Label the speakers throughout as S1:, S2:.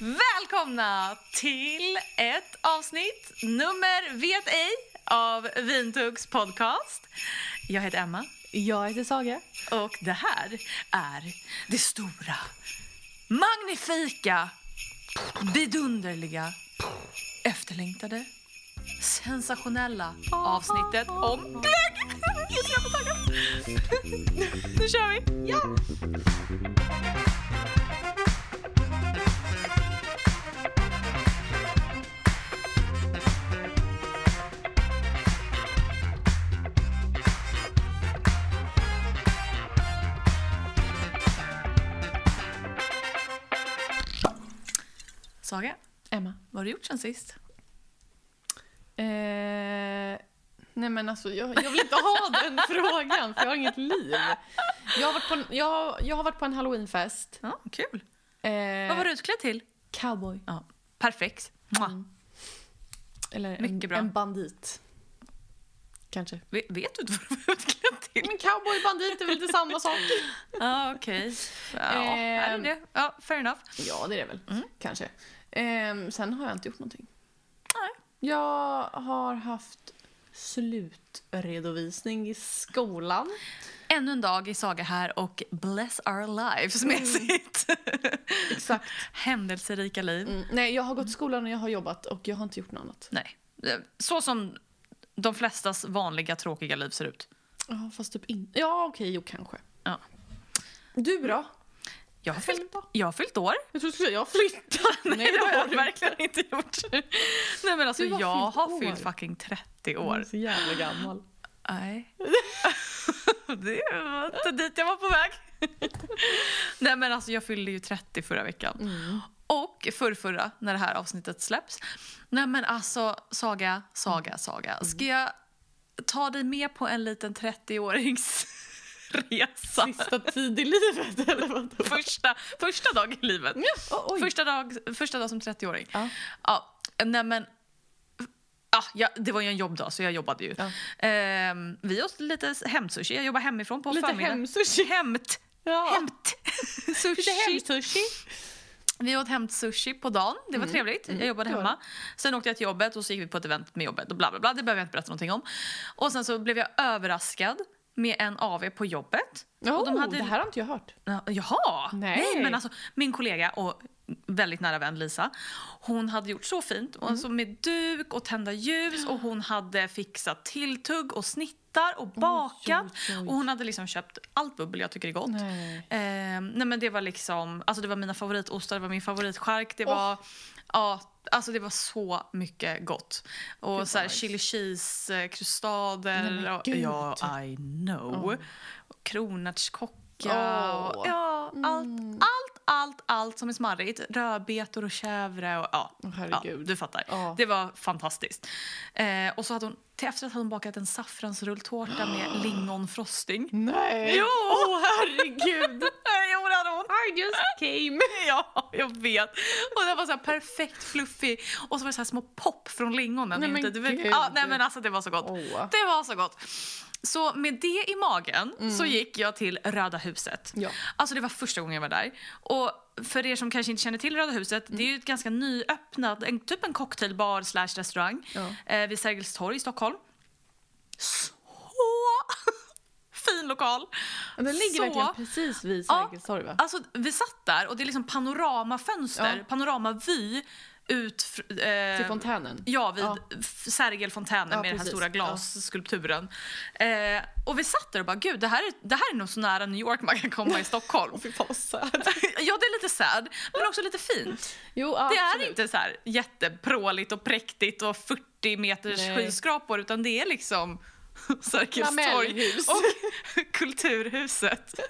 S1: Välkomna till ett avsnitt, nummer vet ej, av Vintugs podcast. Jag heter Emma
S2: Jag heter Saga.
S1: och det här är det stora, magnifika, vidunderliga, efterlängtade, sensationella avsnittet om glögg. Jag ska få tagga. Nu kör vi! Ja! Saga,
S2: Emma.
S1: vad har du gjort sen sist?
S2: Eh, nej men alltså jag, jag vill inte ha den frågan för jag har inget liv. Jag har varit på en, jag, har- jag har varit på en halloweenfest.
S1: Ja, kul.
S2: Eh,
S1: Vad var du utklädd till?
S2: Cowboy.
S1: Ja, perfekt. Mwah.
S2: Mm. Eller
S1: Mycket
S2: en,
S1: bra.
S2: en bandit. Kanske.
S1: Ve- Vet du inte vad du var utklädd till?
S2: Men cowboy bandit är väl inte samma sak?
S1: ah, okej. Ja,
S2: Ehm.
S1: är det det? Ja, fair enough.
S2: Ja det är det väl. Kanske. Eh, sen har jag inte gjort någonting.
S1: Nej.
S2: Jag har haft slutredovisning i skolan.
S1: Ännu en dag i Saga här och bless our lives med sitt
S2: Exakt.
S1: händelserika liv.
S2: Mm, nej, jag har gått i skolan och jag har jobbat och jag har inte gjort något annat.
S1: Nej, Eh, så som de flestas vanliga tråkiga liv ser ut.
S2: Ja, fast typ inte. Ja, okej, jo kanske.
S1: Ja.
S2: Du då?
S1: Jag har fyllt,
S2: Fyllt-
S1: jag har fyllt år.
S2: Jag trodde du skulle säga jag har flyttat.
S1: Nej, det har jag verkligen inte gjort. Nej, men alltså,
S2: Du har
S1: jag
S2: fyllt
S1: har
S2: år.
S1: fyllt fucking 30
S2: Du
S1: år.
S2: är så jävla gammal.
S1: Nej. det var inte dit jag var på väg. Nej men alltså jag fyllde ju 30 förra veckan. Och förrförra när det här avsnittet släpps. Nej men alltså Saga, Saga, Saga. Ska jag ta dig med på en liten 30-årings resa?
S2: Sista tid i livet, eller vadå?
S1: Första, första dag i livet.
S2: Ja, oj.
S1: Första dag, första dag som 30-åring.
S2: Ja.
S1: Ja, nej men... Ja, jag, det var ju en jobbdag så jag jobbade ju.
S2: Ja.
S1: Ehm, vi åt lite hemsushi, jag jobbade hemifrån på
S2: Lite
S1: förmiddagen.
S2: hemsushi.
S1: Hämt!
S2: Ja.
S1: Hämt!
S2: Lite
S1: sushi.
S2: hemsushi.
S1: Vi åt hämtsushi på dagen, det var trevligt. Jag jobbade
S2: Mm. det var
S1: hemma. Sen åkte jag till jobbet och så gick vi på ett event med jobbet och bla bla bla, det behöver jag inte berätta någonting om. Och sen så blev jag överraskad med en AV på jobbet.
S2: Oh,
S1: och de hade
S2: Det här har inte jag hört.
S1: Ja, Jaha! Nej.
S2: Nej.
S1: men alltså, min kollega och väldigt nära vän Lisa, hon hade gjort så fint. Och Alltså, med duk och tända ljus och hon hade fixat tilltugg och snittar och bakat.
S2: oj, oj.
S1: Och hon hade liksom köpt allt bubbel jag tycker är gott.
S2: Nej.
S1: Eh, nej men det var liksom, alltså det var mina favoritostar, det var min favoritskärk, det
S2: Åh.
S1: var, ja, alltså det var så mycket gott. Och
S2: Gud,
S1: så här,
S2: vad nice.
S1: chili cheese eh,
S2: Nej,
S1: krustader
S2: men
S1: och,
S2: gud.
S1: ja, I know. Kronärtskocka och
S2: Åh. Mm.
S1: ja, allt, allt, allt, allt som är smarrigt. Rödbetor och kävre och ja,
S2: Åh,
S1: ja
S2: herregud.
S1: du fattar.
S2: Ja.
S1: Det var fantastiskt. Eh, och så hade hon, till efterrätt hade hon bakat en saffransrulltårta med lingonfrosting.
S2: Nej.
S1: Jo!
S2: Åh, herregud.
S1: Nej, jo, det hade hon.
S2: I just came.
S1: Ja, jag vet. Och den var så här perfekt fluffig. Och så var det så här små pop från lingonen.
S2: Nej, men
S1: inte, du vet,
S2: gud.
S1: ja, nej men alltså det var så gott.
S2: Åh.
S1: Det var så gott. Så med det i magen så gick jag till Röda huset.
S2: Mm. Ja.
S1: Alltså det var första gången jag var där. Och för er som kanske inte känner till Röda huset, det är ju ett ganska nyöppnat, en, typ en cocktailbar slash restaurang
S2: Ja.
S1: eh, vid Sergels torg i Stockholm. Så fin lokal.
S2: Den ligger
S1: Så-
S2: verkligen precis vid
S1: Ja,
S2: Sergels torg, va?
S1: Alltså, vi satt där och det är liksom panoramafönster,
S2: Ja.
S1: panoramavy ut... fr- Eh,
S2: Till fontänen.
S1: Ja, vid
S2: Ja.
S1: f- Sergelfontänen
S2: Ja,
S1: med den här
S2: precis.
S1: stora glasskulpturen. Eh, och vi satt där och bara, gud det här, är, det här är nog så nära New York man kan komma i Stockholm.
S2: Fy fan vad sad.
S1: ja, det är lite sad, men också lite fint.
S2: Jo, ja,
S1: Det är
S2: absolut.
S1: inte så här jättepråligt och präktigt och 40 meters
S2: Nej.
S1: skyskrapor utan det är liksom Sergels torg
S2: Lamellhus.
S1: och Kulturhuset.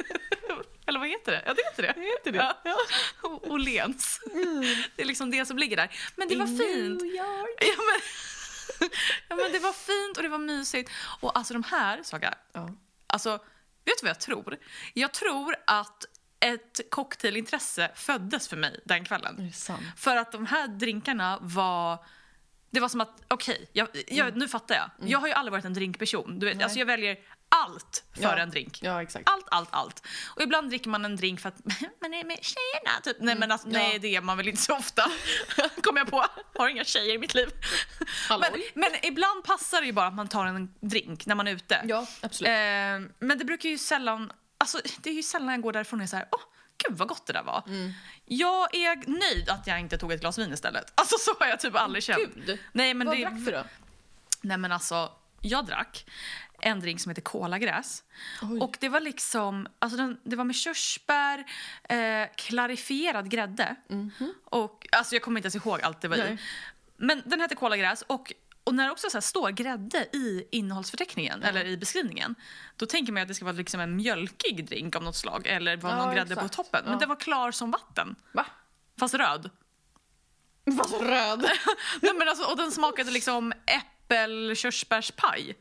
S1: Eller vad heter det? Ja, det heter det.
S2: heter det.
S1: Ja. Och Åhléns. Det är liksom det som ligger där. Men det var
S2: Mm. I
S1: fint.
S2: New York.
S1: Ja men, ja, men det var fint och det var mysigt. Och alltså de här, Saga,
S2: Ja.
S1: Alltså, vet du vad jag tror? Jag tror att ett cocktailintresse föddes för mig den kvällen.
S2: Är det sant?
S1: För att de här drinkarna var...
S2: Mm.
S1: Det var som att, okej, jag, jag, nu fattar jag. Jag har ju aldrig varit en drinkperson. Du vet, alltså jag väljer allt för
S2: Ja.
S1: en drink.
S2: Ja, exakt.
S1: Allt, allt, allt. Och ibland dricker man en drink för att man är med tjejerna. Typ. Nej, men alltså,
S2: Mm, ja.
S1: nej, det är man väl inte så ofta. Kom jag på. Har inga tjejer i mitt liv. Men,
S2: Halloj.
S1: men ibland passar det ju bara att man tar en drink när man är ute.
S2: Ja, absolut.
S1: Eh, men det brukar ju sällan, alltså det är ju sällan jag går därifrån och är så här, åh, gud vad gott det där var.
S2: Mm.
S1: Jag är nöjd att jag inte tog ett glas vin istället. Alltså så har jag typ aldrig känt.
S2: Gud!
S1: Nej men,
S2: Vad
S1: det,
S2: drack du då?
S1: nej men alltså, jag drack en drink som heter kolagräs.
S2: Oj.
S1: Och det var liksom, alltså den, det var med körsbär, eh, klarifierad grädde. Och, alltså jag kommer inte ens ihåg allt det var i.
S2: Mhm. Nej.
S1: Men den hette kolagräs och, och när det också så här står grädde i innehållsförteckningen eller i beskrivningen. Då tänker man ju att det ska vara liksom en mjölkig drink av något slag eller var
S2: Ja,
S1: någon grädde
S2: exakt.
S1: på toppen. Men
S2: Ja.
S1: den var klar som vatten.
S2: Va?
S1: Fast röd.
S2: Vad så röd.
S1: Nej, men alltså, och den smakade liksom äppel-körsbärspaj.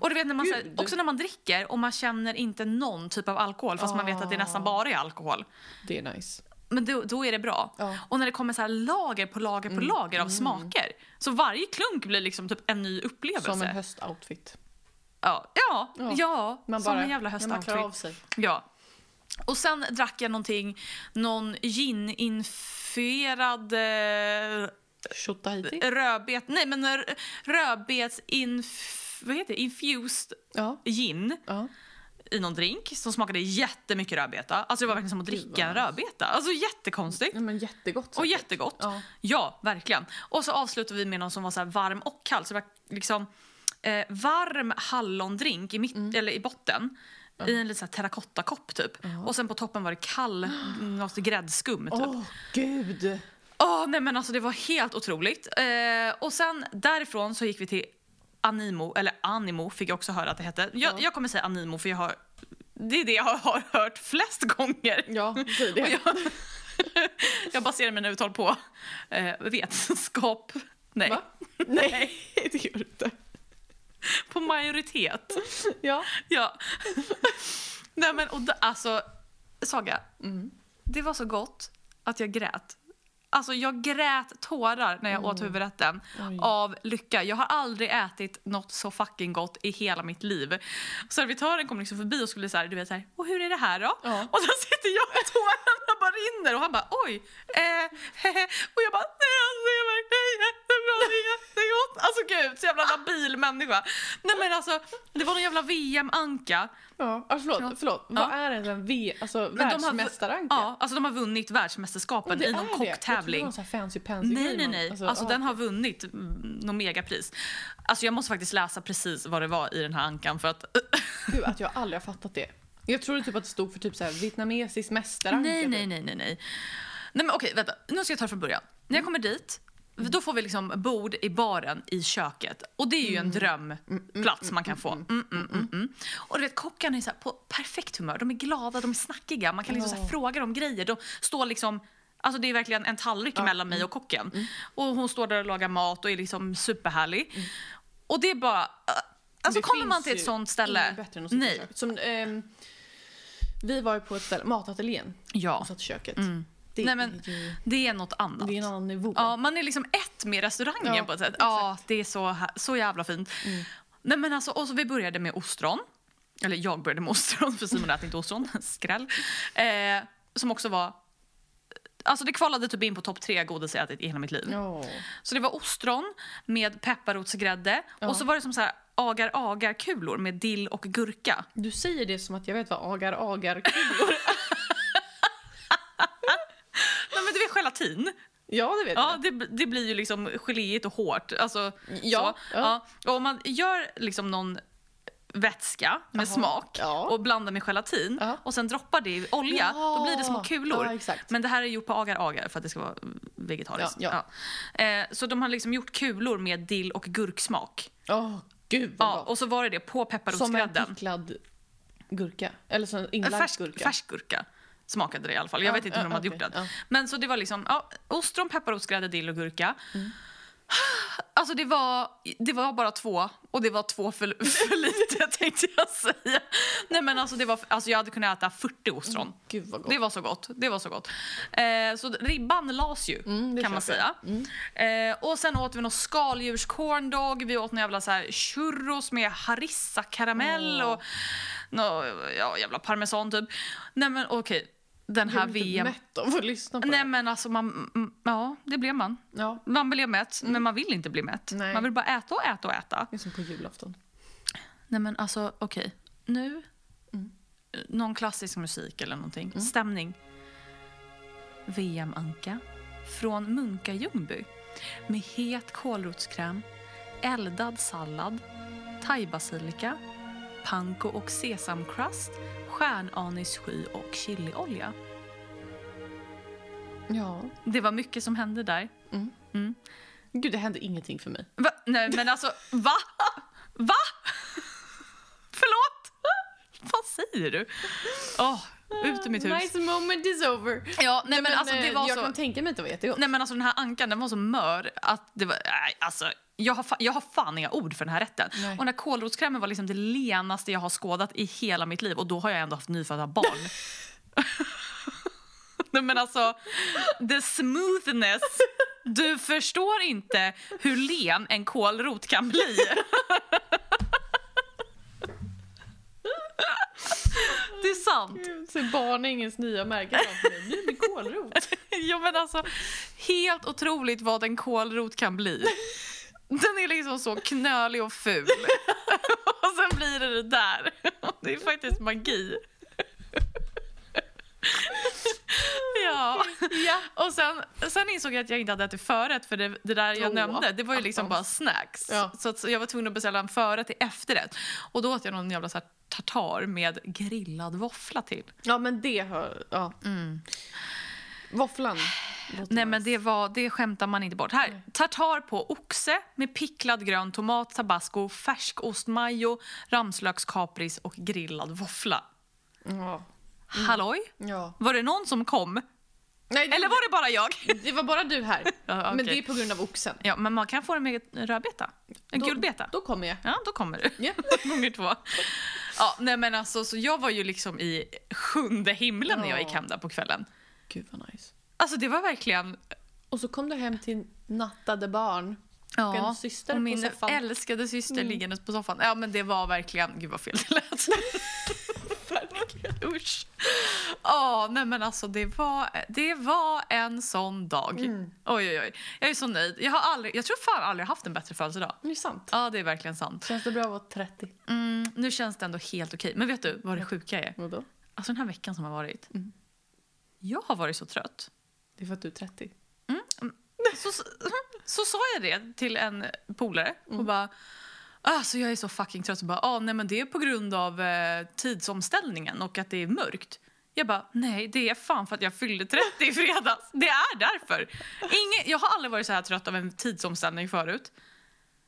S1: Och du vet när man, så här,
S2: Gud.
S1: också när man dricker och man känner inte någon typ av alkohol fast man vet att det
S2: Ah.
S1: nästan bara är alkohol.
S2: Det är nice.
S1: Men då, då är det bra.
S2: Ja. Mm.
S1: Och när det kommer så här lager på lager på lager av smaker. Så varje klunk blir liksom typ en ny upplevelse.
S2: Som en höstoutfit.
S1: ja, ja, ja.
S2: Ja.
S1: som en jävla
S2: när Man klär av
S1: höstoutfit.
S2: sig.
S1: Ja. Och sen drack jag någonting, någon gin-infierad eh,
S2: Shotahiti?
S1: rödbet, nej men r- rödbets inf, vad heter det? infused
S2: Ja.
S1: gin
S2: ja.
S1: i någon drink som smakade jättemycket rödbeta. Alltså det var verkligen som att dricka en rödbeta. Alltså jättekonstigt.
S2: Nej, men jättegott.
S1: Och
S2: Mm, säkert.
S1: jättegott. Ja.
S2: Ja.
S1: verkligen. Och så avslutade vi med någon som var så här varm och kall. Så det var liksom eh, varm hallondrink i, mitt,
S2: Mm.
S1: eller i botten. I en liten så här terrakottakopp typ. Och sen på toppen var det kall, något gräddskum typ.
S2: Åh, gud!
S1: Åh, nej men alltså det var helt otroligt. Eh, och sen därifrån så gick vi till Animo, eller Animo fick jag också höra att det hette. Jag,
S2: Ja.
S1: jag kommer säga Animo för jag har, det är det jag har hört flest gånger.
S2: Ja, säg
S1: Och
S2: det.
S1: jag, jag baserar mina uttal på eh, vetenskap. Nej,
S2: Va? Nej, det gör du inte.
S1: på majoritet.
S2: Ja.
S1: Ja. nej men och da, alltså, Saga,
S2: Mm.
S1: det var så gott att jag grät. Alltså jag grät tårar när jag åt huvudrätten
S2: Mm. Oj.
S1: av lycka. Jag har aldrig ätit något så fucking gott i hela mitt liv. Servitören kom liksom förbi och skulle så här, du vet så här, och hur är det här då?
S2: Ja.
S1: Och då sitter jag och tårarna bara rinner och han bara oj, eh, hehe. Och jag bara nej alltså det är verkligen jättebra, det är jättegott. Alltså gud, så jävla labil människa. Nej men alltså, det var någon jävla VM-anka.
S2: ja. Ah, förlåt,
S1: Ja.
S2: förlåt.
S1: Ja.
S2: Vad är ens en v- alltså,
S1: Men de har-
S2: världsmästaranka?
S1: Ja, alltså de har vunnit världsmästerskapen i någon
S2: Det
S1: kocktävling.
S2: var en sån här fancy pansy
S1: Nej,
S2: grej
S1: nej,
S2: man-
S1: nej. Alltså,
S2: ja.
S1: den har vunnit mm, något megapris. Alltså, jag måste faktiskt läsa precis vad det var i den här ankan. För att,
S2: Gud, att jag aldrig har fattat det. Jag trodde typ att det stod för typ så här vietnamesisk mästaranka.
S1: nej,
S2: typ.
S1: nej, nej, nej, nej. Nej, men okej, vänta. Nu ska jag ta det från början. När jag kommer dit,
S2: Mm.
S1: då får vi liksom bord i baren i köket. Och det är ju en
S2: Mm.
S1: drömplats man kan få. Mm, mm, mm, mm. Och du vet, kockarna är så här på perfekt humör. De är glada, de är snackiga. Man kan liksom så här
S2: Ja.
S1: fråga dem grejer. De står liksom... Alltså det är verkligen en tallrik mellan mig och kocken.
S2: Mm.
S1: Och hon står där och lagar mat och är liksom superhärlig. Och det är bara... Alltså
S2: Mm. Det
S1: kommer man
S2: finns
S1: till ett
S2: ju
S1: sånt ställe...
S2: inget Bättre än att sitta i
S1: Nej.
S2: köket. Som, ehm, vi var ju på ett ställe, matateljén,
S1: Ja. Mm.
S2: och satt i köket. Alltså, Det,
S1: Nej men,
S2: är ju-
S1: det är något annat.
S2: det är en annan nivå.
S1: Ja, man är liksom ett med restaurangen
S2: Ja, Mm.
S1: på ett sätt. Ja, det är så, här- så jävla fint. Nej, men alltså, och så vi började med ostron. Eller jag började med ostron, för Simon äter inte ostron. Skräll. Eh, som också var... Alltså det kvalade typ in på topp tre godis jag ätit i hela mitt liv.
S2: Ja.
S1: Så det var ostron med pepparrotsgrädde och så var det som så här agar-agar-kulor med dill och gurka.
S2: Du säger det som att jag vet vad agar agar kulor
S1: Nej men det var gelatin.
S2: Ja, det vet
S1: Ja, det, det blir ju liksom geléigt och hårt. Alltså,
S2: Ja,
S1: så.
S2: ja.
S1: Ja. Och om man gör liksom någon vätska med
S2: Jaha,
S1: smak
S2: ja.
S1: och blandar med gelatin
S2: Ja.
S1: och sen droppar det i olja,
S2: Ja,
S1: då blir det små kulor.
S2: ja, exakt.
S1: Men det här är gjort på agar-agar för att det ska vara mm, vegetariskt.
S2: Ja, ja.
S1: Ja. Eh, så de har liksom gjort kulor med dill och gurksmak.
S2: jag. Åh, gud vad
S1: Ja,
S2: gott.
S1: och så var det det på
S2: Som en
S1: pepparrotsgrädden.
S2: picklad gurka. Eller som en
S1: En
S2: inlagd
S1: Färsk
S2: gurka.
S1: gurka. färsk gurka smakade det i alla fall. Jag
S2: Ja,
S1: vet inte hur
S2: ja,
S1: de hade
S2: okej,
S1: gjort det.
S2: ja. Mm.
S1: Men så det var liksom ja, ostron, pepparrotsgrädde, dill och gurka. Alltså det var, det var bara två och det var två för, för lite tänkte jag säga. Nej men alltså, det var, alltså jag hade kunnat äta 40 ostron.
S2: Gud vad gott.
S1: Det var så gott. Det var så gott. Eh, så ribban lades ju
S2: Mm, det
S1: kan man
S2: köper Mm.
S1: säga. Eh, och sen åt vi någon skaldjurscorndog, vi åt någon jävla så här churros med harissa-karamell
S2: Åh.
S1: och nå, ja, jävla parmesan typ. Nej men okej, den här
S2: Jag blir lite
S1: VM...
S2: mätt av att lyssna på
S1: Nej
S2: det.
S1: men alltså man, mm, ja det blev man.
S2: Ja,
S1: Man blev mätt, men man vill inte bli mätt.
S2: Mm. Nej.
S1: Man vill bara äta och äta och äta.
S2: det är som på julafton.
S1: Nej men alltså okej, nu, eh, någon klassisk musik eller någonting, stämning. VM-anka från Munka Ljungby med het kålrotskräm, eldad sallad, thaibasilika, panko och sesamkrust, stjärnanissky och chiliolja.
S2: Ja.
S1: Det var mycket som hände där.
S2: Gud, det hände ingenting för mig.
S1: Va? Nej men alltså, va? Va? Förlåt? Vad säger du? Åh, ut ur mitt hus.
S2: Nice moment is over.
S1: Ja, Typ. nej men alltså
S2: eh,
S1: det var
S2: jag
S1: så...
S2: kan tänka mig att det var jättegott.
S1: Nej men alltså den här ankan den var så mör att det var... Nej, alltså, jag har, fa- jag har fan inga ord för den här rätten.
S2: Nej.
S1: Och den här kålrotskrämen var liksom det lenaste jag har skådat i hela mitt liv och då har jag ändå haft nyfödda barn. nej men alltså, the smoothness. Du förstår inte hur len en kålrot kan bli. Det är sant.
S2: Så barningens nya märke
S1: Alltså,
S2: framför mig. Nu är det kålrot.
S1: Ja men alltså, helt otroligt vad en kålrot kan bli. Den är liksom så knölig och ful. Och sen blir det det där. Det är faktiskt magi. Ja. Och sen, sen insåg jag att jag inte hade ätit förrätt för det, det där jag
S2: Åh,
S1: nämnde det var ju liksom bara
S2: attans.
S1: snacks.
S2: Ja.
S1: Så, att, så jag var tvungen att beställa en förrätt till efterrätt. Och då åt jag någon jävla så här tartar med grillad våffla till.
S2: Ja, men det har... Ja. Våfflan. låter
S1: Mm. Nej
S2: nice.
S1: men det, var, det skämtar man inte bort. Här, tartar på oxe med picklad grön tomat, tabasco, färskostmajo, ramslökskapris och grillad våffla.
S2: Ja. Mm.
S1: Halloj?
S2: ja.
S1: Var det någon som kom?
S2: Nej, det,
S1: Eller var det bara jag?
S2: det var bara du här.
S1: Ja,
S2: Men
S1: okej.
S2: det är på grund av oxen.
S1: Ja, men man kan få den med rödbeta. En
S2: Då-
S1: gulbeta.
S2: Då kommer jag.
S1: Ja, då kommer du.
S2: Ja.
S1: Gånger två. Ja, nej men alltså, så jag var ju liksom i sjunde himlen när jag gick hem där på kvällen.
S2: Gud vad nice.
S1: Alltså det var verkligen...
S2: Och så kom du hem till nattade barn. Och en syster
S1: och
S2: på
S1: min
S2: soffan. Mm.
S1: älskade syster liggandes på soffan. Ja men det var verkligen, gud vad fel det lät. verkligen. Usch. Ja nej men alltså det var, det var en sån dag.
S2: Mm.
S1: Oj oj oj. Jag är så nöjd. Jag, har aldrig, jag tror fan aldrig haft en bättre födelsedag.
S2: Det är sant.
S1: Ja det är verkligen sant.
S2: Känns det bra att vara 30?
S1: Mm, nu känns det ändå helt okej. Men vet du vad det sjuka är?
S2: Vadå?
S1: Alltså den här veckan som har varit.
S2: Mm.
S1: Jag har varit så trött.
S2: Det är för att du är 30.
S1: så, så sa jag det till en polare
S2: Mm.
S1: och bara Alltså jag är så fucking trött. Och bara, ah, nej, men det är på grund av eh, tidsomställningen och att det är mörkt. Jag bara, nej det är fan för att jag fyllde 30 i fredags. Det är därför. Ingen, jag har aldrig varit så här trött av en tidsomställning förut.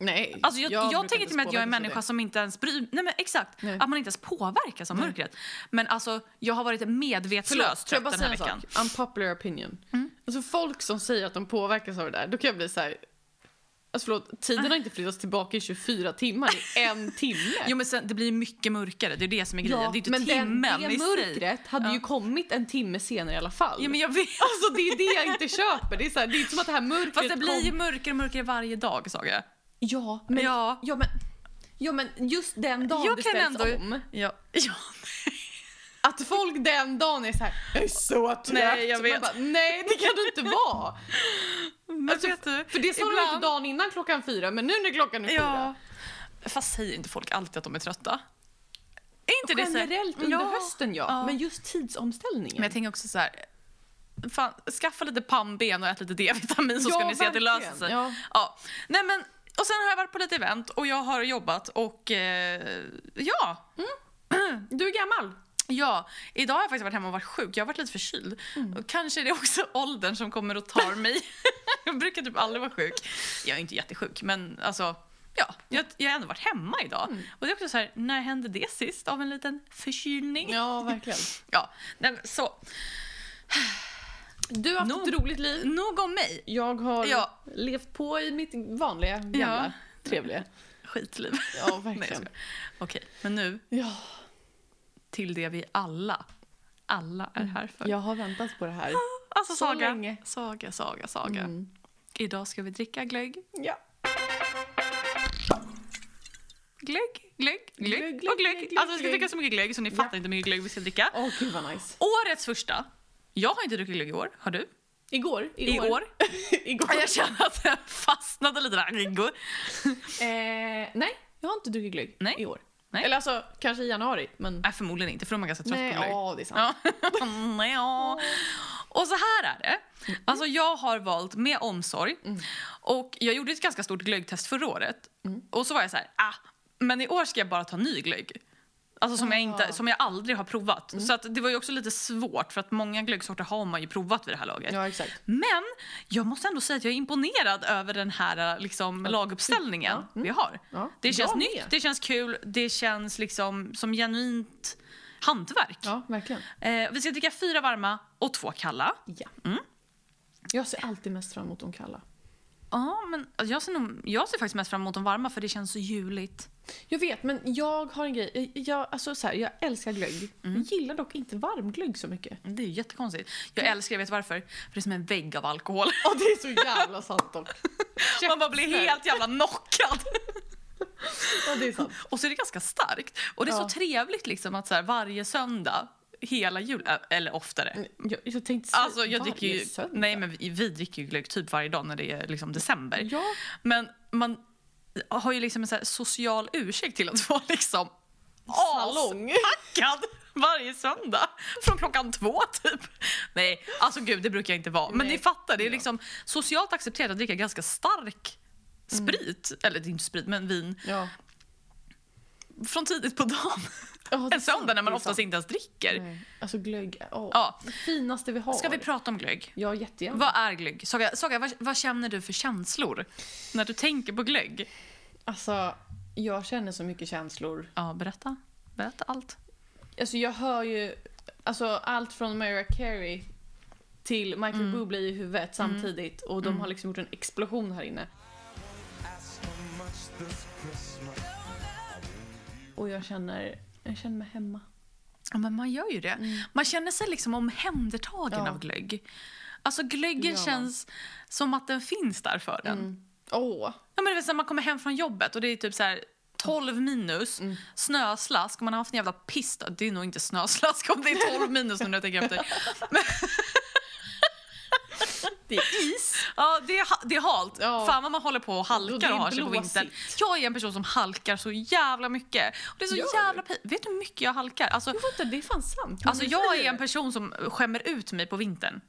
S2: Nej.
S1: Alltså jag, jag,
S2: brukar
S1: tänker
S2: inte
S1: till och med att jag är en
S2: påverkas av
S1: människa som inte ens bryr Nej men exakt.
S2: Nej.
S1: Att man inte ens påverkas av mörkret. Men alltså jag har varit medvetslös
S2: Förlåt, får jag
S1: trött
S2: bara
S1: den här
S2: säga
S1: veckan.
S2: en
S1: Mm.
S2: sak? Unpopular opinion. Alltså folk som säger att de påverkas av det där, då kan jag bli så här. Alltså förlåt, tiden har inte flyttats tillbaka i 24 timmar, det är en timme.
S1: Jo men sen, det blir mycket mörkare, det är det som är grejen. det är inte
S2: men
S1: timmen
S2: den, det
S1: i sig.
S2: mörkret hade ju kommit en timme senare i alla fall.
S1: Ja, men jag vet.
S2: Alltså det är det jag inte köper. Det är, så här, det är inte som att det här mörkret
S1: Fast det blir ju
S2: kom...
S1: mörkare och mörkare varje dag, sa jag.
S2: Ja, men,
S1: Ja.
S2: ja. men, ja, men just den dagen
S1: jag
S2: det ställs om.
S1: Ja. ja.
S2: Att folk den dagen är så här, jag är så trött.
S1: Nej, jag
S2: Man
S1: vet.
S2: Bara, Nej, det kan du inte vara.
S1: Men vet du,
S2: Alltså, För det sa du
S1: ibland-
S2: inte dagen innan klockan fyra, men nu när klockan är
S1: Ja.
S2: fyra.
S1: Fast säger inte folk alltid att de är trötta? Är inte det så här-
S2: Generellt under
S1: Ja.
S2: hösten ja,
S1: Ja.
S2: men just tidsomställningen.
S1: Men jag tänker också så här... Fan, skaffa lite pannben och ät lite D-vitamin så ska
S2: Ja,
S1: ni se att det löser
S2: verkligen.
S1: sig.
S2: Ja.
S1: Ja. Nej, men, och sen har jag varit på lite event och jag har jobbat och eh, ja,
S2: Du är gammal.
S1: Ja, idag har jag faktiskt varit hemma och varit sjuk. Jag har varit lite förkyld.
S2: Mm.
S1: Och kanske är det också åldern som kommer och tar mig. jag brukar typ aldrig vara sjuk. Jag är inte jättesjuk, men alltså, ja, jag, jag har ändå varit hemma idag.
S2: Mm.
S1: Och det är också så här, när hände det sist av en liten förkylning?
S2: Ja, verkligen.
S1: Ja, nej, men så.
S2: Du har haft
S1: Nog-
S2: ett roligt liv.
S1: Nog om mig.
S2: Jag har
S1: Ja.
S2: levt på i mitt vanliga, gamla, trevliga.
S1: Skitliv.
S2: Ja,
S1: Nej, jag
S2: verkligen.
S1: skojar. Okej, men nu
S2: Ja,
S1: till det vi alla, alla är här för.
S2: jag har väntat på det här.
S1: Alltså
S2: Mm. Så
S1: saga,
S2: länge.
S1: saga, saga, saga.
S2: Mm.
S1: Idag ska vi dricka glögg.
S2: Ja.
S1: Glögg, glögg, glögg
S2: Glögg, glögg,
S1: och glögg.
S2: glögg, glögg,
S1: alltså vi ska
S2: glögg.
S1: dricka så mycket glögg så ni fattar inte hur mycket glögg vi ska dricka.
S2: Åh, gud vad nice.
S1: Årets första. Jag har inte druckit glögg i år, har du?
S2: Igår.
S1: I
S2: Igår.
S1: år?
S2: igår.
S1: Jag känner att jag fastnade lite där. Igår.
S2: Eh, nej, jag har inte druckit glögg
S1: Nej.
S2: i år.
S1: Nej.
S2: Eller alltså, kanske i januari, men...
S1: Nej, förmodligen inte för de är ganska trött
S2: Nej,
S1: på glögg.
S2: ja, det är sant.
S1: Ja.
S2: liksom.
S1: Nej, ja. Och så här är det.
S2: Mm.
S1: Alltså jag har valt med omsorg. Och jag gjorde ett ganska stort glöggtest förra året.
S2: Mm.
S1: Och så var jag så här, ah, men i år ska jag bara ta ny glögg. Alltså som, jag inte,
S2: Ah. Mm.
S1: som jag aldrig har provat. Så att det var ju också lite svårt för att många glöggsorter har man ju provat vid det här laget.
S2: Ja, exakt.
S1: Men jag måste ändå säga att jag är imponerad över den här liksom, laguppställningen vi har.
S2: Ja.
S1: Det känns
S2: Jag med.
S1: nytt, det känns kul, det känns liksom som genuint hantverk.
S2: Ja, verkligen.
S1: Eh, vi ska dricka fyra varma och två kalla.
S2: Ja.
S1: Mm.
S2: Jag ser alltid mest fram emot de kalla.
S1: Ja, men jag ser, nog, jag ser faktiskt mest fram emot de varma för det känns så juligt.
S2: Jag vet, men jag har en grej. Jag- Jag, alltså, så här, jag älskar glögg.
S1: Mm.
S2: Jag gillar dock inte varmglögg så mycket.
S1: Det är ju jättekonstigt. Jag älskar, jag vet varför, för det är som en vägg av alkohol.
S2: Ja, det är så jävla sant dock.
S1: Man bara blir helt jävla knockad.
S2: Ja, det är sant.
S1: Och så är det ganska starkt. Och det är så
S2: Ja.
S1: trevligt liksom att så här, varje söndag, hela jul, äh, eller oftare,
S2: Jag, jag tänkte säga
S1: Alltså jag
S2: varje
S1: dricker ju,
S2: söndag.
S1: nej men vi, vi dricker ju glögg typ varje dag när det är liksom december.
S2: Ja.
S1: Men man har ju liksom en så här social ursäkt till att vara liksom
S2: Salong.
S1: aspackad varje söndag. Från klockan två typ. Nej, alltså gud det brukar jag inte vara. Men
S2: Nej.
S1: ni fattar, det är liksom socialt accepterat att dricka ganska stark
S2: Mm.
S1: sprit, eller det är inte sprit men vin,
S2: Ja.
S1: från tidigt på dagen.
S2: Ja, det är
S1: En söndag
S2: sant,
S1: när man
S2: det är
S1: oftast
S2: sant.
S1: inte ens dricker.
S2: Nej. Alltså glögg, åh.
S1: Ja.
S2: det finaste vi har.
S1: Ska vi prata om glögg?
S2: Ja, jättegärna.
S1: Vad är glögg? Saga, Saga vad, vad känner du för känslor när du tänker på glögg?
S2: Alltså, jag känner så mycket känslor.
S1: Ja, berätta. Berätta allt.
S2: Alltså jag hör ju alltså, allt från Mariah Carey till Michael Bublé i huvudet samtidigt och de har liksom gjort en explosion här inne.
S3: ask for much this Christmas.
S2: Och jag känner, jag känner mig hemma.
S1: Ja, men man gör ju det. Man känner sig liksom omhändertagen
S2: Mm. Ja.
S1: av glögg. Alltså glöggen
S2: gör man.
S1: känns som att den finns där för en.
S2: Mm. Åh!
S1: Ja, men det är så här, man kommer hem från jobbet och det är typ så här 12 minus,
S2: Mm.
S1: snöslask och man har haft en jävla piss. då. Det är nog inte snöslask om det är 12 minus nu när jag tänker efter.
S2: Det är is!
S1: Ja, det är, ha- det är halt.
S2: Ja.
S1: Fan vad man håller på och
S2: Och det
S1: halkar
S2: är
S1: och har sig på
S2: blåsigt.
S1: vintern. Jag är en person som halkar så jävla mycket. Och det är så
S2: Gör
S1: jävla pi- Vet du hur mycket jag halkar? Alltså,
S2: Jag fattar, det är fan sant. Men
S1: alltså,
S2: du
S1: jag
S2: säger
S1: är en
S2: det.
S1: person som skämmer ut mig på vintern.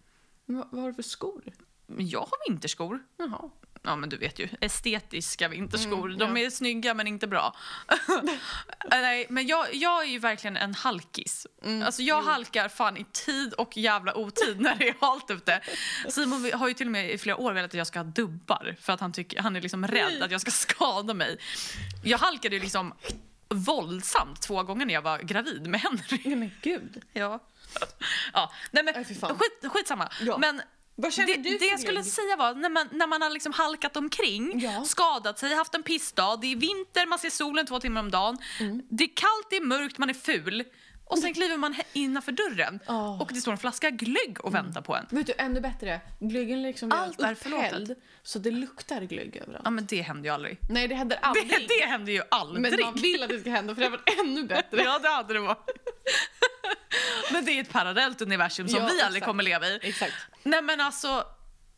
S2: Men Vad vad har du för skor?
S1: Men jag har vinterskor.
S2: Jaha.
S1: Ja men du vet ju, estetiska vinterskor.
S2: Mm,
S1: De är snygga men inte bra. Eh, Nej, men jag, jag är ju verkligen en halkis.
S2: Mm,
S1: Alltså jag halkar fan i tid och jävla otid när det är halt ute. Simon har ju till och med i flera år velat att jag ska ha dubbar för att han, tycker, han är liksom rädd att jag ska skada mig. Jag halkade ju liksom våldsamt två gånger när jag var gravid med Henry.
S2: Nej men gud.
S1: Ja. ja. Nej men
S2: Nej, Äh, fy fan.
S1: skit, skitsamma.
S2: Ja.
S1: Men
S2: Vad känner
S1: det,
S2: du för
S1: det jag skulle
S2: glögg?
S1: säga var, när man, när man har liksom halkat omkring,
S2: Ja.
S1: skadat sig, haft en pissdag, det är vinter, man ser solen två timmar om dagen,
S2: Mm.
S1: det är kallt, det är mörkt, man är ful. Och sen kliver man he- innanför dörren
S2: Åh. Mm.
S1: och det står en flaska glögg och väntar på en.
S2: Vet du, ännu bättre. Glöggen liksom redan
S1: Allt är förlåtet.
S2: upphälld, så det luktar glögg överallt.
S1: Ja men det händer ju aldrig.
S2: Nej, det händer
S1: Det,
S2: aldrig.
S1: det händer ju aldrig.
S2: Men man vill att det ska hända för det hade varit ännu bättre.
S1: Ja det hade det varit. men det är ett parallellt universum som
S2: Ja,
S1: vi aldrig
S2: exakt.
S1: kommer leva i.
S2: Exakt.
S1: Nej men alltså,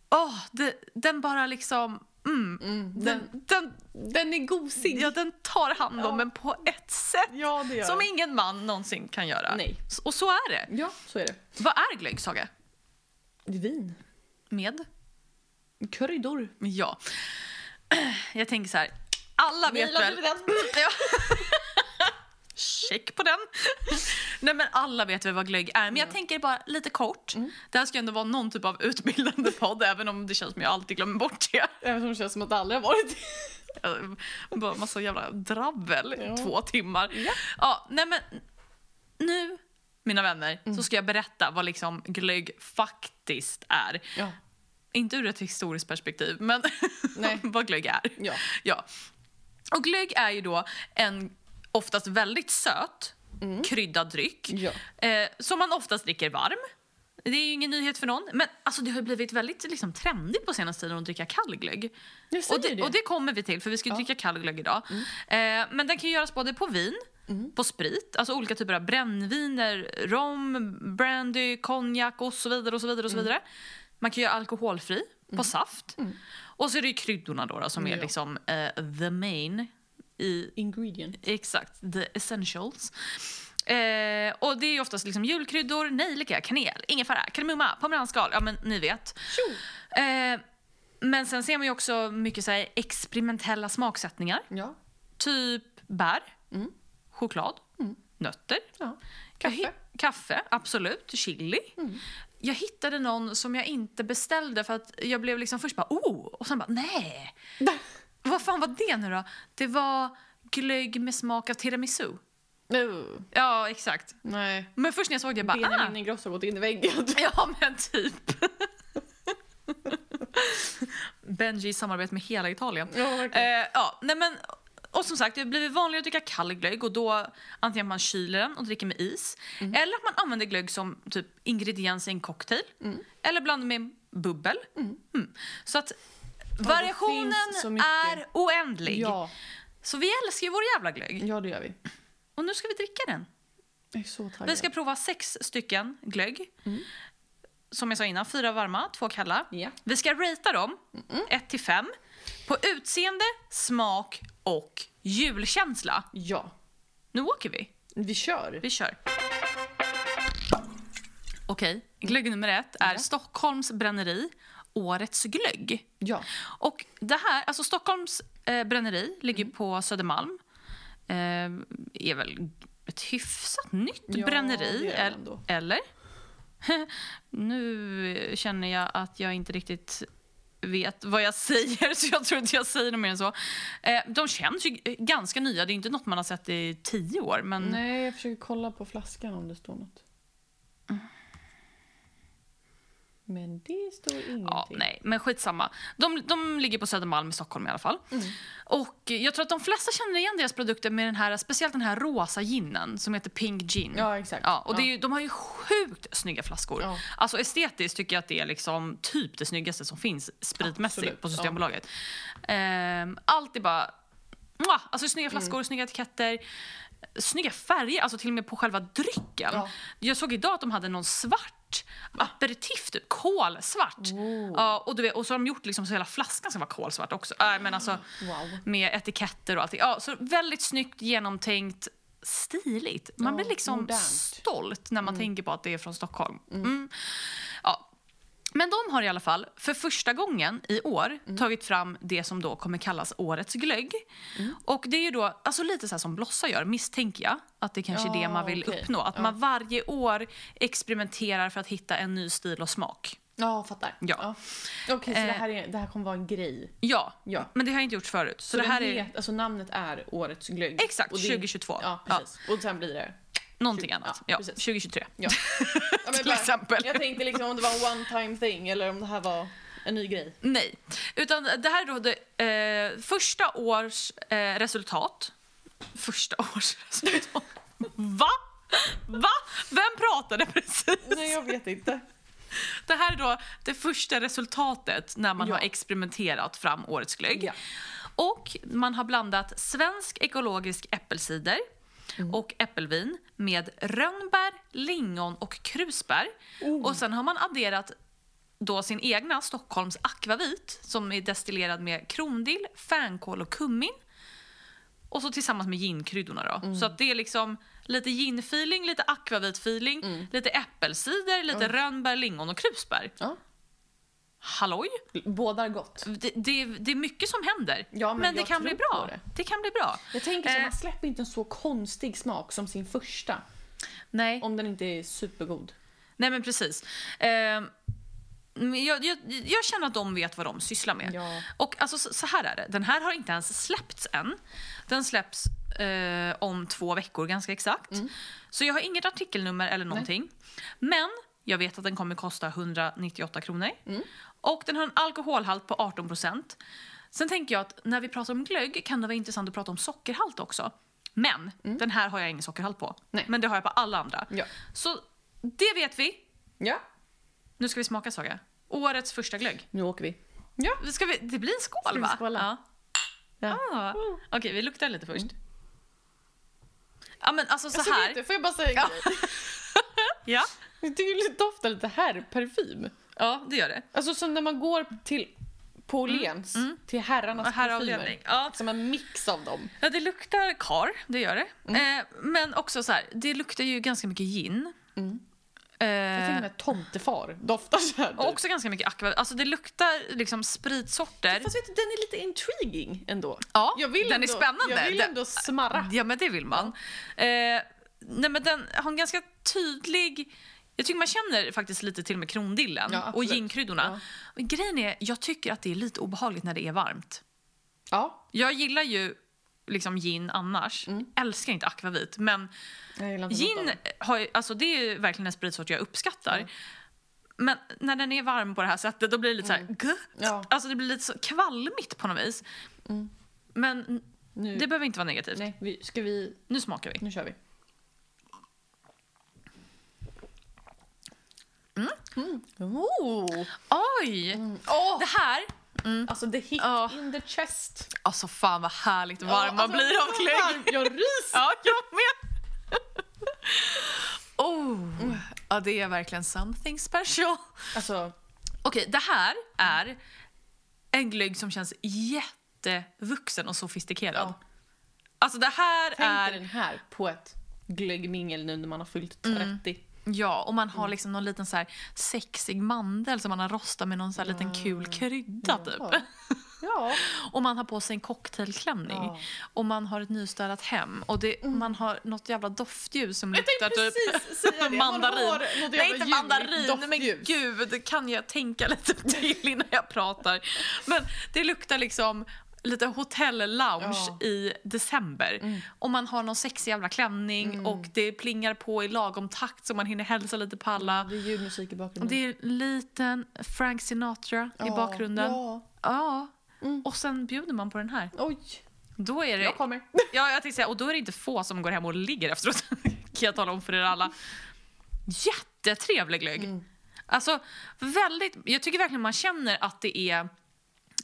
S1: åh, det, den bara liksom... Mm, den, den,
S2: Den är gosig.
S1: ja, den tar hand om en på ett sätt
S2: Ja, det gör
S1: som
S2: den.
S1: ingen man någonsin kan göra.
S2: Nej.
S1: S- Och så är det.
S2: Ja, så är det.
S1: Vad är glögg, Saga?
S2: Det är vin.
S1: Med?
S2: Korridor.
S1: Ja. Jag tänker så här, alla vet väl... Ja. Check på den. Nej men alla vet väl vad glögg är, men jag tänker bara lite kort.
S2: Mm.
S1: Det här ska ju ändå vara någon typ av utbildande podd, även om det känns som jag alltid glömmer bort det.
S2: Även om det känns som att det aldrig har varit
S1: Eh, Bara massa jävla drabbel i
S2: Ja.
S1: två timmar. Ja. nej men nu mina vänner,
S2: Mm.
S1: så ska jag berätta vad liksom glögg faktiskt är.
S2: Ja.
S1: Inte ur ett historiskt perspektiv, men
S2: Nej.
S1: vad glögg är.
S2: Ja.
S1: Ja. Och glögg är ju då en oftast väldigt söt kryddad dryck
S2: Mm. Ja.
S1: eh, som man oftast dricker varm. Det är ju ingen nyhet för någon, men alltså det har ju blivit väldigt liksom, trendigt på senaste tiden att dricka kall glögg.
S2: Jag säger
S1: Och det,
S2: det.
S1: och det kommer vi till, för vi ska ju dricka kall glögg idag. Eh, men den kan ju göras både på vin, på sprit, alltså olika typer av brännviner, rom, brandy, konjak och så vidare. och så vidare, och så vidare. Man kan göra alkoholfri på saft. Och så är det ju kryddorna då, då som är
S2: Ja.
S1: liksom eh, the main i
S2: Ingredient.
S1: Exakt, the essentials. Eh, och det är ju oftast liksom julkryddor, nejlika, kanel, ingefära, kardemumma, pomeranskal, ja men ni vet.
S2: Tjo!
S1: Eh, men sen ser man ju också mycket så här experimentella smaksättningar.
S2: Ja.
S1: Typ bär, choklad, nötter.
S2: ja.
S1: Jag
S2: Mm. Kaffe. Mm.
S1: hi- Kaffe, absolut. Chili. Jag hittade någon som jag inte beställde för att jag blev liksom först bara oh och sen bara nej. Vad fan var det nu då? Det var glögg med smak av tiramisu.
S2: Uh,
S1: Ja, exakt.
S2: nej.
S1: Men först när jag såg det jag bara ah.
S2: Benjamin Ingrosso har gått in i väggen.
S1: Ja, men typ. Benji i samarbete med hela Italien.
S2: Ja, verkligen.
S1: Eh, ja, nej men, och som sagt, det har blivit vanligare att dricka kall glögg och då antingen man kyler den och dricker med is
S2: Mm.
S1: eller att man använder glögg som typ ingrediens i en cocktail
S2: Mm.
S1: eller blandar med bubbel. Mm. Så att variationen
S2: finns så mycket.
S1: är oändlig.
S2: Ja. Mm.
S1: Så vi älskar ju vår jävla glögg
S2: ja, det gör vi.
S1: och nu ska vi dricka den.
S2: Jag är så taggad.
S1: Vi ska prova sex stycken glögg. Som jag sa innan, fyra varma, två kalla.
S2: Ja.
S1: Vi ska ratea dem, 1 till 5, på utseende, smak och julkänsla.
S2: Ja,
S1: Nu åker vi.
S2: vi kör.
S1: Vi kör. Okej, glögg nummer ett är Stockholms bränneri, årets glögg.
S2: Ja.
S1: Och det här, alltså Stockholms eh, bränneri ligger
S2: Mm.
S1: på Södermalm. Eh, är väl ett hyfsat nytt
S2: Ja,
S1: bränneri,
S2: det är det
S1: el-
S2: ändå.
S1: eller? nu känner jag att jag inte riktigt vet vad jag säger, så jag tror inte jag säger något mer än så. Eh, de känns ju g- ganska nya, det är inte något man har sett i tio år. Men
S2: Nej, jag försöker kolla på flaskan om det står något. Men det står ingenting.
S1: Ja, nej, men skitsamma. De, de ligger på Södermalm i Stockholm i alla fall.
S2: Mm.
S1: Och jag tror att de flesta känner igen deras produkter med den här, speciellt den här rosa ginen som heter Pink Gin.
S2: Ja, exakt.
S1: Ja, och Det är
S2: Ja.
S1: ju, de har ju sjukt snygga flaskor.
S2: Ja.
S1: Alltså estetiskt tycker jag att det är liksom typ det snyggaste som finns spritmässigt
S2: Absolut,
S1: på
S2: ja.
S1: Systembolaget. Ehm, allt är bara... Mwah! Alltså snygga flaskor,
S2: Mm.
S1: snygga etiketter. Snygga färger, alltså till och med på själva drycken.
S2: Ja. Ah.
S1: Jag såg idag att de hade någon svart aperitif, typ kolsvart.
S2: Oh.
S1: Ja, och, du vet, och så har de gjort liksom så hela flaskan ska vara kolsvart också. Äh, men alltså,
S2: Wow.
S1: Med etiketter och allting. Ja, så väldigt snyggt, genomtänkt, stiligt. Man
S2: Ja,
S1: blir liksom
S2: modernt. Mm.
S1: stolt när man tänker på att det är från Stockholm. Mm. Ja. Men de har i alla fall för första gången i år
S2: Mm.
S1: tagit fram det som då kommer kallas årets glögg.
S2: Mm.
S1: Och det är ju då alltså lite så här som Blossa gör, misstänker jag. Att det kanske är det
S2: Ja,
S1: man vill
S2: okej.
S1: uppnå. Att
S2: Ja.
S1: man varje år experimenterar för att hitta en ny stil och smak.
S2: Ja, fattar.
S1: Ja.
S2: Okej, så det
S1: Eh.
S2: här, är, det här kommer vara en grej.
S1: Ja,
S2: Ja.
S1: men det har jag inte gjort förut. Så,
S2: Så
S1: det här
S2: den
S1: är
S2: het, alltså namnet är Årets glögg.
S1: Exakt,
S2: Och det är-
S1: 2022.
S2: Ja, precis. Och sen blir det...
S1: någonting
S2: Ja,
S1: annat. Ja,
S2: precis.
S1: 2023.
S2: Ja. Ja, men
S1: Till
S2: bara-
S1: exempel.
S2: Jag tänkte liksom om det var en one time thing eller om det här var en ny grej.
S1: Nej. Utan det här är då det, eh, första års eh, resultat. Första års resultat. Va? Va? Vem pratade precis?
S2: Nej, jag vet inte.
S1: Det här är då det första resultatet när man
S2: Ja.
S1: har experimenterat fram årets glögg.
S2: Ja.
S1: Och man har blandat svensk ekologisk äppelcider och äppelvin med rönnbär, lingon och krusbär. Och sen har man adderat då sin egna Stockholms akvavit som är destillerad med krondill, fänkål och kummin. Och så tillsammans med ginkryddorna då. Så att det är liksom lite gin-feeling, lite akvavit-feeling, lite äppelcider, lite rönnbär, lingon och krusbär.
S2: Ja.
S1: Halloj!
S2: Båda är gott.
S1: Det, det, det är mycket som händer.
S2: Ja, men
S1: det
S2: jag
S1: kan bli
S2: tror
S1: bra.
S2: på det.
S1: kan bli bra.
S2: Jag tänker så,
S1: Eh.
S2: man släpper inte en så konstig smak som sin första.
S1: Nej.
S2: Om den inte är supergod.
S1: Nej men precis. Ehm, men jag, jag, jag känner att de vet vad de sysslar med.
S2: Ja.
S1: Och alltså, så, så här är det, den här har inte ens släppts än. Den släpps eh, om två veckor ganska exakt.
S2: Mm.
S1: Så jag har inget artikelnummer eller någonting. Men jag vet att den kommer kosta 198 kronor.
S2: Mm.
S1: Och den har en alkoholhalt på 18 procent. Sen tänker jag att när vi pratar om glögg kan det vara intressant att prata om sockerhalt också. Men den här har jag ingen sockerhalt på.
S2: Mm. Nej.
S1: Men det har jag på alla andra.
S2: Ja.
S1: Så det vet vi.
S2: Ja.
S1: Nu ska vi smaka Saga. Årets första glögg.
S2: Nu åker vi. Ja.
S1: Ska vi, det blir en skål
S2: vi
S1: va?
S2: skåla?
S1: Ja.
S2: Ja.
S1: Ah. Okej, vi luktar lite först. Ja men alltså så
S2: Alltså, vet
S1: här.
S2: du, får jag bara säga en
S1: Ja.
S2: grej?
S1: Ja.
S2: Jag tycker det doftar lite herrparfym.
S1: ja, det gör det.
S2: Alltså som när man går till på Åhléns, till herrarnas
S1: Mm, Och här
S2: parfymer.
S1: avdelning. Ja.
S2: Som en mix av dem.
S1: ja, det luktar kar, det gör det.
S2: Mm.
S1: Eh, men också så här, det luktar ju ganska mycket gin.
S2: Mm. Jag tänker
S1: Eh,
S2: mig att tomtefar doftar så här.
S1: och
S2: typ.
S1: också ganska mycket aqua. Alltså det luktar liksom spritsorter.
S2: Fast vet du, den är lite intriguing ändå.
S1: Ja,
S2: Jag vill
S1: den
S2: ändå,
S1: är spännande.
S2: Jag vill
S1: Den-
S2: ändå smarra.
S1: Ja, men det vill man. Eh, nej, men den har en ganska tydlig... Jag tycker man känner faktiskt lite till och med krondillen
S2: Ja, absolut.
S1: och ginkryddorna. Och Grejen är, jag tycker att det är lite obehagligt när det är varmt.
S2: Ja,
S1: Jag gillar ju liksom gin annars.
S2: Mm.
S1: Älskar inte akvavit, men
S2: jag gillar inte något
S1: gin
S2: av dem.
S1: har ju, alltså det är ju verkligen en spritsort jag uppskattar. Men när den är varm på det här sättet då blir det lite så här, "Guh."
S2: Ja.
S1: alltså det blir lite så kvalmigt på något vis. Men
S2: Nu,
S1: det behöver inte vara negativt.
S2: nej, vi, ska vi,
S1: Nu smakar vi.
S2: nu kör vi. Mm. Oh.
S1: Oj!
S2: Åh,
S1: Det här,
S2: Alltså the hit
S1: Ja.
S2: in the chest.
S1: alltså fan vad härligt varm man
S2: alltså,
S1: blir av
S2: så
S1: glögg.
S2: varm. Jag ryser.
S1: Ja, jag med. oh, ja, det är verkligen something special.
S2: Alltså,
S1: Okej, det här är en glögg som känns jättevuxen och sofistikerad.
S2: Ja.
S1: Alltså det här
S2: tänk
S1: är...
S2: dig den här på ett glöggmingel nu när man har fyllt 30.
S1: Ja, och man
S2: Mm.
S1: har liksom någon liten så här sexig mandel som man har rostat med någon så här liten kul krydda typ.
S2: Ja.
S1: Och man har på sig en cocktailklänning.
S2: Ja. Mm.
S1: Och man har ett nystädat hem. Och det, man har något jävla doftljus som
S2: Jag
S1: luktar typ
S2: tänkte precis säga det. Man
S1: mandarin.
S2: har något jävla
S1: Nej, inte
S2: ljud,
S1: mandarin. Men
S2: doftljus.
S1: gud, kan jag tänka lite till innan jag pratar. Men det luktar liksom lite hotell-lounge
S2: Ja. Mm.
S1: i december. Och man har någon sexig jävla klänning och det plingar på i lagom takt så man hinner hälsa lite på alla.
S2: Det är ljudmusik i bakgrunden.
S1: Det är liten Frank Sinatra i
S2: Ja,
S1: bakgrunden.
S2: Ja.
S1: Ja. Och sen bjuder man på den här.
S2: Oj,
S1: Då är det,
S2: jag kommer.
S1: ja, jag tänkte säga, och då är det inte få som går hem och ligger efteråt. kan jag tala om för er alla. Jättetrevlig glögg.
S2: Mm.
S1: Alltså, väldigt, jag tycker verkligen man känner att det är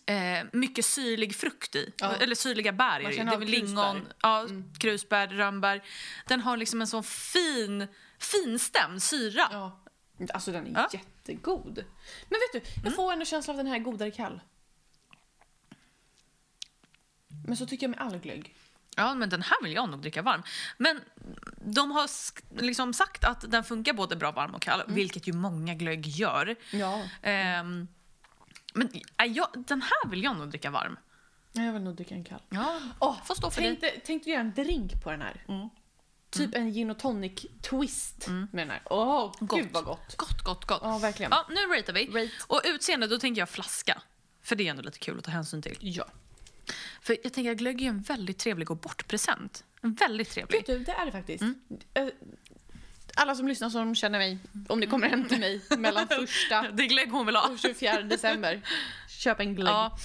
S1: eh, mycket syrlig frukt i.
S2: Ja.
S1: Eller syrliga bär i
S2: Man
S1: det.
S2: känner
S1: det. är
S2: av
S1: väl
S2: krusbär. Mm.
S1: lingon, ja, krusbär, rönnbär. Den har liksom en sån fin, finstämd syra.
S2: Ja. Alltså den är
S1: Ja.
S2: jättegod. Men vet du, jag får ändå känslan av den här godare kall. Men så tycker jag med all glögg.
S1: Ja, men den här vill jag nog dricka varm. Men de har sk- liksom sagt att den funkar både bra varm och kall, vilket ju många glögg gör.
S2: Ja.
S1: Ehm, men äh, jag, den här vill jag nog dricka varm.
S2: Jag vill nog dricka en kall.
S1: Ja.
S2: Åh,
S1: Får stå för
S2: tänkte, tänkte göra en drink på den här. Typ en gin och tonic twist med den här. Åh, gud vad Mm. gott.
S1: Gott, gott, gott.
S2: Ja, verkligen.
S1: Ja, nu ratear vi.
S2: Rate.
S1: Och utseende, då tänker jag flaska. För det är ändå lite kul att ta hänsyn till.
S2: Ja.
S1: För jag tänker att glögg är en väldigt trevlig gå bort-present. En väldigt
S2: Vet
S1: trevlig.
S2: du, det är det faktiskt. Eh, Alla som lyssnar som känner mig, om ni kommer hem till mig mellan första
S1: Det är glögg hon vill ha.
S2: och 24 december, köp en glögg.
S1: Ja,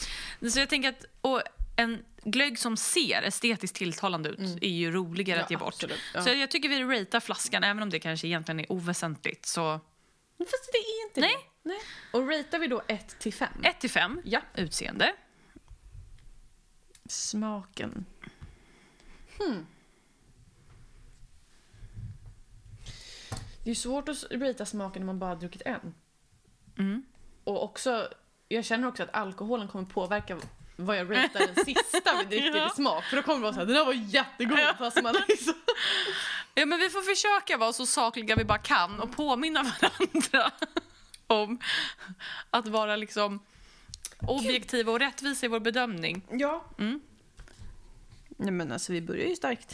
S1: så jag tänker att och en glögg som ser estetiskt tilltalande ut är ju roligare
S2: Ja,
S1: att ge bort.
S2: absolut. Ja.
S1: Så jag tycker vi ratear flaskan, även om det kanske egentligen är oväsentligt. Så
S2: Fast det är inte
S1: Nej.
S2: det. Nej. Och ratear vi då 1 till 5?
S1: 1 till 5,
S2: Ja.
S1: utseende.
S2: Smaken. Hmm. Det är ju svårt att ratea smaken när man bara har druckit en.
S1: Mm.
S2: Och också, jag känner också att alkoholen kommer påverka vad jag ratear den sista vi dricker
S1: Ja.
S2: i smak. För då kommer det vara såhär, den här var jättegod fast man liksom...
S1: Ja, men vi får försöka vara så sakliga vi bara kan och påminna varandra om att vara liksom objektiva och rättvisa i vår bedömning.
S2: Ja. Nej men alltså vi börjar ju starkt.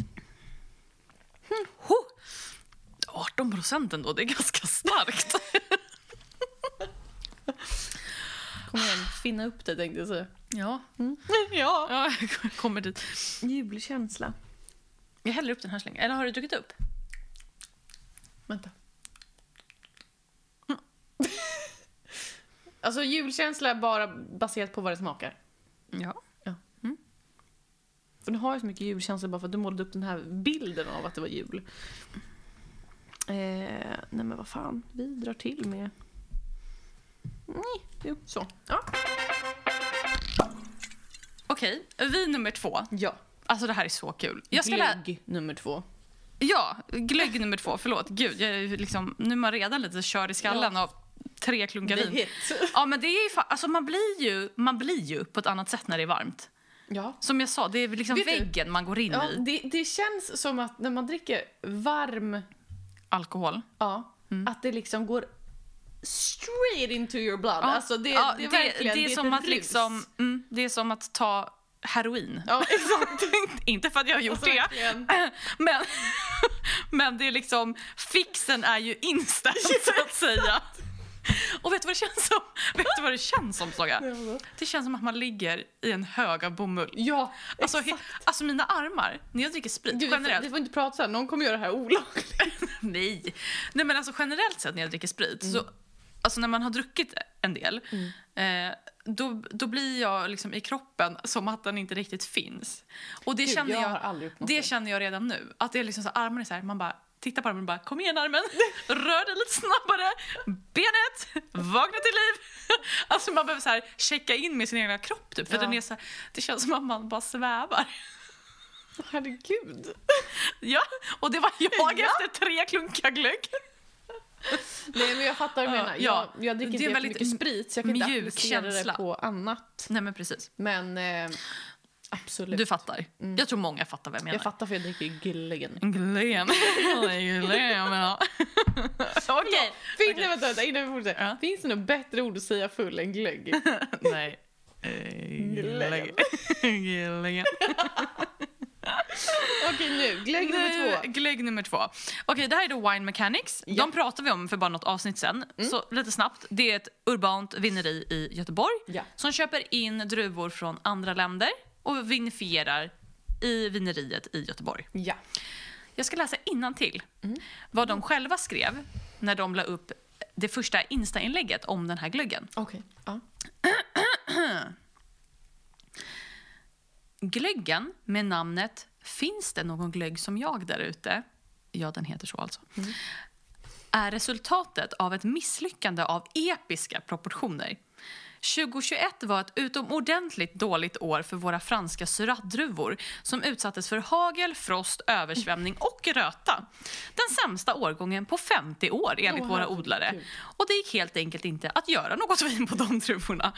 S1: Ho! 18 procent ändå, det är ganska starkt.
S2: Kom igen, finna upp dig tänkte jag säga.
S1: Ja.
S2: Ja.
S1: ja, jag kommer dit.
S2: Julkänsla.
S1: Jag häller upp den här så länge. Eller har du druckit upp?
S2: Vänta. Mm. alltså julkänsla är bara baserat på vad det smakar.
S1: Ja.
S2: För nu har jag så mycket julkänsla bara för att du målade upp den här bilden av att det var jul. Eh, nej men vad fan, vi drar till med... Nej, jo, så. Ja.
S1: Okej, vin nummer två.
S2: ja.
S1: Alltså det här är så kul. Jag ska lä-
S2: Glögg nummer två.
S1: ja, glögg nummer två. Förlåt. Gud, jag är ju liksom, nu är man redan lite körd i skallen av tre klunkar vin. Ja, men det är ju fa- alltså man blir ju, man blir ju på ett annat sätt när det är varmt.
S2: Ja.
S1: Som jag sa, det är liksom
S2: Vet du-
S1: väggen man går in
S2: ja
S1: i.
S2: det, det känns som att när man dricker varm,
S1: Alkohol.
S2: ja, att det liksom går straight into your blood.
S1: Ja,
S2: Alltså det,
S1: ja,
S2: det är verkligen,
S1: det är
S2: ett
S1: som att
S2: rus.
S1: liksom, mm, det är som att ta heroin.
S2: Ja, exakt.
S1: Inte för att jag har gjort det,
S2: Verkligen.
S1: men, men det är liksom, fixen är ju instant så att säga. Och vet du vad det känns som? Vet du vad det känns som Saga? Det känns som att man ligger i en hög av bomull.
S2: Ja,
S1: Alltså,
S2: exakt.
S1: he- alltså mina armar, när jag dricker sprit
S2: Du, vi, får,
S1: generellt.
S2: vi får inte prata så här. någon kommer göra det här olagligt.
S1: Nej. Nej men alltså generellt sett när jag dricker sprit, så, alltså när man har druckit en del, eh, då, då blir jag liksom i kroppen som att den inte riktigt finns. Och det
S2: Gud,
S1: känner
S2: jag
S1: jag,
S2: har aldrig uppnått
S1: det
S2: det.
S1: känner jag redan nu. Att det är liksom så här, armen är så här, man bara tittar på armen och bara kom igen armen, rör dig lite snabbare, benet, vakna till liv. Alltså man behöver så här checka in med sin egna kropp typ, för
S2: Ja.
S1: den är så här, det känns som att man bara svävar.
S2: Herregud.
S1: Ja, och det var jag
S2: Ja.
S1: efter tre klunkar glögg.
S2: Nej men jag fattar vad du
S1: Ja,
S2: menar.
S1: ja.
S2: Jag, jag dricker
S1: Det är
S2: inte
S1: en väldigt
S2: mycket sprit så jag kan inte
S1: mjuk
S2: applicera
S1: känsla.
S2: det på annat.
S1: Nej men precis.
S2: Men eh, absolut. Mm.
S1: Du fattar. Jag tror många fattar vad jag menar.
S2: jag fattar för jag dricker ju glöggen.
S1: Glenn. Glenn, ja. Okej.
S2: Fin- nej, vänta, vänta, innan vi fortsätter.
S1: Ja.
S2: Finns det något bättre ord att säga full än glögg?
S1: Nej. Eh,
S2: Glenn.
S1: Glenn.
S2: Okej nu, glögg nummer två.
S1: Nu, Glögg nummer två. Okej, det här är då Wine Mechanics.
S2: Ja. Mm.
S1: De pratade vi om för bara något avsnitt sen. Så lite snabbt. Det är ett urbant vineri i Göteborg
S2: Ja.
S1: som köper in druvor från andra länder och vinifierar i vineriet i Göteborg.
S2: Ja.
S1: Jag ska läsa till
S2: Mm.
S1: vad de själva skrev när de la upp det första Insta-inlägget om den här glöggen.
S2: Okej. Ja.
S1: Glöggen med namnet “Finns det någon glögg som jag där ute?” Ja, den heter så alltså.
S2: Mm.
S1: är resultatet av ett misslyckande av episka proportioner. 2021 var ett utomordentligt dåligt år för våra franska syratdruvor som utsattes för hagel, frost, översvämning och röta. Den sämsta årgången på 50 år enligt
S2: Åh,
S1: våra
S2: herregud.
S1: odlare. Mm. Och det gick helt enkelt inte att göra något vin på de druvorna.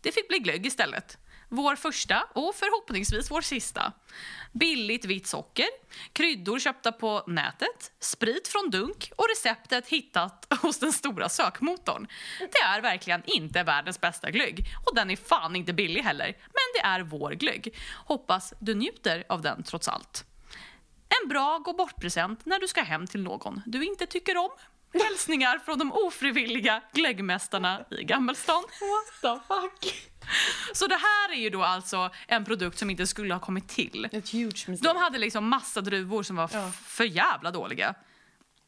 S1: Det fick bli glögg istället. Vår första och förhoppningsvis vår sista. Billigt vitt socker, kryddor köpta på nätet, sprit från dunk och receptet hittat hos den stora sökmotorn. Det är verkligen inte världens bästa glögg och den är fan inte billig heller. Men det är vår glögg. Hoppas du njuter av den trots allt. En bra gå bort-present när du ska hem till någon du inte tycker om. Hälsningar från de ofrivilliga glöggmästarna i Gammelstan.
S2: What the fuck?
S1: Så det här är ju då alltså en produkt som inte skulle ha kommit till.
S2: Ett huge mistake.
S1: De hade liksom massa druvor som var f-
S2: Ja.
S1: för jävla dåliga.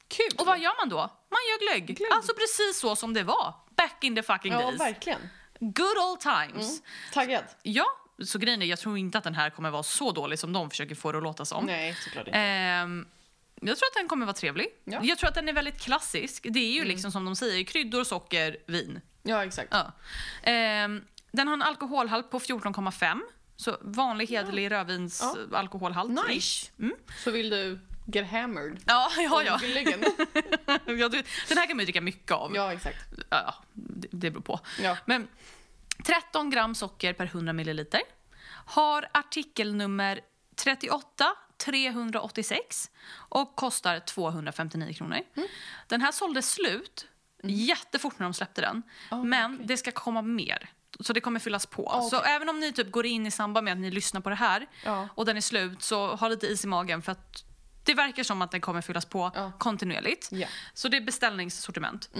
S2: Kul!
S1: Och vad gör man då? Man gör glögg.
S2: Glögg.
S1: Alltså precis så som det var back in the fucking
S2: ja,
S1: days.
S2: verkligen. Mm.
S1: Good old times.
S2: Taggad?
S1: Ja, så grejen är, jag tror inte att den här kommer vara så dålig som de försöker få det att låta som.
S2: Nej, såklart inte.
S1: Ehm, jag tror att den kommer vara trevlig.
S2: Ja. Mm.
S1: Jag tror att den är väldigt klassisk. Det är ju liksom som de säger, kryddor, socker, vin.
S2: Ja, exakt.
S1: Ja. Ehm, den har en alkoholhalt på 14,5. Så vanlig hederlig rödvins
S2: Ja.
S1: alkoholhalt.
S2: Nice.
S1: ish. Mm.
S2: Så vill du get hammered?
S1: Ja, ja, ja.
S2: Och glöggen.
S1: ja. du- Den här kan man ju dricka mycket av.
S2: Ja, exakt.
S1: Ja, det, det beror på.
S2: Ja.
S1: Men 13 gram socker per 100 milliliter. Har artikelnummer 38 386 och kostar 259 kronor.
S2: Mm.
S1: Den här sålde slut jättefort när de släppte den.
S2: Ah,
S1: men det ska komma mer. Så det kommer fyllas på. Så även om ni typ går in i samband med att ni lyssnar på det här
S2: Ja.
S1: och den är slut, så ha lite is i magen för att det verkar som att den kommer fyllas på
S2: Ja.
S1: kontinuerligt.
S2: Ja.
S1: Så det är beställningssortiment.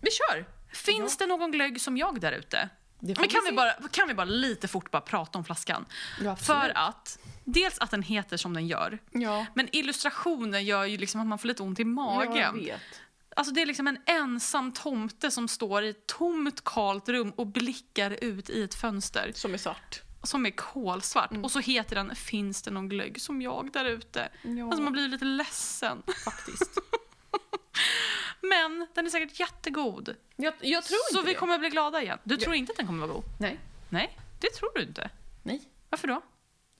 S1: Vi kör! Finns det någon glögg som jag där ute?
S2: Det får
S1: Men kan
S2: vi
S1: vi,
S2: se.
S1: bara, kan vi bara lite fort bara prata om flaskan?
S2: Ja, absolut.
S1: För att, dels att den heter som den gör.
S2: Ja.
S1: Men illustrationen gör ju liksom att man får lite ont i magen.
S2: Ja, jag vet.
S1: Alltså det är liksom en ensam tomte som står i ett tomt kalt rum och blickar ut i ett fönster
S2: Som är svart.
S1: som är kolsvart.
S2: Mm.
S1: Och så heter den Finns det någon glögg som jag där ute?
S2: Ja.
S1: Alltså man blir lite ledsen.
S2: Faktiskt.
S1: Men den är säkert jättegod.
S2: Jag, jag tror
S1: så
S2: inte
S1: vi
S2: det.
S1: kommer bli glada igen. Du tror inte att den kommer vara god?
S2: Nej.
S1: Nej, det tror du inte.
S2: Nej.
S1: Varför då?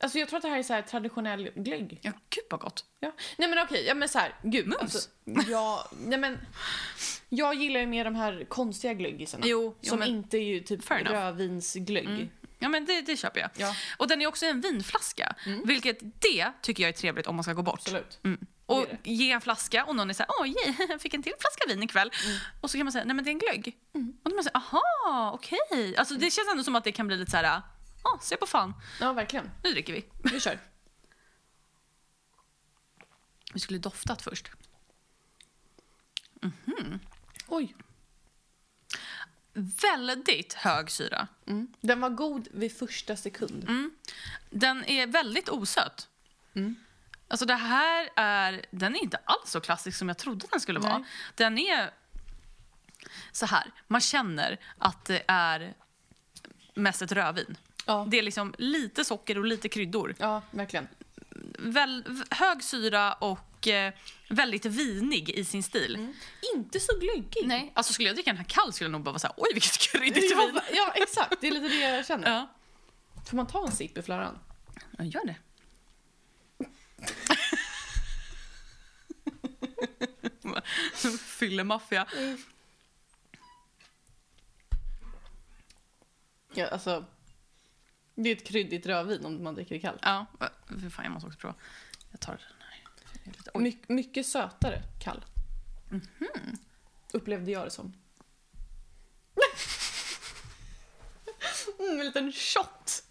S2: Alltså jag tror att det här är så här traditionell glögg.
S1: Ja, gud vad gott.
S2: Ja. Nej men okej, ja men så här, gud.
S1: Mums.
S2: Alltså, ja, nej men. Jag gillar ju mer de här konstiga glöggisarna.
S1: Jo, jo,
S2: som
S1: men-
S2: inte är ju typ
S1: Fair enough.
S2: rödvinsglögg.
S1: Ja, men det, det köper jag.
S2: Ja. Mm.
S1: Och den är också en vinflaska, vilket det tycker jag är trevligt om man ska gå bort.
S2: Absolut.
S1: Mm. Och
S2: Det är
S1: ge en flaska och någon är såhär, oj, jag fick en till flaska vin ikväll.
S2: Mm.
S1: Och så kan man säga, nej men det är en glögg. Och då man säger, aha, okej. Alltså
S2: Mm.
S1: det känns ändå som att det kan bli lite såhär, ja, se på fan,
S2: Ja, verkligen.
S1: nu dricker vi.
S2: Vi kör.
S1: Vi skulle doftat först.
S2: Oj.
S1: Väldigt hög syra.
S2: Mm. Den var god vid första sekund.
S1: Den är väldigt osöt.
S2: Mm.
S1: Alltså det här är, den är inte alls så klassisk som jag trodde den skulle vara.
S2: Nej.
S1: Den är så här, man känner att det är mest ett rödvin.
S2: Ja.
S1: Det är liksom lite socker och lite kryddor.
S2: Ja, verkligen.
S1: Väl, v- hög syra och eh, väldigt vinig i sin stil.
S2: Mm. Inte så glöggig.
S1: Nej, alltså skulle jag dricka den här kall skulle jag nog bara vara såhär, oj vilket kryddigt
S2: Ja,
S1: vin.
S2: va- ja, exakt. Det är lite det jag känner.
S1: Ja.
S2: Får man ta en sipp i flöran?
S1: Ja, gör det. Fyllemaffia.
S2: Ja, alltså. Det är ett kryddigt rödvin om man dricker det kallt.
S1: Ja, för fan jag måste också prova. Jag tar den här. Jag är lite- oj.
S2: My- mycket sötare kall. Upplevde jag det som. mm, en liten shot.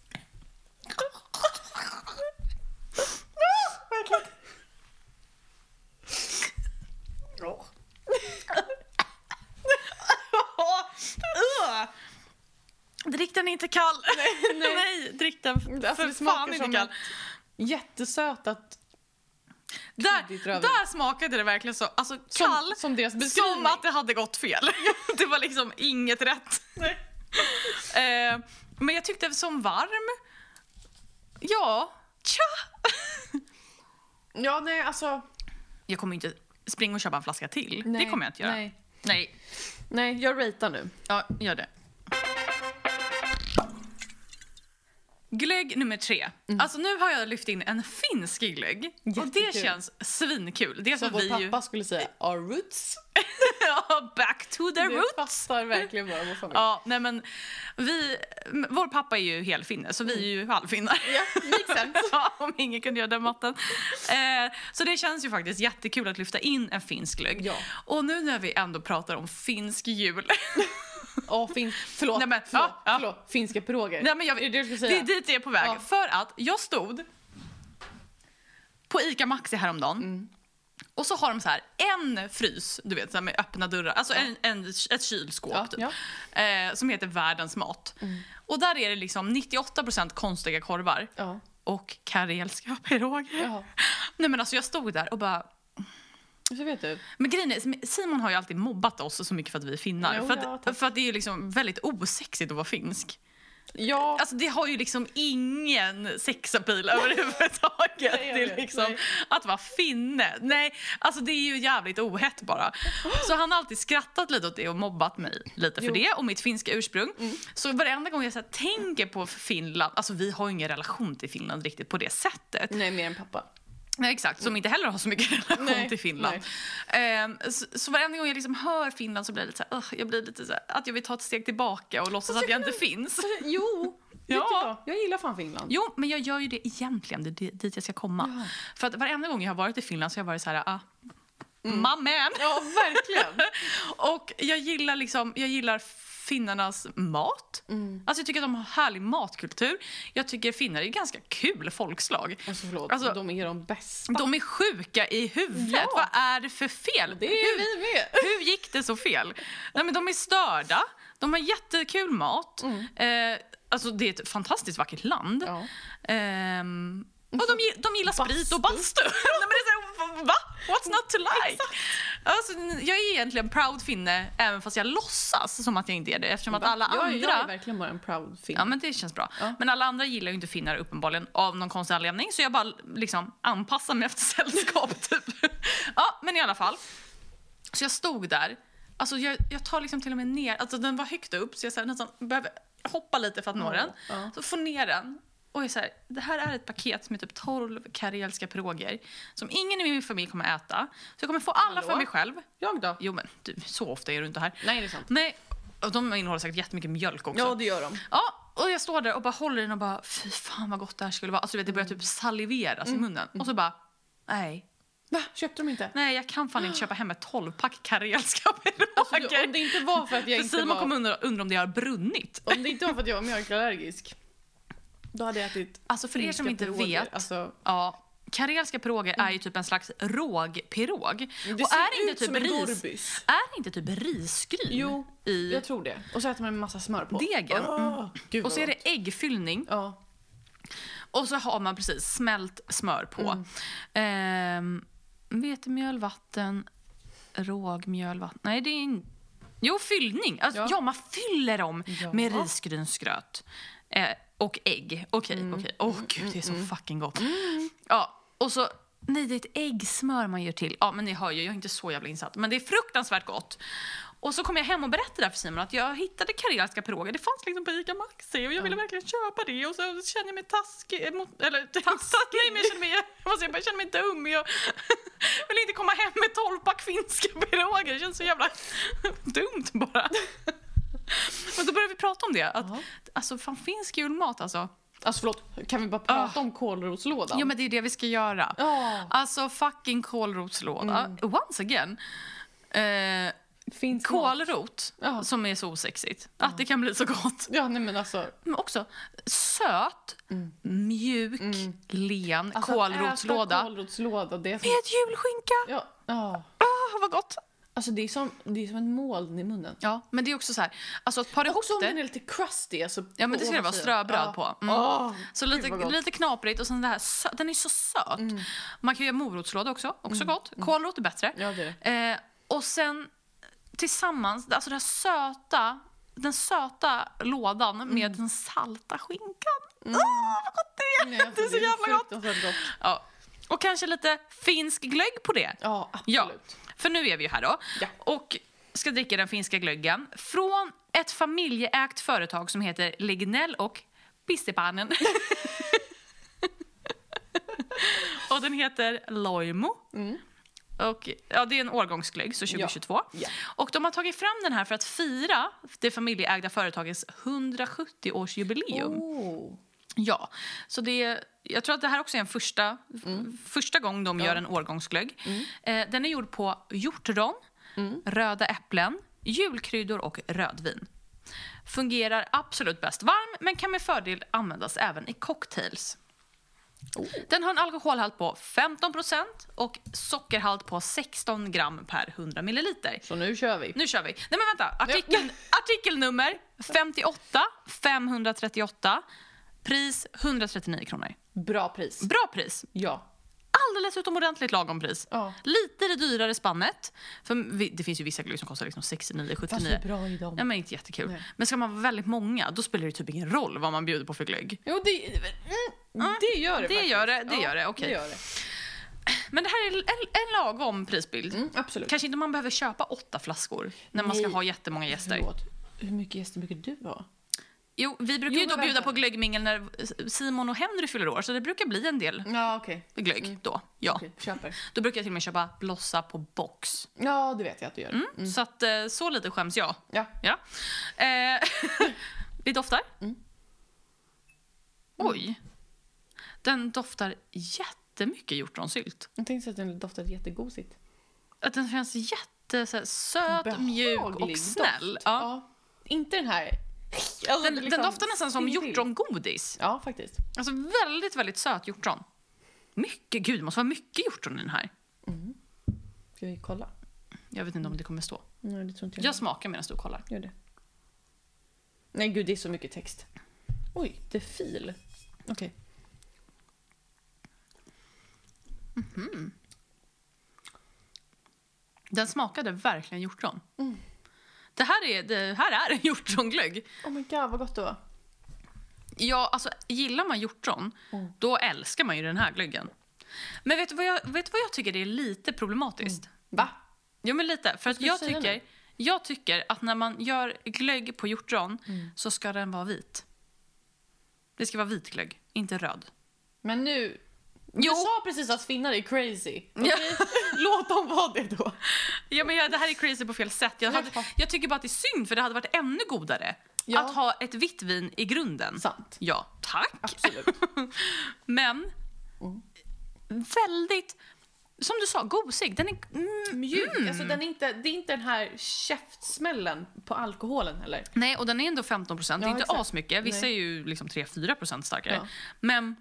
S1: Drick den inte kall! Nej,
S2: nej.
S1: drick den f-
S2: Alltså,
S1: för
S2: det smakar
S1: fan inte
S2: som
S1: kall.
S2: ett jättesötat. kryddigt
S1: Där,
S2: rödvin.
S1: där smakade det verkligen så. Alltså
S2: Som,
S1: kall,
S2: som deras beskrivning.
S1: som att det hade gått fel. det var liksom inget rätt. eh, men jag tyckte som varm, ja, tja.
S2: Ja, nej alltså.
S1: Jag kommer inte springa och köpa en flaska till.
S2: Nej,
S1: det kommer jag inte göra. Alltså,
S2: Nej,
S1: nej.
S2: nej jag ratear nu.
S1: Ja, gör det. Glögg nummer tre. Alltså nu har jag lyft in en finsk glögg. Och det
S2: Mm. Jättekul.
S1: känns svinkul. Det är
S2: Som
S1: som vi
S2: vår
S1: ju...
S2: pappa skulle säga, our roots.
S1: Ja, Back to the
S2: Det
S1: roots.
S2: passar verkligen bara vår familj.
S1: Ja, nej men vi... m- Vår pappa är ju helfinne, så vi är ju halvfinnar.
S2: Ja, makes sense.
S1: Ja, om ingen kunde göra den matten. Eh, så det känns ju faktiskt jättekul att lyfta in en finsk glögg.
S2: Ja.
S1: Och nu när vi ändå pratar om finsk jul.
S2: Åh, fin- förlåt,
S1: Nej, men,
S2: förlåt,
S1: ja, ja.
S2: förlåt. Finska piroger.
S1: Nej, men jag,
S2: Är det det du ska säga?
S1: Det är dit jag är på väg.
S2: Ja.
S1: För att jag stod på ICA Maxi häromdagen.
S2: Mm.
S1: Och så har de så här en frys, du vet, så här med öppna dörrar. Alltså en, en, ett kylskåp
S2: Ja,
S1: typ.
S2: Mm.
S1: Eh, som heter Världens mat. Och där är det liksom 98% konstiga korvar
S2: Ja.
S1: och karelska piroger.
S2: Ja.
S1: Nej men alltså jag stod där och bara
S2: Så vet du.
S1: men grejen är, Simon har ju alltid mobbat oss så mycket för att vi är finnar.
S2: Jo,
S1: för,
S2: ja,
S1: att,
S2: tack.
S1: för att det är ju liksom väldigt osexigt att vara finsk.
S2: Ja,
S1: Alltså det har ju liksom ingen sexapil överhuvudtaget.
S2: Nej, jag
S1: det är
S2: vet,
S1: liksom
S2: nej.
S1: att vara finne. Nej, alltså det är ju jävligt ohett bara. Så han har alltid skrattat lite åt det och mobbat mig lite för
S2: Jo. Mm.
S1: det och mitt finska ursprung. Så varenda gång jag så här, tänker på Finland, alltså vi har ju ingen relation till Finland riktigt på det sättet.
S2: nej mer än pappa.
S1: Nej, exakt, som inte heller har så mycket relation
S2: Mm. Nej,
S1: till Finland. Ehm, så, så varenda gång jag liksom hör Finland så blir jag lite så här, "Ugh", jag blir lite så här, att jag vill ta ett steg tillbaka och låtsas att jag inte finns.
S2: Jo,
S1: Ja.
S2: vet du vad? jag gillar fan Finland.
S1: Jo, men jag gör ju det egentligen. Det är di- dit jag ska komma. För att varenda gång jag har varit i Finland så har jag varit så här... Ah, my man.
S2: Mm. Ja, verkligen.
S1: Och jag gillar, liksom, jag gillar finnarnas mat.
S2: Mm.
S1: Alltså jag tycker att de har härlig matkultur. Jag tycker finnar är ett ganska kul folkslag.
S2: Alltså förlåt,
S1: Alltså-
S2: de är de bästa.
S1: De är sjuka i huvudet.
S2: Ja.
S1: Vad är det för fel?
S2: Det är vi med.
S1: Hur gick det så fel? Nej, men de är störda, de har jättekul mat. Eh, alltså, det är ett fantastiskt vackert land.
S2: Mm. Ja.
S1: Ehm, och de, gi- de gillar sprit och bastu. Nej, men det är så, här, va? What's not to like? Alltså, jag är egentligen proud finne, även fast jag låtsas som att jag inte är det. Eftersom att alla
S2: Jag,
S1: andra...
S2: jag är verkligen bara en proud film.
S1: Ja, men det känns bra. Men alla andra gillar ju inte finnar uppenbarligen av någon konstig anledning så jag bara liksom anpassar mig efter sällskap typ. Ja, men i alla fall. Så jag stod där. Alltså jag, jag tar liksom till och med ner, alltså den var högt upp så jag så här, nästan behöver hoppa lite för att nå den.
S2: ja.
S1: Så får ner den. Och jag så här, det här är ett paket med typ 12 karelska piroger som ingen i min familj kommer äta. Så jag kommer få alla för
S2: Hallå?
S1: mig själv.
S2: Jag då?
S1: Jo men du, så ofta är du inte här.
S2: Nej, det är sant.
S1: Nej, och de innehåller säkert jättemycket mjölk också.
S2: Ja, det gör de.
S1: Ja, och jag står där och bara håller den och bara fy fan vad gott det här skulle vara. Alltså du vet, det börjar typ saliveras
S2: Mm.
S1: i munnen. Och så bara nej.
S2: Va? Köpte de inte?
S1: Nej, jag kan fan inte köpa hem ett tolvpack karelska piroger.
S2: Alltså, du, om det inte var för att jag
S1: För
S2: inte
S1: Simon
S2: var...
S1: kommer undra, undra om det har brunnit.
S2: Om det inte var för att jag var mjölkallergisk, då hade jag ätit
S1: Alltså för er som
S2: finska
S1: inte
S2: piroger.
S1: vet.
S2: Alltså,
S1: Ja, karelska piroger är ju typ en slags rågpirog.
S2: det
S1: Och
S2: ser
S1: är
S2: ut
S1: inte
S2: som
S1: typ
S2: en
S1: ris...
S2: gorbis.
S1: Är det inte typ risgryn
S2: Jo,
S1: i
S2: Jag tror det. Och så äter man en massa smör på.
S1: degen? Mm.
S2: Ah, gud
S1: Och så är
S2: vad gott.
S1: det äggfyllning.
S2: Ja.
S1: Och så har man precis smält smör på. Mm. vetemjöl, vatten, rågmjöl, vatten. Nej, det är in... Jo, fyllning. Alltså, ja.
S2: Ja.
S1: man fyller dem
S2: Ja.
S1: med risgrynsgröt. Eh, och ägg. Okej, okej. Åh gud, det är så fucking gott. Ja, och så... Nej, det är ett äggsmör man gör till. Ja, men ni hör ju, jag är inte så jävla insatt. Men det är fruktansvärt gott. Och så kom jag hem och berättade det här för Simon att jag hittade karelska piroger. Det fanns liksom på ICA Maxi och jag ville verkligen köpa det. Och så kände jag mig taskig. Mot, eller, taskig? Nej, men jag kände mig, jag, måste säga, jag kände mig dum. Jag ville inte komma hem med tolvpack finska piroger. Det känns så jävla dumt bara. Men då började vi prata om det. Att,
S2: Ja.
S1: Alltså fan finsk julmat alltså.
S2: Alltså förlåt, kan vi
S1: Ah.
S2: bara prata om kålrotslådan?
S1: Ja men det är det vi ska göra.
S2: Ja. Mm.
S1: Alltså fucking kålrotslåda. Once again. Eh,
S2: Finns mat?
S1: kålrot
S2: Ja.
S1: som är så osexigt. Att det kan bli så gott.
S2: Ja, nej men alltså.
S1: Men också söt, mjuk, len
S2: Mm. alltså
S1: kålrotslåda.
S2: Att äta kålrotslåda, det är som...
S1: Med julskinka.
S2: Ja, ja.
S1: Ah, vad gott.
S2: Alltså det är, som, det är som en moln i munnen.
S1: Ja, men det är också så här. Alltså att para ihop
S2: Också om
S1: det.
S2: den är lite crusty. Alltså,
S1: Ja men det
S2: på
S1: ska det vara
S2: ovansidan.
S1: ströbröd
S2: Ja. Ah.
S1: på. Mm.
S2: Åh,
S1: Så
S2: gud,
S1: lite,
S2: vad gott. Mm.
S1: lite knaprigt och sen det här, sö- den är så söt. Man kan ju göra morotslåda också, också gott. Kålrot är bättre.
S2: Ja, det är
S1: Eh, och sen tillsammans, alltså det här söta, den söta lådan
S2: Mm.
S1: med den salta skinkan. Åh, vad gott det är!
S2: Nej,
S1: det är
S2: alltså,
S1: så jävla gott!
S2: fruktansvärt gott.
S1: Ja. Och kanske lite finsk glögg på det.
S2: Ja,
S1: Ja,
S2: absolut.
S1: för nu är vi ju här då.
S2: Ja.
S1: Och ska dricka den finska glöggen från ett familjeägt företag som heter Lignell och Pistipanen. och den heter Loimo. Och, ja, det är en årgångsglögg, så 2022.
S2: Mm. Ja.
S1: Och de har tagit fram den här för att fira det familjeägda företagets 170-årsjubileum.
S2: Oh.
S1: Ja, så det, jag tror att det här också är en första, f- första gång de gör en årgångsglögg. Eh, den är gjord på hjortron, röda äpplen, julkryddor och rödvin. Fungerar absolut bäst varm, men kan med fördel användas även i cocktails. Den har en alkoholhalt på 15 och sockerhalt på 16 gram per 100 milliliter.
S2: Så nu kör vi.
S1: Nu kör vi. Nej men vänta, Artikel, artikelnummer 58 538. Pris 139 kronor.
S2: Bra pris.
S1: Bra pris.
S2: Ja.
S1: Alldeles utomordentligt lagom pris.
S2: Ja.
S1: Lite i det dyrare spannet. För vi- det finns ju vissa glögg som kostar liksom 69,
S2: Fast
S1: 79.
S2: hur bra är de?
S1: Nej men inte jättekul.
S2: Nej.
S1: Men ska man vara väldigt många då spelar det typ ingen roll vad man bjuder på för glögg.
S2: Jo, det, mm, det gör det
S1: det
S2: faktiskt.
S1: gör det, det
S2: Ja,
S1: gör det, okej.
S2: det gör det.
S1: Men det här är en, en lagom prisbild.
S2: Mm, absolut.
S1: Kanske inte man behöver köpa åtta flaskor när man ska
S2: Nej.
S1: ha jättemånga gäster.
S2: Förlåt. Hur mycket gäster brukar du ha?
S1: Jo, vi brukar
S2: Jo,
S1: ju
S2: men
S1: då bjuda
S2: vänta.
S1: på glöggmingel när Simon och Henry fyller år, så det brukar bli en del
S2: Ja, okej.
S1: glögg då. Ja.
S2: Mm. Okej, köper.
S1: Då brukar jag till och med köpa blossa på box.
S2: Ja, det vet jag att du gör.
S1: Så att, eh, så lite skäms jag.
S2: Ja.
S1: Ja. Eh, vi doftar.
S2: Mm.
S1: Oj. Den doftar jättemycket hjortronsylt.
S2: Jag tänkte att den doftade jättegosigt.
S1: Att den känns jätte så här, söt, mjuk och
S2: Behaglig
S1: snäll.
S2: doft.
S1: Ja.
S2: Inte den här... Alltså,
S1: Den,
S2: liksom-
S1: den doftar nästan som
S2: Still till.
S1: hjortrongodis.
S2: Ja, faktiskt.
S1: Alltså väldigt, väldigt söt hjortron. Mycket, gud det måste vara mycket hjortron i den här.
S2: Ska vi kolla?
S1: Jag vet inte om det kommer stå.
S2: Nej, det tror inte
S1: Jag smakar medan du kollar.
S2: Gör det. Nej gud, det är så mycket text. Oj, det är fil. Okej.
S1: Den smakade verkligen hjortron.
S2: Mm.
S1: Det, här är, det här är en hjortronglögg.
S2: Oh my god, vad gott det var.
S1: Ja, alltså gillar man hjortron,
S2: Mm.
S1: då älskar man ju den här glöggen. Men vet du vad jag, vet du vad jag tycker det är lite problematiskt?
S2: Va?
S1: Jo, men lite. För att
S2: Mm. ska
S1: jag
S2: du säga
S1: tycker,
S2: nu?
S1: jag tycker att när man gör glögg på hjortron
S2: Mm.
S1: så ska den vara vit. Det ska vara vit glögg, inte röd.
S2: Men nu...
S1: Jo.
S2: Du sa precis att finnar är crazy. Okej? Låt dem vara det då.
S1: Ja, men jag, det här är crazy på fel sätt. Jag, hade,
S2: Jaha.
S1: jag tycker bara att det är synd, för det hade varit ännu godare
S2: Ja.
S1: att ha ett vitt vin i grunden.
S2: Sant.
S1: Ja, tack.
S2: Absolut.
S1: Men väldigt, som du sa, gosig. Den är mm,
S2: Mjuk. Alltså, den är inte, det är inte den här käftsmällen på alkoholen heller.
S1: Nej, och den är ändå 15 procent.
S2: Ja,
S1: inte
S2: exakt.
S1: asmycket. Vissa
S2: Nej.
S1: är ju liksom 3-4 procent starkare.
S2: Ja.
S1: Men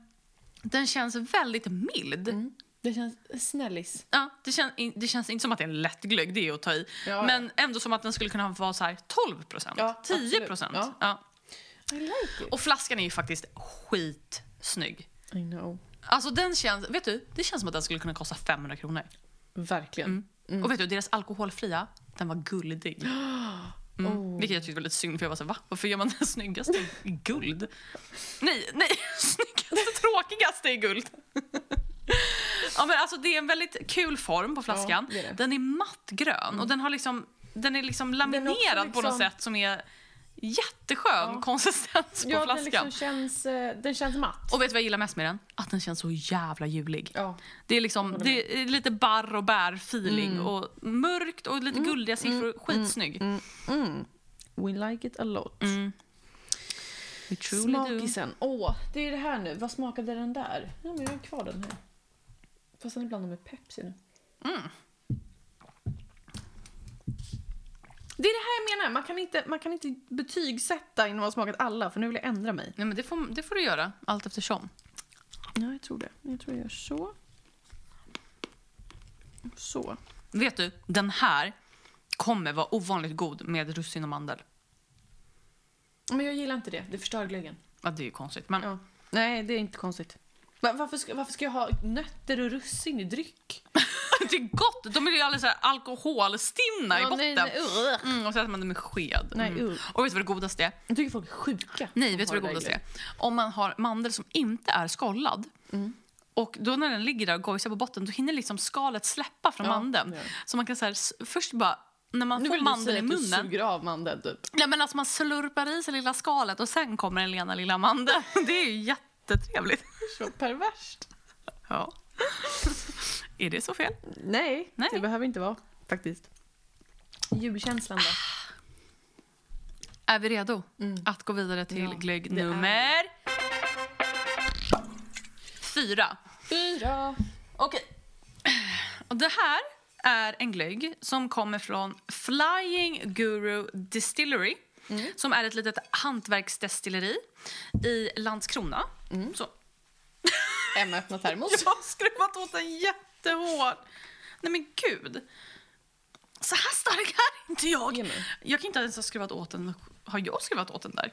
S1: den känns väldigt mild.
S2: Det känns snällis.
S1: Ja, det, kän, in- det känns inte som att det är en lätt glögg, det är att ta i.
S2: Ja,
S1: men ändå som att den skulle kunna vara så här 12 procent,
S2: Ja,
S1: 10
S2: absolut.
S1: procent.
S2: Ja.
S1: Ja.
S2: I like it.
S1: Och flaskan är ju faktiskt skitsnygg.
S2: I know.
S1: Alltså den känns, vet du, det känns som att den skulle kunna kosta 500 kronor.
S2: Verkligen.
S1: Och vet du, deras alkoholfria, den var guldig. Mm.
S2: Oh.
S1: Vilket jag tyckte var lite synd för jag var såhär, va? Varför gör man den snyggaste i guld? Nej, nej, snyggaste, tråkigaste i guld. ja, men alltså, det är en väldigt kul form på flaskan.
S2: Ja, det är det.
S1: Den är mattgrön och den, har liksom, den är liksom
S2: är också
S1: laminerad på något
S2: liksom-
S1: sätt som är jätteskön
S2: Ja.
S1: konsistens på
S2: Ja, den,
S1: flaskan.
S2: liksom känns, eh, den känns matt.
S1: Och vet du vad jag gillar mest med den? Att den känns så jävla julig.
S2: Ja.
S1: Det är, liksom, det är lite barr och bär-feeling.
S2: Mm.
S1: Och mörkt och lite guldiga siffror. Skitsnygg. Mm.
S2: We like it a lot.
S1: We truly do.
S2: Smakisen. Åh, det är det här nu. Vad smakade den där? Ja, men jag har kvar den här. Fast den är blandad med Pepsi nu. Mm. Det är det här jag menar. Man kan inte, man kan inte betygsätta innan man har smakat alla, för nu vill jag ändra mig.
S1: Nej, men det, får, det får du göra allt eftersom.
S2: Ja, jag tror det. Jag tror jag gör så. Så.
S1: Vet du, den här kommer vara ovanligt god med russin och mandel.
S2: Men jag gillar inte det. Det förstör glöggen.
S1: Ja, det är ju konstigt. Men
S2: Ja. Nej, det är inte konstigt. Va- Varför ska, varför ska jag ha nötter och russin i dryck?
S1: det är gott! De är ju alldeles så här alkoholstinna i
S2: Ja,
S1: botten.
S2: nej, nej, ugh.
S1: Mm, och så äter man dem med sked.
S2: Nej,
S1: mm.
S2: ugh.
S1: Och vet du vad det godaste är?
S2: Jag tycker folk är sjuka.
S1: Nej,
S2: som
S1: vet du
S2: har
S1: vad det godaste
S2: där
S1: är? Om man har mandel som inte är skållad
S2: Mm.
S1: och då när den ligger där och gojsar på botten då hinner liksom skalet släppa från
S2: Ja,
S1: mandeln.
S2: det gör det.
S1: Så man kan så här, s- först bara, när man
S2: Nu
S1: får
S2: vill du
S1: mandeln
S2: säga
S1: i
S2: att du
S1: munnen,
S2: suger av mandeln typ.
S1: nej, men alltså man slurpar i sig lilla skalet och sen kommer den lena lilla mandeln. Det är ju jättetrevligt.
S2: Så perverst.
S1: Ja. är det så fel?
S2: Nej,
S1: Nej.
S2: det behöver inte vara faktiskt. Julkänslan då?
S1: Är vi redo att gå vidare till
S2: Ja,
S1: glögg
S2: det är
S1: nummer... Fyra.
S2: Fyra.
S1: Okej. Och det här är en glögg som kommer från Flying Guru Distillery.
S2: Mm.
S1: Som är ett litet hantverksdestilleri i Landskrona.
S2: Mm.
S1: Så,
S2: Emma öppnar termos.
S1: jag har skruvat åt den jättehårt. Nej men gud. Så här stark är inte
S2: Ge
S1: jag.
S2: mig.
S1: Jag kan inte ens ha skruvat åt den. Har jag skruvat åt den där?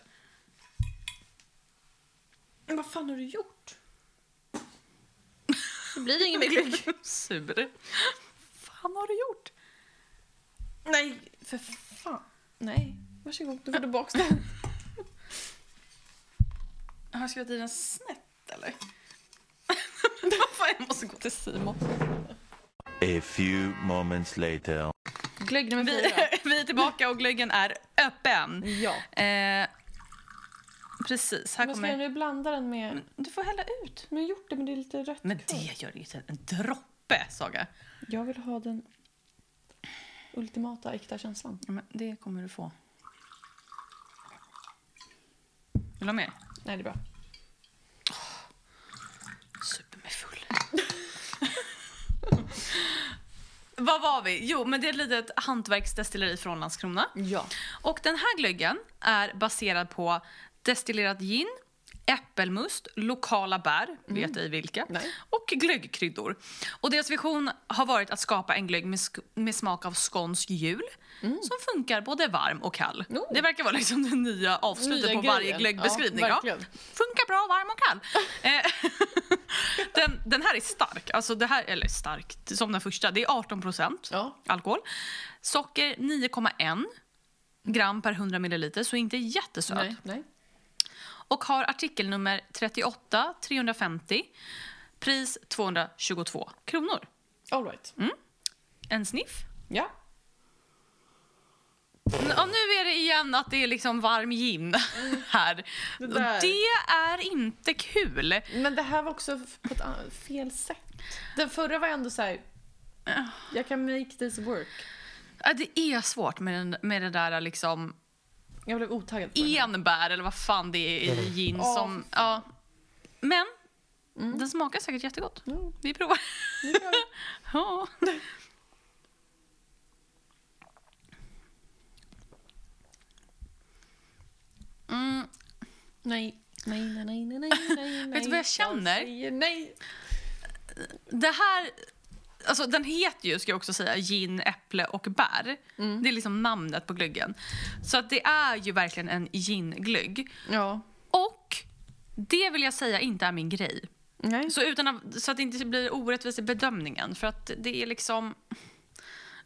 S2: Men vad fan har du gjort? Det blir ingen mer glögg.
S1: Sur. fan har du gjort?
S2: Nej, för fan. Nej, varsågod. Du får tillbaka den.
S1: Har jag skruvat i den snett eller? Fan, jag måste gå till Simon.
S4: A few moments later.
S2: Glögg nummer
S1: Vi,
S2: fyra.
S1: vi är tillbaka och glöggen är öppen.
S2: Ja.
S1: Eh, precis, här
S2: Men ska jag
S1: kommer...
S2: nu blanda den med...
S1: Du får hälla ut.
S2: Men jag har gjort det, men det är lite rött
S1: Men
S2: kvar.
S1: det gör ju inte en droppe, Saga.
S2: Jag vill ha den ultimata äkta känslan.
S1: Ja, men det kommer du få. Vill du ha mer?
S2: Nej, det är bra.
S1: Super mig full. Vad var vi? Jo, men det är ett litet hantverksdestilleri från Landskrona.
S2: Ja.
S1: Och den här glöggen är baserad på destillerad gin, äppelmust, lokala bär, vet ej vilka,
S2: Mm. Nej.
S1: och glöggkryddor. Och deras vision har varit att skapa en glögg med, sk- med smak av skånsk jul som funkar både varm och kall.
S2: Mm. Oh.
S1: Det verkar vara liksom det nya avslutet
S2: Nya
S1: på varje
S2: grejen.
S1: glöggbeskrivning.
S2: Ja,
S1: Ja,
S2: verkligen.
S1: Funkar bra varm och kall. Eh, den, den här är stark, alltså det här, eller stark, som den första. Det är 18 procent
S2: Ja.
S1: alkohol. Socker 9,1 gram per 100 milliliter, så inte jättesöt.
S2: Nej. Nej.
S1: Och har artikelnummer 38 350, pris 222 kronor.
S2: All right.
S1: En sniff.
S2: Ja.
S1: N- Och nu är det igen att det är liksom varm gin här.
S2: Mm. Det
S1: Det,
S2: där.
S1: det är inte kul.
S2: Men det här var också f- på ett an- fel sätt. Den förra var ändå så här...
S1: Ah.
S2: Jag kan make this work.
S1: Ja, Äh, Det är svårt med, den, med det där liksom
S2: Jag blev otaggad på Mm. den. här.
S1: enbär eller vad fan det är i gin
S2: Ja,
S1: som...
S2: för
S1: Ja. Men den smakar säkert jättegott.
S2: Mm. Ja.
S1: Vi provar.
S2: Nu gör vi.
S1: Ja. Mm,
S2: Nej. Nej, nej, nej, nej, nej, nej.
S1: du vad jag känner?
S2: säger nej.
S1: det här... Alltså, den heter ju, ska jag också säga, gin, äpple och bär.
S2: Mm.
S1: Det är liksom namnet på glöggen. Så att det är ju verkligen en ginglögg.
S2: Ja.
S1: Och det vill jag säga inte är min grej.
S2: Nej.
S1: Så, utan att, så att det inte blir orättvist i bedömningen. För att det är liksom...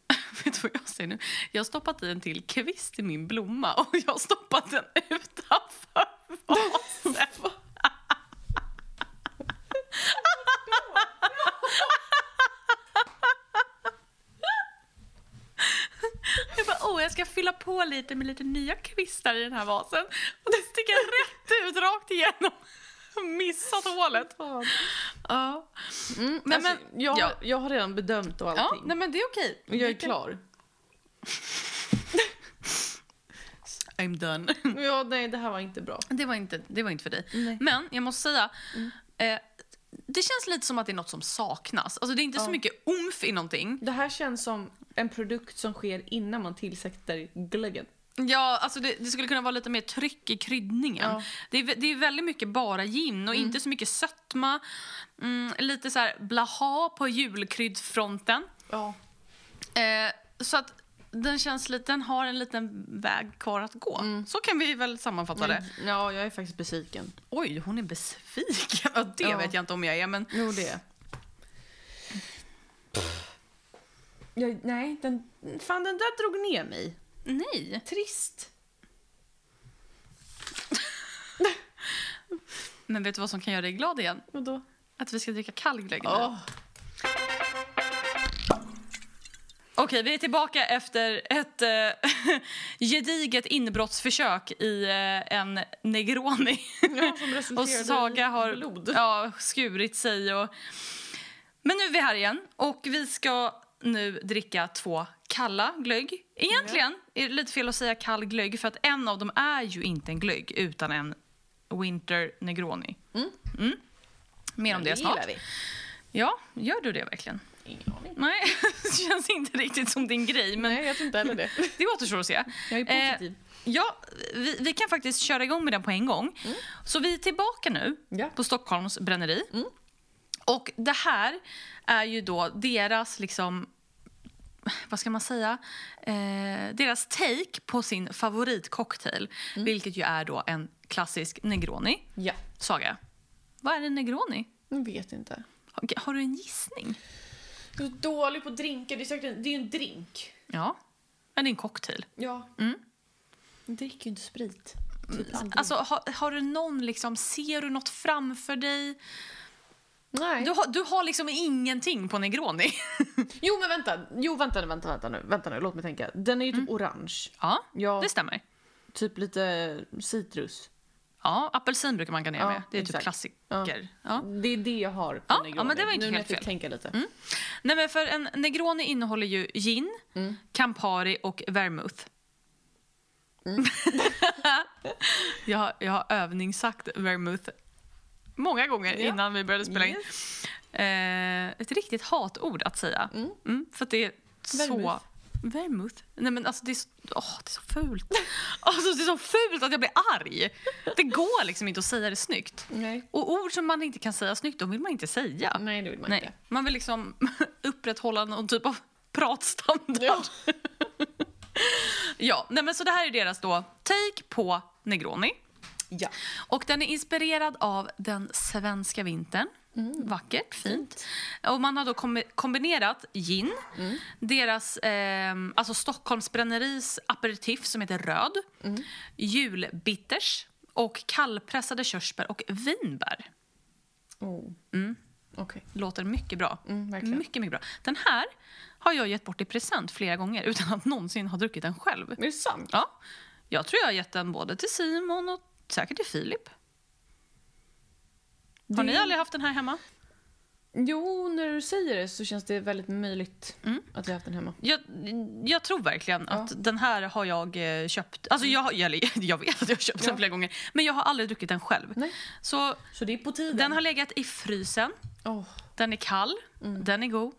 S1: Vet du vad jag säger nu? Jag har stoppat i en till kvist i min blomma och jag har stoppat den utanför vasen. Jag bara, åh, jag ska fylla på lite med lite nya kvistar i den här vasen. Och det sticker rätt ut, rakt igenom. Missat hålet.
S2: Fan.
S1: Ja.
S2: Mm,
S1: Nej,
S2: alltså,
S1: men-
S2: jag,
S1: ja.
S2: jag har redan bedömt och
S1: ja,
S2: allting.
S1: nej men det är okej.
S2: och jag är
S1: Vi kan-
S2: klar.
S1: I'm done.
S2: Ja, nej, det här var inte bra.
S1: Det var inte, det var inte för dig.
S2: Nej. Mm.
S1: Men jag måste säga, eh, det känns lite som att det är något som saknas. Alltså det är inte
S2: Ja.
S1: så mycket umf i någonting.
S2: Det här känns som en produkt som sker innan man tillsätter glöggen.
S1: Ja, alltså det, det skulle kunna vara lite mer tryck i kryddningen.
S2: Ja. Mm.
S1: Det, är, vä- det är väldigt mycket bara gin och inte så mycket sötma. Mm, lite så här blaha på julkryddfronten.
S2: Ja.
S1: Eh, så att den känns lite, den har en liten väg kvar att gå.
S2: Mm.
S1: Så kan vi väl sammanfatta det.
S2: Ja, jag är faktiskt besviken.
S1: Oj, hon är besviken. Ja, det
S2: Ja.
S1: vet jag inte om jag är, men
S2: Jo, det är jag. Nej, den, fan den där drog ner mig.
S1: nej.
S2: Trist.
S1: Men vet du vad som kan göra dig glad igen?
S2: Vadå?
S1: Att vi ska dricka kall glögg nu.
S2: Åh,
S1: Okej, vi är tillbaka efter ett eh, gediget inbrottsförsök i eh, en negroni.
S2: som resulterade
S1: och Saga
S2: i
S1: har
S2: blod.
S1: Ja, skurit sig. Och... Men nu är vi här igen och vi ska nu dricka två kalla glögg. Egentligen är det lite fel att säga kall glögg för att en av dem är ju inte en glögg utan en winter negroni. Mm. Mer om det, snart.
S2: vi.
S1: Ja, gör du det verkligen?
S2: Ingen aning.
S1: Nej, det känns inte riktigt som din grej. Men
S2: Nej, jag tror inte heller det.
S1: det återstår att se. Eh,
S2: Jag är positiv.
S1: ja, vi, vi kan faktiskt köra igång med den på en gång. Så vi är tillbaka nu
S2: Mm. Ja. Mm.
S1: på Stockholms bränneri. Och det här är ju då deras, liksom, vad ska man säga, eh, deras take på sin favoritcocktail.
S2: Mm.
S1: Vilket ju är då en klassisk negroni.
S2: Ja.
S1: Saga, vad är en negroni?
S2: Jag vet inte.
S1: Har, har du en gissning?
S2: Du är dålig på drinkar. Det är, säkert en, det är ju en drink.
S1: Ja, men det är en cocktail.
S2: Ja.
S1: Mm.
S2: Jag dricker ju inte sprit. Typ aldrig.
S1: Alltså, har, har du någon liksom, ser du något framför dig?
S2: Nej.
S1: Du har, du har liksom ingenting på negroni.
S2: Jo men vänta, jo vänta, nu, vänta, vänta nu, vänta nu, låt mig tänka. Den är ju typ orange.
S1: Ja,
S2: Ja,
S1: det stämmer.
S2: typ lite citrus.
S1: Ja, apelsin brukar man garnera
S2: Ja,
S1: med. Det är
S2: exakt.
S1: typ klassiker. Ja.
S2: Det är det jag har på
S1: Ja,
S2: Negroni.
S1: ja, men det var inte
S2: nu när jag
S1: helt
S2: fick
S1: fel.
S2: tänka lite.
S1: Nej, men för en negroni innehåller ju gin,
S2: Mm.
S1: campari och vermouth.
S2: Mm.
S1: jag, har- jag har övningssagt vermouth många gånger
S2: Ja.
S1: innan vi började spela in.
S2: Yes.
S1: Eh, ett riktigt hatord att säga. Mm, för att det Så...
S2: Vermouth.
S1: Vermouth? Nej men alltså det är så, åh, det är så fult. Alltså det är så fult att jag blir arg. Det går liksom inte att säga det snyggt.
S2: Nej.
S1: Och ord som man inte kan säga snyggt, de vill man inte säga.
S2: Nej, det vill man
S1: Nej,
S2: inte.
S1: man vill liksom upprätthålla någon typ av pratstandard. Ja. nej men så det här är deras då take på Negroni.
S2: Ja.
S1: Och den är inspirerad av den svenska vintern. Vackert, Mm. fint. Mm. Och man har då kombi- kombinerat gin, deras, ehm, alltså Stockholms bränneris aperitif som heter röd, julbitters och kallpressade körsbär och vinbär.
S2: Oh. Okej.
S1: Låter mycket bra.
S2: Mm, verkligen.
S1: Mm. mycket, mycket bra. Den här har jag gett bort i present flera gånger utan att någonsin ha druckit den själv.
S2: Är det sant?
S1: Ja, jag tror jag har gett den både till Simon och säkert till Filip. Har ni
S2: Det-
S1: aldrig haft den här hemma?
S2: Jo, när du säger det så känns det väldigt möjligt
S1: Mm.
S2: att vi har haft den hemma.
S1: Jag, jag tror verkligen att den här har jag eh, köpt. Alltså jag, har- eller, jag vet att jag har köpt
S2: Ja.
S1: den flera gånger, men jag har aldrig druckit den själv.
S2: Nej.
S1: Så
S2: Så det är på tiden.
S1: den har legat i frysen,
S2: Åh.
S1: den är kall, den är god.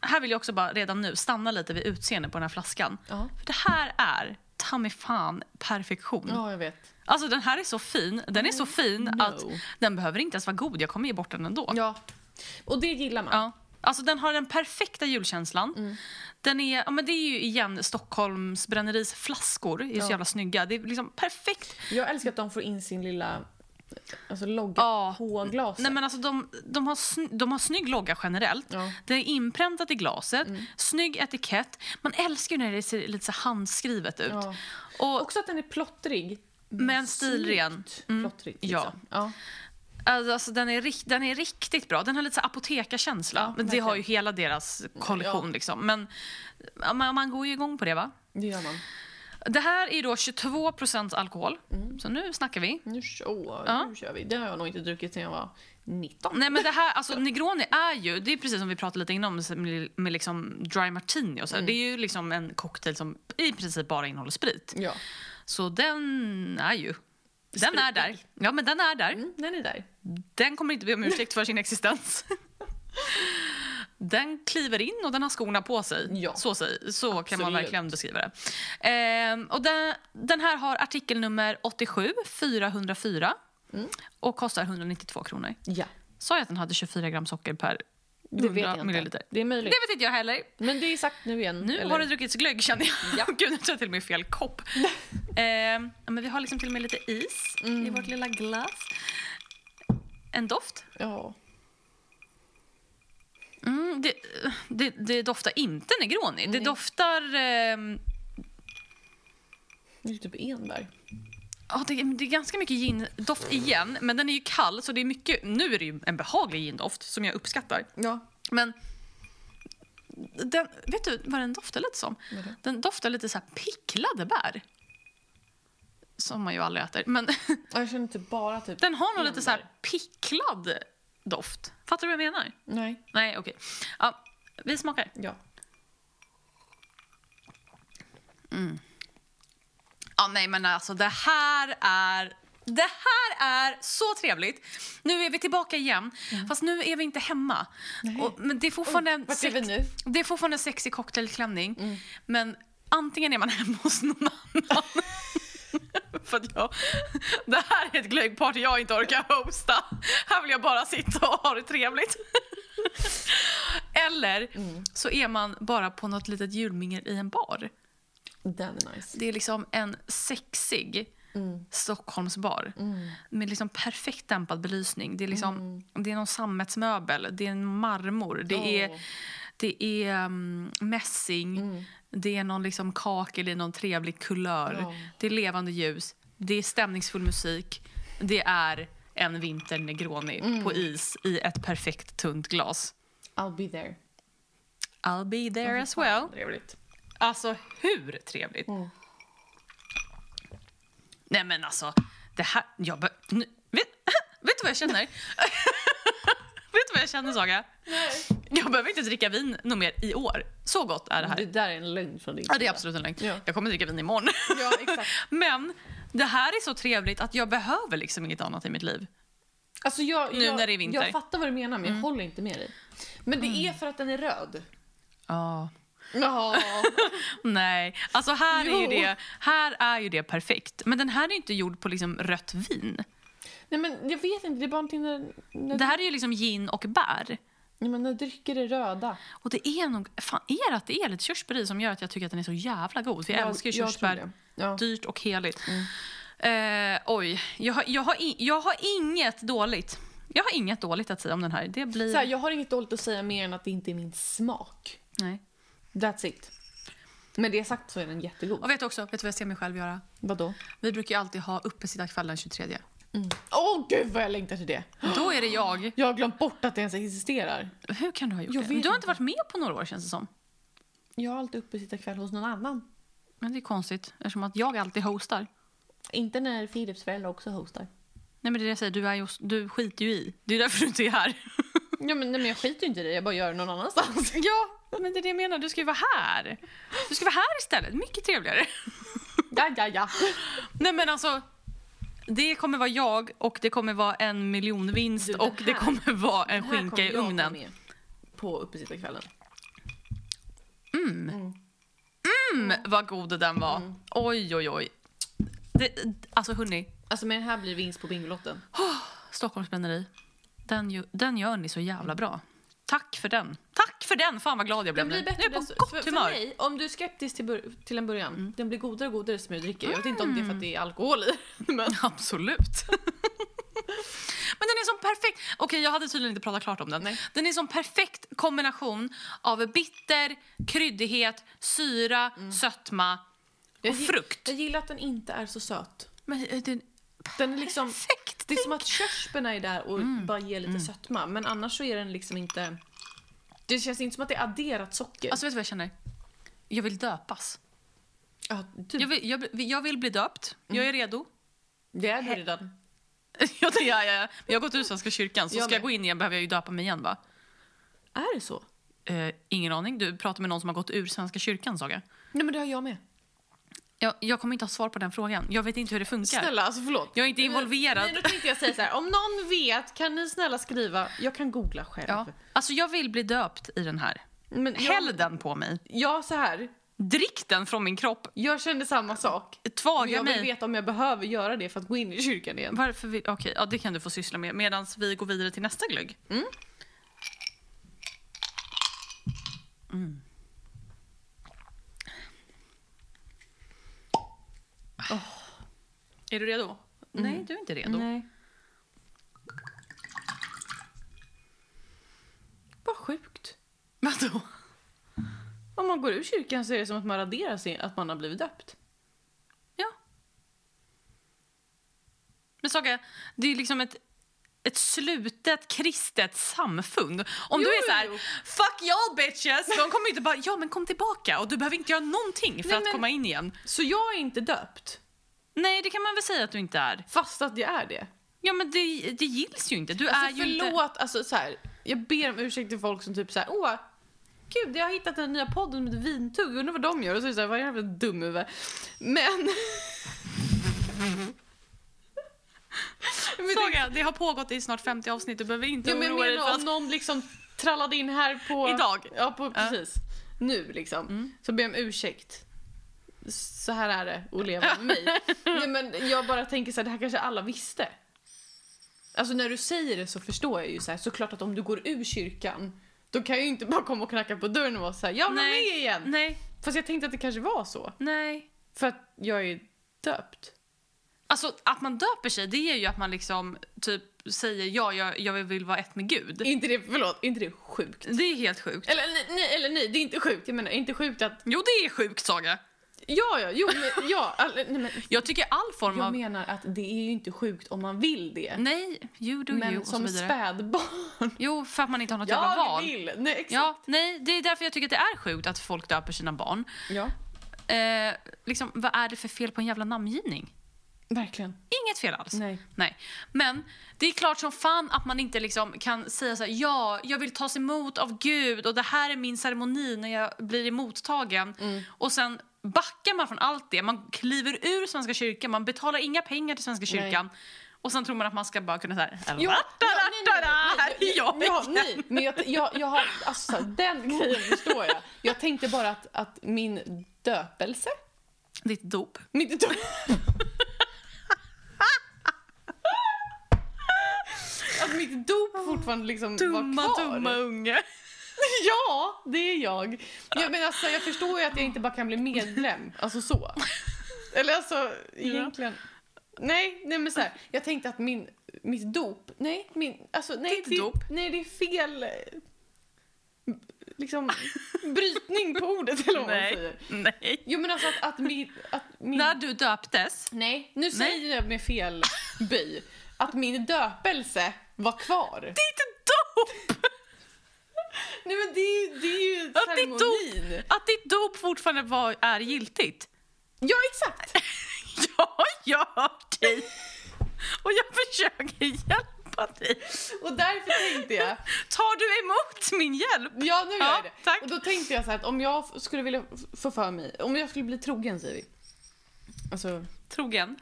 S1: Här vill jag också bara redan nu stanna lite vid utseendet på den här flaskan.
S2: Ja.
S1: För det här är ta mig fan perfektion.
S2: ja, jag vet.
S1: Alltså den här är så fin. Den är så fin
S2: no.
S1: att den behöver inte ens vara god. Jag kommer ge bort den ändå.
S2: Ja. Och det gillar man.
S1: Ja. Alltså den har den perfekta julkänslan.
S2: Mm.
S1: Den är, ja, men det är ju igen Stockholms bränneris flaskor. är så
S2: Ja.
S1: jävla snygga. Det är liksom perfekt.
S2: Jag älskar att de får in sin lilla alltså, logga
S1: Ja.
S2: på glaset.
S1: Nej, men alltså de, de, har sny, de har snygg logga generellt.
S2: Ja. Mm.
S1: Det är inpräntat i glaset. Snygg etikett. Man älskar ju när det ser lite så här handskrivet ut.
S2: Ja.
S1: Och,
S2: Också att den är plottrig.
S1: Men stilren.
S2: Snyggt
S1: Mm.
S2: Plottrig,
S1: Ja.
S2: liksom. ja.
S1: Alltså, den, är, rikt- den är riktigt bra. Den har lite så här apotekarkänsla.
S2: Ja,
S1: men det
S2: verkligen.
S1: har ju hela deras kollektion. Liksom. Men ja, man, man går ju igång på det. va?
S2: Det gör man.
S1: Det här är då 22 alkohol.
S2: Mm.
S1: Så nu snackar vi.
S2: Nu, så,
S1: Ja.
S2: nu kör vi. Det har jag nog inte druckit sedan jag var 19.
S1: Nej men det här, alltså Negroni är ju, det är precis som vi pratade lite innan om med, med liksom dry martini och så. här.
S2: Mm.
S1: Det är ju liksom en cocktail som i princip bara innehåller sprit.
S2: Ja.
S1: Så den är ju, den är där. Ja men den är där.
S2: Mm, den är där.
S1: Den kommer inte be om ursäkt för sin existens. Den kliver in och den har skorna på sig.
S2: Ja.
S1: Så, säg- så kan man
S2: Absolut.
S1: verkligen beskriva det. Ehm, och den, den här har artikelnummer 87 404
S2: Mm.
S1: och kostar 192 kronor.
S2: Ja.
S1: Sa jag att den hade 24 gram socker per
S2: Det vet
S1: 100
S2: jag inte.
S1: milliliter?
S2: Det
S1: Det
S2: är möjligt.
S1: vet inte jag heller.
S2: Men det är sagt nu igen.
S1: Nu
S2: eller?
S1: har det druckits glögg känner jag.
S2: Ja.
S1: Gud, nu tar jag till och med fel kopp. Ehm, ja, men vi har liksom till och med lite is i
S2: Mm.
S1: vårt lilla glas. En doft.
S2: Ja.
S1: Mm, det, det, det doftar inte Negroni. Det doftar... ehm,
S2: Nu är det typ enbär.
S1: Ja, det, det är ganska mycket gindoft igen, men den är ju kall. Så det är mycket, nu är det ju en behaglig gindoft som jag uppskattar.
S2: Ja.
S1: Men den, vet du vad den doftar lite som?
S2: Vad då?
S1: Den doftar lite så här picklade bär. Som man ju aldrig äter. Men
S2: Jag känner typ bara typ...
S1: den har nog lite så här
S2: Enbär.
S1: picklad doft. Fattar du vad jag menar?
S2: Nej.
S1: Nej, okej. Ja, vi smakar.
S2: Ja.
S1: Ja, nej men alltså det här är... Det här är så trevligt! Nu är vi tillbaka igen, fast nu är vi inte hemma.
S2: Mm. Nej.
S1: Och, men det är fortfarande, en
S2: Vart är vi
S1: sex-
S2: nu? Mm.
S1: det är fortfarande en sexig cocktailklänning, men antingen är man hemma hos någon annan. För att jag, det här är ett glöggparty jag inte orkar hosta. Här vill jag bara sitta och ha det trevligt. Eller
S2: Mm.
S1: så är man bara på något litet julmingel i en bar.
S2: Den är nice.
S1: Det är liksom en sexig
S2: Mm.
S1: Stockholmsbar med liksom perfekt dämpad belysning. Det är, liksom, det är någon sammetsmöbel, det är en marmor, det
S2: Mm. Åh. Mm.
S1: är, det är um, mässing, det är någon liksom kakel i någon trevlig kulör.
S2: Ja.
S1: Det är levande ljus, det är stämningsfull musik, det är en vinter Negroni
S2: Mm.
S1: på is i ett perfekt tunt glas.
S2: I'll be there.
S1: I'll be there as
S2: Fan,
S1: well.
S2: vad Trevligt.
S1: Alltså hur trevligt?
S2: Mm.
S1: Nej men alltså, det här... Jag be, nu, vet, vet du vad jag känner? vet du vad jag känner Saga? Jag behöver inte dricka vin något mer i år. Så gott är det här.
S2: Det där är en lögn från din
S1: Ja, det är
S2: sida.
S1: absolut en lögn.
S2: Mm. Ja.
S1: Jag kommer dricka vin imorgon.
S2: Ja, exakt.
S1: men det här är så trevligt att jag behöver liksom inget annat i mitt liv.
S2: Alltså jag,
S1: Nu
S2: jag,
S1: när det är vinter. Mm.
S2: Jag fattar vad du menar men jag håller inte med dig. Men det är för att den är röd.
S1: Ja.
S2: Ja.
S1: Nej, alltså här är, ju
S2: Jo.
S1: det, här är ju det perfekt. Men den här är ju inte gjord på liksom rött vin.
S2: Nej men jag vet inte, det är bara någonting när, när,
S1: Det här är ju liksom gin och bär.
S2: Nej, men när drycker är röda.
S1: Och det är nog, fan är det att det är lite körsbär i som gör att jag tycker att den är så jävla god? För jag, älskar ju
S2: jag
S1: körsbär. Typ-
S2: tror det. Ja. Mm.
S1: Dyrt och heligt. Eh, oj, jag har, jag, har in, jag har inget dåligt. Jag har inget dåligt att säga om den här. Det blir...
S2: Så här, jag har inget dåligt att säga mer än att det inte är min smak.
S1: Nej.
S2: That's it. Med det sagt så är den jättegod.
S1: Och vet du också, vet du vad jag ser mig själv göra?
S2: Vadå? Mm.
S1: Vi brukar ju alltid ha uppesittarkväll den 23.
S2: Åh gud vad jag längtar till det!
S1: Då är det jag.
S2: Jag har glömt bort att det ens existerar.
S1: Hur kan du ha gjort
S2: Jag
S1: det?
S2: vet
S1: Du har inte
S2: inte.
S1: varit med på några år känns det som.
S2: Jag har alltid uppe sitta kväll hos någon annan.
S1: Men det är konstigt eftersom att jag alltid hostar.
S2: Inte när Philips föräldrar också hostar.
S1: Nej men det är det jag säger, du, är ju, du skiter ju i. Det är därför du inte är här.
S2: Ja, men, nej, men jag skiter ju inte i det, jag bara gör det någon annanstans.
S1: Ja, men det är det jag menar. Du ska ju vara här. Du ska vara här istället. Mycket trevligare.
S2: Ja, ja, ja.
S1: Nej men alltså, det kommer vara jag och det kommer vara en miljonvinst
S2: Du, den
S1: och det
S2: här-
S1: kommer vara en
S2: Den här
S1: skinka
S2: kommer
S1: i
S2: jag ta
S1: ugnen.
S2: med På uppesittarkvällen.
S1: Mm, vad god den var. Oj, oj, oj. Det, alltså hörni,
S2: Alltså med den här blir vinst på Bingolotten.
S1: Stockholmsbränneri. Den, ju- den gör ni så jävla bra. Tack för den. Tack för den! Fan vad glad jag blev
S2: Den blir
S1: nu.
S2: bättre
S1: Nu är jag på
S2: dess-
S1: gott
S2: för,
S1: humör. Mm.
S2: För mig, om du är skeptisk till, bur- till en början, den blir godare och godare som jag dricker. Jag vet inte om det är för att det är alkohol i. Men
S1: Absolut. Men den är som perfekt... Okej, jag hade tydligen inte pratat klart om den.
S2: Nej.
S1: Den är som perfekt kombination av bitter, kryddighet, syra, sötma och
S2: gi-
S1: frukt.
S2: jag gillar att den inte är så söt.
S1: Men eh, den...
S2: Den är liksom,
S1: Perfekt!
S2: det är som att körsbärna är där och
S1: Mm.
S2: bara ger lite sötma. Men annars så är den liksom inte... Det känns inte som att det är adderat socker.
S1: Alltså, vet du vad jag känner? Jag vill döpas.
S2: ja, typ.
S1: Jag vill, jag, bli- jag vill bli döpt. Jag är redo.
S2: Det är du redan.
S1: Mm. ja, det är jag. Men jag har gått ur Svenska kyrkan, så
S2: Jag
S1: ska jag
S2: med.
S1: gå in igen behöver jag ju döpa mig igen, va?
S2: Är det så?
S1: Eh, ingen aning. Du pratar med någon som har gått ur Svenska kyrkan, Saga.
S2: Nej men det har jag med.
S1: Jag, jag kommer inte ha svar på den frågan. Jag vet inte hur det funkar.
S2: Snälla, alltså förlåt.
S1: Jag är inte involverad.
S2: Nej, då tänkte jag säga så här. om någon vet kan ni snälla skriva? Jag kan googla själv.
S1: Ja. Alltså jag vill bli döpt i den här.
S2: Men
S1: Häll
S2: jag,
S1: den på mig.
S2: ja, så här.
S1: Drick den från min kropp.
S2: Jag kände samma sak. Men
S1: Tvaga
S2: jag vill
S1: mig.
S2: veta om jag behöver göra det för att gå in i kyrkan igen.
S1: Varför vi... Okej, ja, det kan du få syssla med medan vi går vidare till nästa glögg. Mm. Åh. Är du redo? Mm. Nej, du är inte redo.
S2: Nej. Vad sjukt.
S1: Vadå?
S2: Om man går ur kyrkan så är det som att man raderar sig att man har blivit döpt.
S1: Ja. Men Saga, det är liksom ett, ett slutet kristet samfund. Om
S2: Jo,
S1: du är så här,
S2: jo, jo.
S1: fuck y'all bitches, de kommer inte bara, ja men kom tillbaka och du behöver inte göra någonting för
S2: Nej,
S1: att
S2: men-
S1: komma in igen.
S2: Så jag är inte döpt,
S1: Nej, det kan man väl säga att du inte är.
S2: fast att jag är det.
S1: Ja men det, det gills ju inte. Du är
S2: Alltså
S1: ju inte...
S2: förlåt, alltså så här, jag ber om ursäkt till folk som typ så här, åh, gud jag har hittat den nya podden med ett vintugg, undrar vad de gör? Och så är det så här, vad jävla dumhuvud. Men... men
S1: Saga, det har pågått i snart 50 avsnitt, du behöver inte
S2: Ja, men jag
S1: oroa dig för
S2: menar
S1: att...
S2: om någon liksom trallade in här på...
S1: Idag. Mm.
S2: Ja, på, precis. Nu liksom. Så ber jag om ursäkt. Så här är det att leva med mig. Nej, men jag bara tänker så här, det här kanske alla visste. Alltså när du säger det så förstår jag ju så här, såklart att om du går ur kyrkan då kan jag ju inte bara komma och knacka på dörren och vara såhär, jag vill vara
S1: Nej.
S2: med igen.
S1: Nej,
S2: Fast jag tänkte att det kanske var så.
S1: nej.
S2: För att jag är döpt.
S1: Alltså att man döper sig, det är ju att man liksom typ säger ja, jag, jag vill vara ett med Gud.
S2: Är inte det, förlåt, är inte det sjukt?
S1: Det är helt sjukt.
S2: Eller nej, nej, eller nej, det är inte sjukt. Jag menar, är inte sjukt att
S1: Jo, det är sjukt, Saga.
S2: Ja, ja, jo, men, ja. all- Nej, men,
S1: Jag tycker all form
S2: jag
S1: av...
S2: menar att det är ju inte sjukt om man vill det.
S1: Nej, you do you
S2: Men
S1: och så
S2: som
S1: vidare.
S2: spädbarn.
S1: Jo, för att man inte har något jävla val.
S2: vill! Nej, exakt.
S1: Ja, nej, det är därför jag tycker att det är sjukt att folk döper sina barn.
S2: Ja,
S1: Eh, liksom, vad är det för fel på en jävla namngivning?
S2: verkligen.
S1: Inget fel alls.
S2: Nej.
S1: Nej. Men det är klart som fan att man inte liksom kan säga så här, ja, jag vill tas emot av Gud och det här är min ceremoni när jag blir emottagen.
S2: Mm.
S1: Och sen backar man från allt det. Man kliver ur Svenska kyrkan, man betalar inga pengar till Svenska
S2: Nej.
S1: kyrkan. Och sen tror man att man ska bara kunna såhär...
S2: Jo, nej, nej, nej, nej,
S1: Jag
S2: nej, nej, men jag, jag, jag har, alltså så här, den grejen förstår jag. Jag tänkte bara att, att min döpelse,
S1: Ditt dop.
S2: mitt dop... Att Alltså, mitt dop fortfarande liksom
S1: Dumma,
S2: var kvar.
S1: dumma unge.
S2: Ja, det är jag. Ja, men alltså, jag förstår ju att jag inte bara kan bli medlem. Alltså så. Eller alltså, egentligen. Nej, nej men så här, jag tänkte att min, mitt dop, nej, min, alltså nej.
S1: Ditt
S2: det,
S1: dop?
S2: Nej, det är fel, eh, liksom, brytning på ordet eller vad man
S1: Nej.
S2: säger.
S1: nej.
S2: Jo men alltså att, att min, att min,
S1: När du döptes,
S2: nej, nu säger jag med fel by, att min döpelse var kvar.
S1: ditt dop!
S2: Nej men det är ju, det är ju
S1: Att ditt
S2: ceremonin.
S1: dop, att ditt dop fortfarande var, är giltigt.
S2: Ja exakt!
S1: Ja, jag hör dig. Och jag försöker hjälpa dig.
S2: Och därför tänkte jag,
S1: Tar du emot min hjälp?
S2: ja nu gör
S1: Ja,
S2: jag det.
S1: tack.
S2: Och då tänkte jag så här att om jag f- skulle vilja f- få för mig, om jag skulle bli trogen säger vi. Alltså,
S1: Trogen.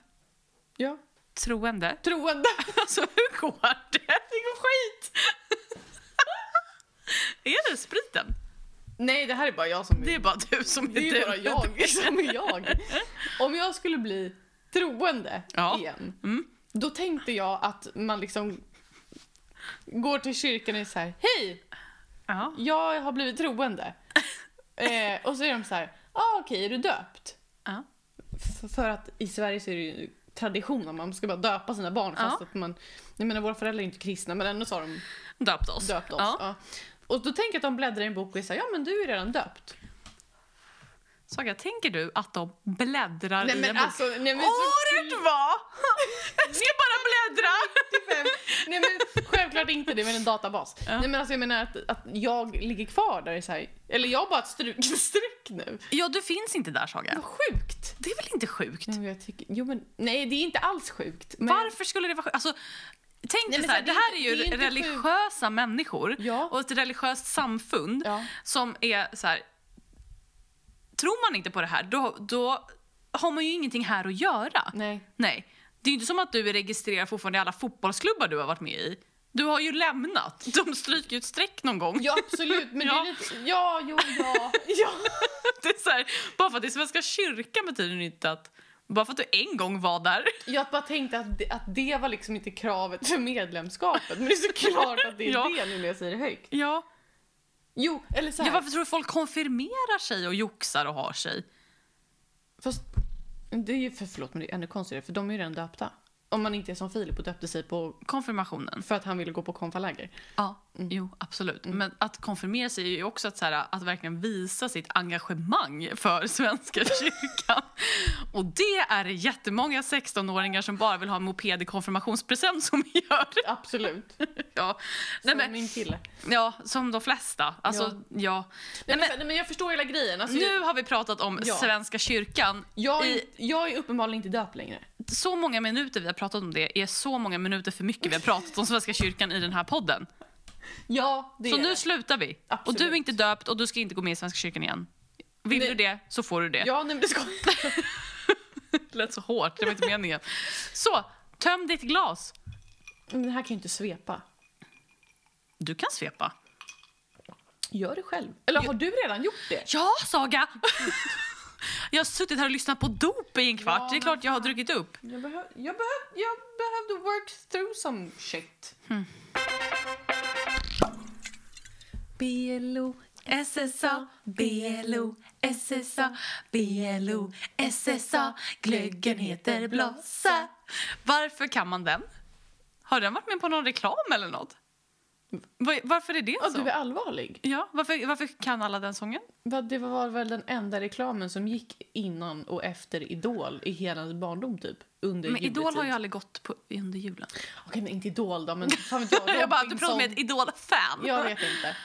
S2: ja.
S1: Troende.
S2: Troende.
S1: Alltså hur går det? Det går skit! Är det spriten?
S2: Nej det här är bara jag som
S1: Det är bara du som är
S2: det är
S1: du.
S2: ju bara jag som är jag. Om jag skulle bli troende
S1: Ja.
S2: igen,
S1: Mm.
S2: då tänkte jag att man liksom går till kyrkan och är så här, hej,
S1: Ja.
S2: jag har blivit troende. eh, och så är de så här, ah, okej, är du döpt?
S1: Ja.
S2: F- För att i Sverige så är det ju tradition att man ska bara döpa sina barn fast
S1: Ja.
S2: att man... Jag menar våra föräldrar är inte kristna men ändå så har de
S1: Döpt oss.
S2: döpt oss.
S1: Ja.
S2: Ja. Och då tänker jag att de bläddrar i en bok och säger ja men du är redan döpt.
S1: Saga, tänker du att de bläddrar
S2: Nej,
S1: i
S2: men
S1: en bok?
S2: alltså, nej, men så-
S1: Året var! Jag ska bara bläddra!
S2: Nej men självklart inte det men en databas.
S1: Ja.
S2: Nej men alltså jag menar att, att jag ligger kvar där i så här, Eller jag har bara ett struk, streck nu.
S1: Ja, du finns inte där Saga. Mm.
S2: Vad sjukt!
S1: Det är väl inte sjukt?
S2: Nej, men jag tycker, jo, men, nej det är inte alls sjukt. Men,
S1: Varför skulle det vara sjukt? Alltså, tänk
S2: men
S1: dig
S2: så
S1: så här,
S2: här,
S1: det
S2: det är
S1: här är
S2: inte-
S1: ju
S2: det är inte
S1: religiösa människor
S2: Ja.
S1: och ett religiöst samfund
S2: Ja.
S1: som är så här. Tror man inte på det här, då, då har man ju ingenting här att göra.
S2: Nej.
S1: Nej. Det är ju inte som att du är registrerad fortfarande i alla fotbollsklubbar du har varit med i. Du har ju lämnat. De stryker ju ett streck någon gång.
S2: Ja absolut men
S1: Ja.
S2: det är lite, ja jo ja. ja.
S1: Det är så här, bara för att det är Svenska kyrkan betyder ju inte att... Bara för att du en gång var där.
S2: Jag bara tänkte att det, att det var liksom inte kravet för medlemskapet. Men det är såklart att det är
S1: Ja.
S2: det nu när jag säger det högt.
S1: Ja.
S2: Jo, eller så här.
S1: ja. Varför tror du folk konfirmerar sig och joxar och har sig?
S2: Fast, det är ju, för, förlåt men det är ännu konstigare för de är ju redan döpta. Om man inte är som Filip och döpte sig på,
S1: Konfirmationen. Mm.
S2: för att han ville gå på konfaläger.
S1: Ja, jo absolut. Men att konfirmera sig är ju också att, så här, att verkligen visa sitt engagemang för Svenska kyrkan. Och det är det jättemånga 16-åringar som bara vill ha en moped i konfirmationspresent som gör.
S2: Absolut.
S1: Ja. Nej,
S2: Som
S1: men,
S2: min kille.
S1: ja, som de flesta. Alltså, ja.
S2: Nej,
S1: Nej,
S2: men,
S1: men,
S2: så här, nej men jag förstår hela grejen. Alltså,
S1: nu har vi pratat om
S2: Ja.
S1: Svenska kyrkan.
S2: jag, jag, är,
S1: i-
S2: jag är uppenbarligen inte döpt längre.
S1: Så många minuter vi har pratat om det är så många minuter för mycket vi har pratat om Svenska kyrkan i den här podden.
S2: Ja, det
S1: Så
S2: är
S1: nu
S2: det.
S1: slutar vi. Och
S2: Absolut.
S1: du är inte döpt och du ska inte gå med i Svenska kyrkan igen. Vill
S2: Nej.
S1: du det så får du det.
S2: Ja, nej men det ska
S1: Det lät så hårt, det var inte meningen. Så, töm ditt glas.
S2: Men det här kan ju inte svepa.
S1: Du kan svepa.
S2: Gör det själv. Eller har du redan gjort det?
S1: Ja, Saga! Jag har suttit här och lyssnat på dop i en kvart.
S2: Ja,
S1: det är
S2: men
S1: klart jag har druckit upp.
S2: Jag, behöv, jag, behöv, jag behövde work through some shit.
S1: BLO, SSA, BLO, SSA, BLO, SSA, glöggen heter Blossa. Varför kan man den? Har den varit med på någon reklam eller något? Var- Varför är det
S2: Ja,
S1: så?
S2: du är allvarlig.
S1: Ja, varför, varför kan alla den sången?
S2: Va, Det var väl den enda reklamen som gick innan och efter Idol i hela ens barndom typ. Under
S1: Men Idol
S2: juletid.
S1: har ju aldrig gått på, under julen.
S2: Okej, men inte Idol då, men fan vet jag.
S1: Jag bara, du pratar
S2: Robinson.
S1: med ett Idol-fan.
S2: Jag vet inte.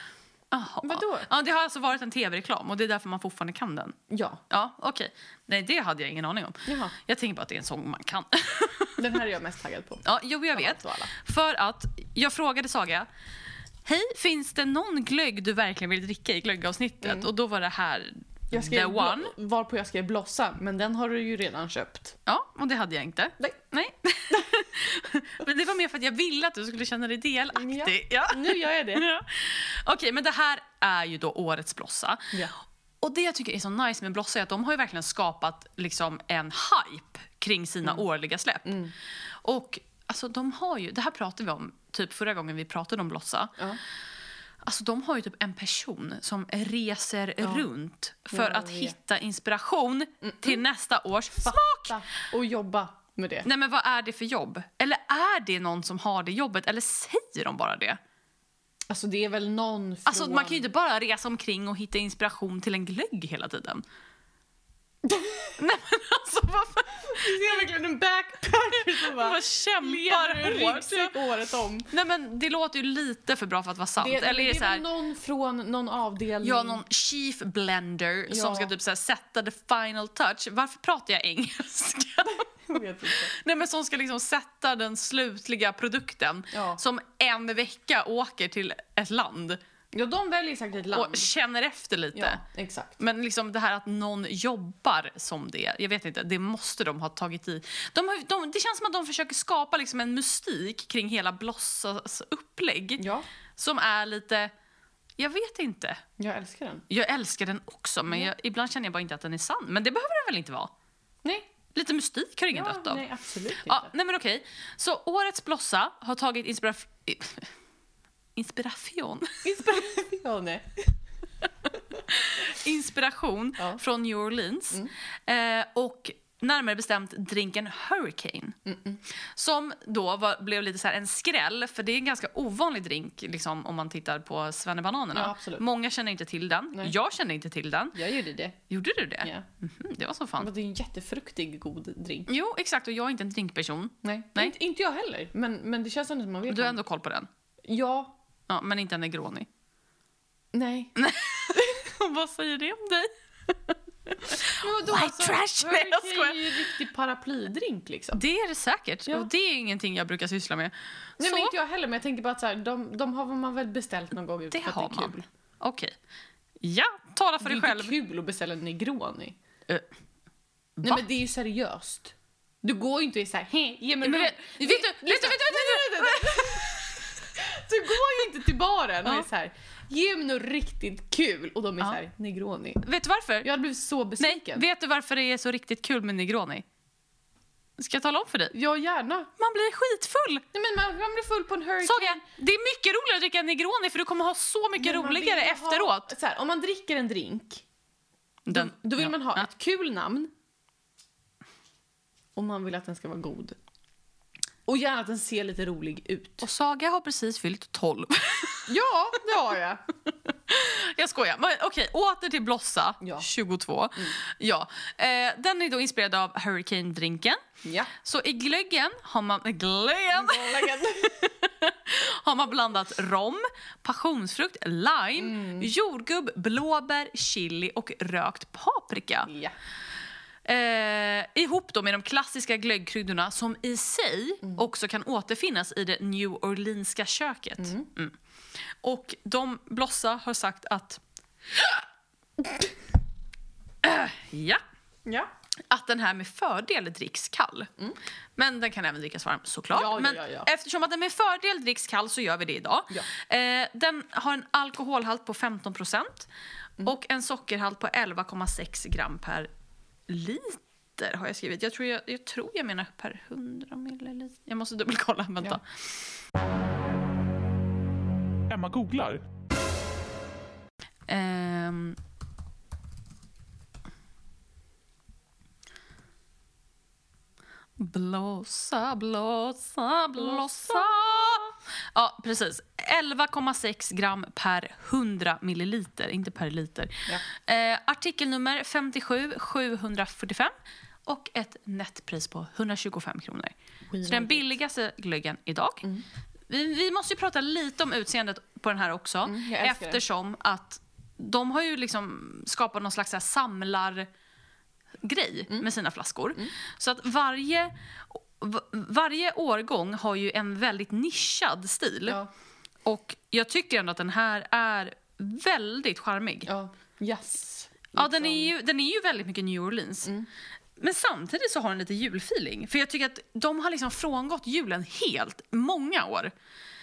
S1: Jaha.
S2: Vadå?
S1: Ja, det har alltså varit en tv-reklam och det är därför man fortfarande kan den.
S2: Ja,
S1: Ja, okej. Nej, det hade jag ingen aning om.
S2: Jaha.
S1: Jag tänker bara att det är en sång man kan.
S2: den här är jag mest taggad på.
S1: Ja, jo, jag
S2: Av
S1: vet.
S2: allt och alla.
S1: För att jag frågade Saga, hej, finns det någon glögg du verkligen vill dricka i glöggavsnittet? Och då var det här
S2: Mm. Jag
S1: the
S2: skrev
S1: one.
S2: blo- varpå jag skrev blossa, men den har du ju redan köpt.
S1: Ja, och det hade jag inte.
S2: Nej.
S1: Nej. Men det var mer för att jag ville att du skulle känna dig delaktig. Ja.
S2: Nu gör jag det.
S1: Ja. Okej, men det här är ju då årets blossa.
S2: Ja.
S1: Och det jag tycker är så nice med Blossa är att de har ju verkligen skapat liksom en hype kring sina
S2: Mm.
S1: årliga släpp. Och alltså de har ju, det här pratade vi om typ förra gången vi pratade om Blossa.
S2: Ja.
S1: Alltså de har ju typ en person som reser runt för
S2: Jag
S1: att
S2: vet. Mm,
S1: hitta inspiration till nästa års smak.
S2: Och jobba med det.
S1: Nej men vad är det för jobb? Eller är det någon som har det jobbet? Eller säger de bara det?
S2: Alltså det är väl någon från...
S1: Alltså man kan ju inte bara resa omkring och hitta inspiration till en glögg hela tiden. Nej men alltså varför?
S2: Det är verkligen en backpacker som bara
S1: Vad kämpar hårt.
S2: ryggsäck året om.
S1: Nej men det låter ju lite för bra för att vara sant.
S2: Det,
S1: Eller är det
S2: det
S1: så
S2: är
S1: här,
S2: väl någon från någon avdelning.
S1: jag har någon chief blender som
S2: Ja.
S1: ska typ så här, sätta the final touch. Varför pratar jag engelska?
S2: Jag vet inte.
S1: Nej men som ska liksom sätta den slutliga produkten
S2: Ja.
S1: som en vecka åker till ett land
S2: Ja, de väljer säkert ett land.
S1: och känner efter lite.
S2: ja, exakt.
S1: Men liksom det här att någon jobbar som det, jag vet inte, det måste de ha tagit i. De har, de, det känns som att de försöker skapa liksom en mystik kring hela Blossas upplägg
S2: Ja,
S1: som är lite, jag vet inte.
S2: jag älskar den.
S1: Jag älskar den också men jag, ibland känner jag bara inte att den är sann. Men det behöver den väl inte vara?
S2: Nej,
S1: Lite mystik har ingen
S2: ja,
S1: dött av.
S2: nej absolut inte.
S1: Ja, nej men okej. Så årets Blossa har tagit inspiraf- inspiration,
S2: Inspiration. nej.
S1: inspiration
S2: Ja. Mm.
S1: från New Orleans eh, och närmare bestämt drinken Hurricane.
S2: Mm,
S1: Som då var, blev lite så här en skräll, för det är en ganska ovanlig drink liksom, om man tittar på svennebananerna.
S2: Ja, absolut.
S1: Många känner inte till den,
S2: Nej.
S1: jag kände inte till den.
S2: Jag gjorde det.
S1: Gjorde du det?
S2: Ja.
S1: Mhm, det var så fan.
S2: Men det är ju en jättefruktig god drink.
S1: Jo, exakt, och jag är inte en drinkperson.
S2: Nej,
S1: Nej.
S2: Inte, inte jag heller. Men, men det känns ändå som man vet.
S1: Du har
S2: om-
S1: ändå koll på den.
S2: Ja,
S1: Ja, men inte en negroni.
S2: nej.
S1: Vad säger det om dig?
S2: Men vadå,
S1: White trash. Nej, jag skojar.
S2: Hurricane alltså, är ju en riktig paraplydrink liksom.
S1: Det är det säkert.
S2: Ja.
S1: Och det är ingenting jag brukar syssla med.
S2: Nej
S1: så,
S2: men inte jag heller men jag tänker bara att så här, de, de har man väl beställt någon gång ut
S1: det
S2: för att
S1: har
S2: det är kul.
S1: man. Okej. Ja, tala för
S2: Det är
S1: dig
S2: inte
S1: själv.
S2: kul att beställa en negroni.
S1: Eh,
S2: Nej
S1: va?
S2: men det är ju seriöst. Du går ju inte och säger hej, ge mig
S1: Men
S2: rum."
S1: vet- vet du- vet du-
S2: lyssna,
S1: vet du-
S2: vänta, vänta, vänta. Du går ju inte till baren och
S1: Ja.
S2: är så här, ge mig något riktigt kul och de är
S1: Ja.
S2: så här, negroni.
S1: Vet du varför?
S2: Jag hade blivit så
S1: Nej,
S2: besviken.
S1: vet du varför det är så riktigt kul med negroni? Ska jag tala om för dig?
S2: Ja gärna.
S1: Man blir skitfull!
S2: Nej men man man blir full på en hurricane.
S1: Saga, det är mycket roligare att dricka en negroni för du kommer ha så mycket
S2: Men man vill
S1: roligare
S2: ju ha-
S1: efteråt.
S2: Så här, om man dricker en drink
S1: Den,
S2: Då vill
S1: ja.
S2: man ha
S1: Ja.
S2: ett kul namn. Och man vill att den ska vara god. Och gärna att den ser lite rolig ut.
S1: Och Saga har precis fyllt 12.
S2: Ja, det har jag.
S1: Jag skojar. Men, okej, åter till Blossa
S2: Ja. Mm.
S1: 22. Ja. Eh, den är då inspirerad av Hurricane-drinken.
S2: ja.
S1: Så i glöggen har man, glöggen, har man blandat rom, passionsfrukt, lime, jordgubb, blåbär, chili och rökt paprika.
S2: ja.
S1: Eh, ihop då med de klassiska glöggkryddorna som i sig också kan återfinnas i det New Orleanska köket. Mm. Och de, Blossa har sagt att... Eh, ja
S2: Ja.
S1: att den här med fördel dricks kall. Men den kan även drickas varm såklart.
S2: Mm. Ja, ja,
S1: Men
S2: ja, ja.
S1: eftersom att den med fördel dricks kall så gör vi det idag.
S2: Ja.
S1: Eh, den har en alkoholhalt på 15
S2: Mm.
S1: och en sockerhalt på 11,6 gram per liter har jag skrivit. Jag tror jag, jag, tror jag menar per 100 milliliter. Jag måste dubbelkolla, vänta.
S5: Emma googlar.
S1: Ehm. Blåsa, blåsa, blåsa. Ja, precis. 11,6 gram per 100 milliliter, inte per liter. Eh, artikelnummer 57 745 och ett nettpris på 125 kronor. Så den billigaste glöggen idag. Vi, vi måste ju prata lite om utseendet på den här också.
S2: Mm, jag älskar det.
S1: eftersom att de har ju liksom skapat någon slags så här samlar grej
S2: Mm.
S1: med sina flaskor. Så att varje, v- varje årgång har ju en väldigt nischad stil.
S2: Ja.
S1: Och jag tycker ändå att den här är väldigt charmig.
S2: ja. liksom. Yes. Mm.
S1: Ja, den är, ju, den är ju väldigt mycket New Orleans. Men samtidigt så har den lite julfeeling. För jag tycker att de har liksom frångått julen helt, många år.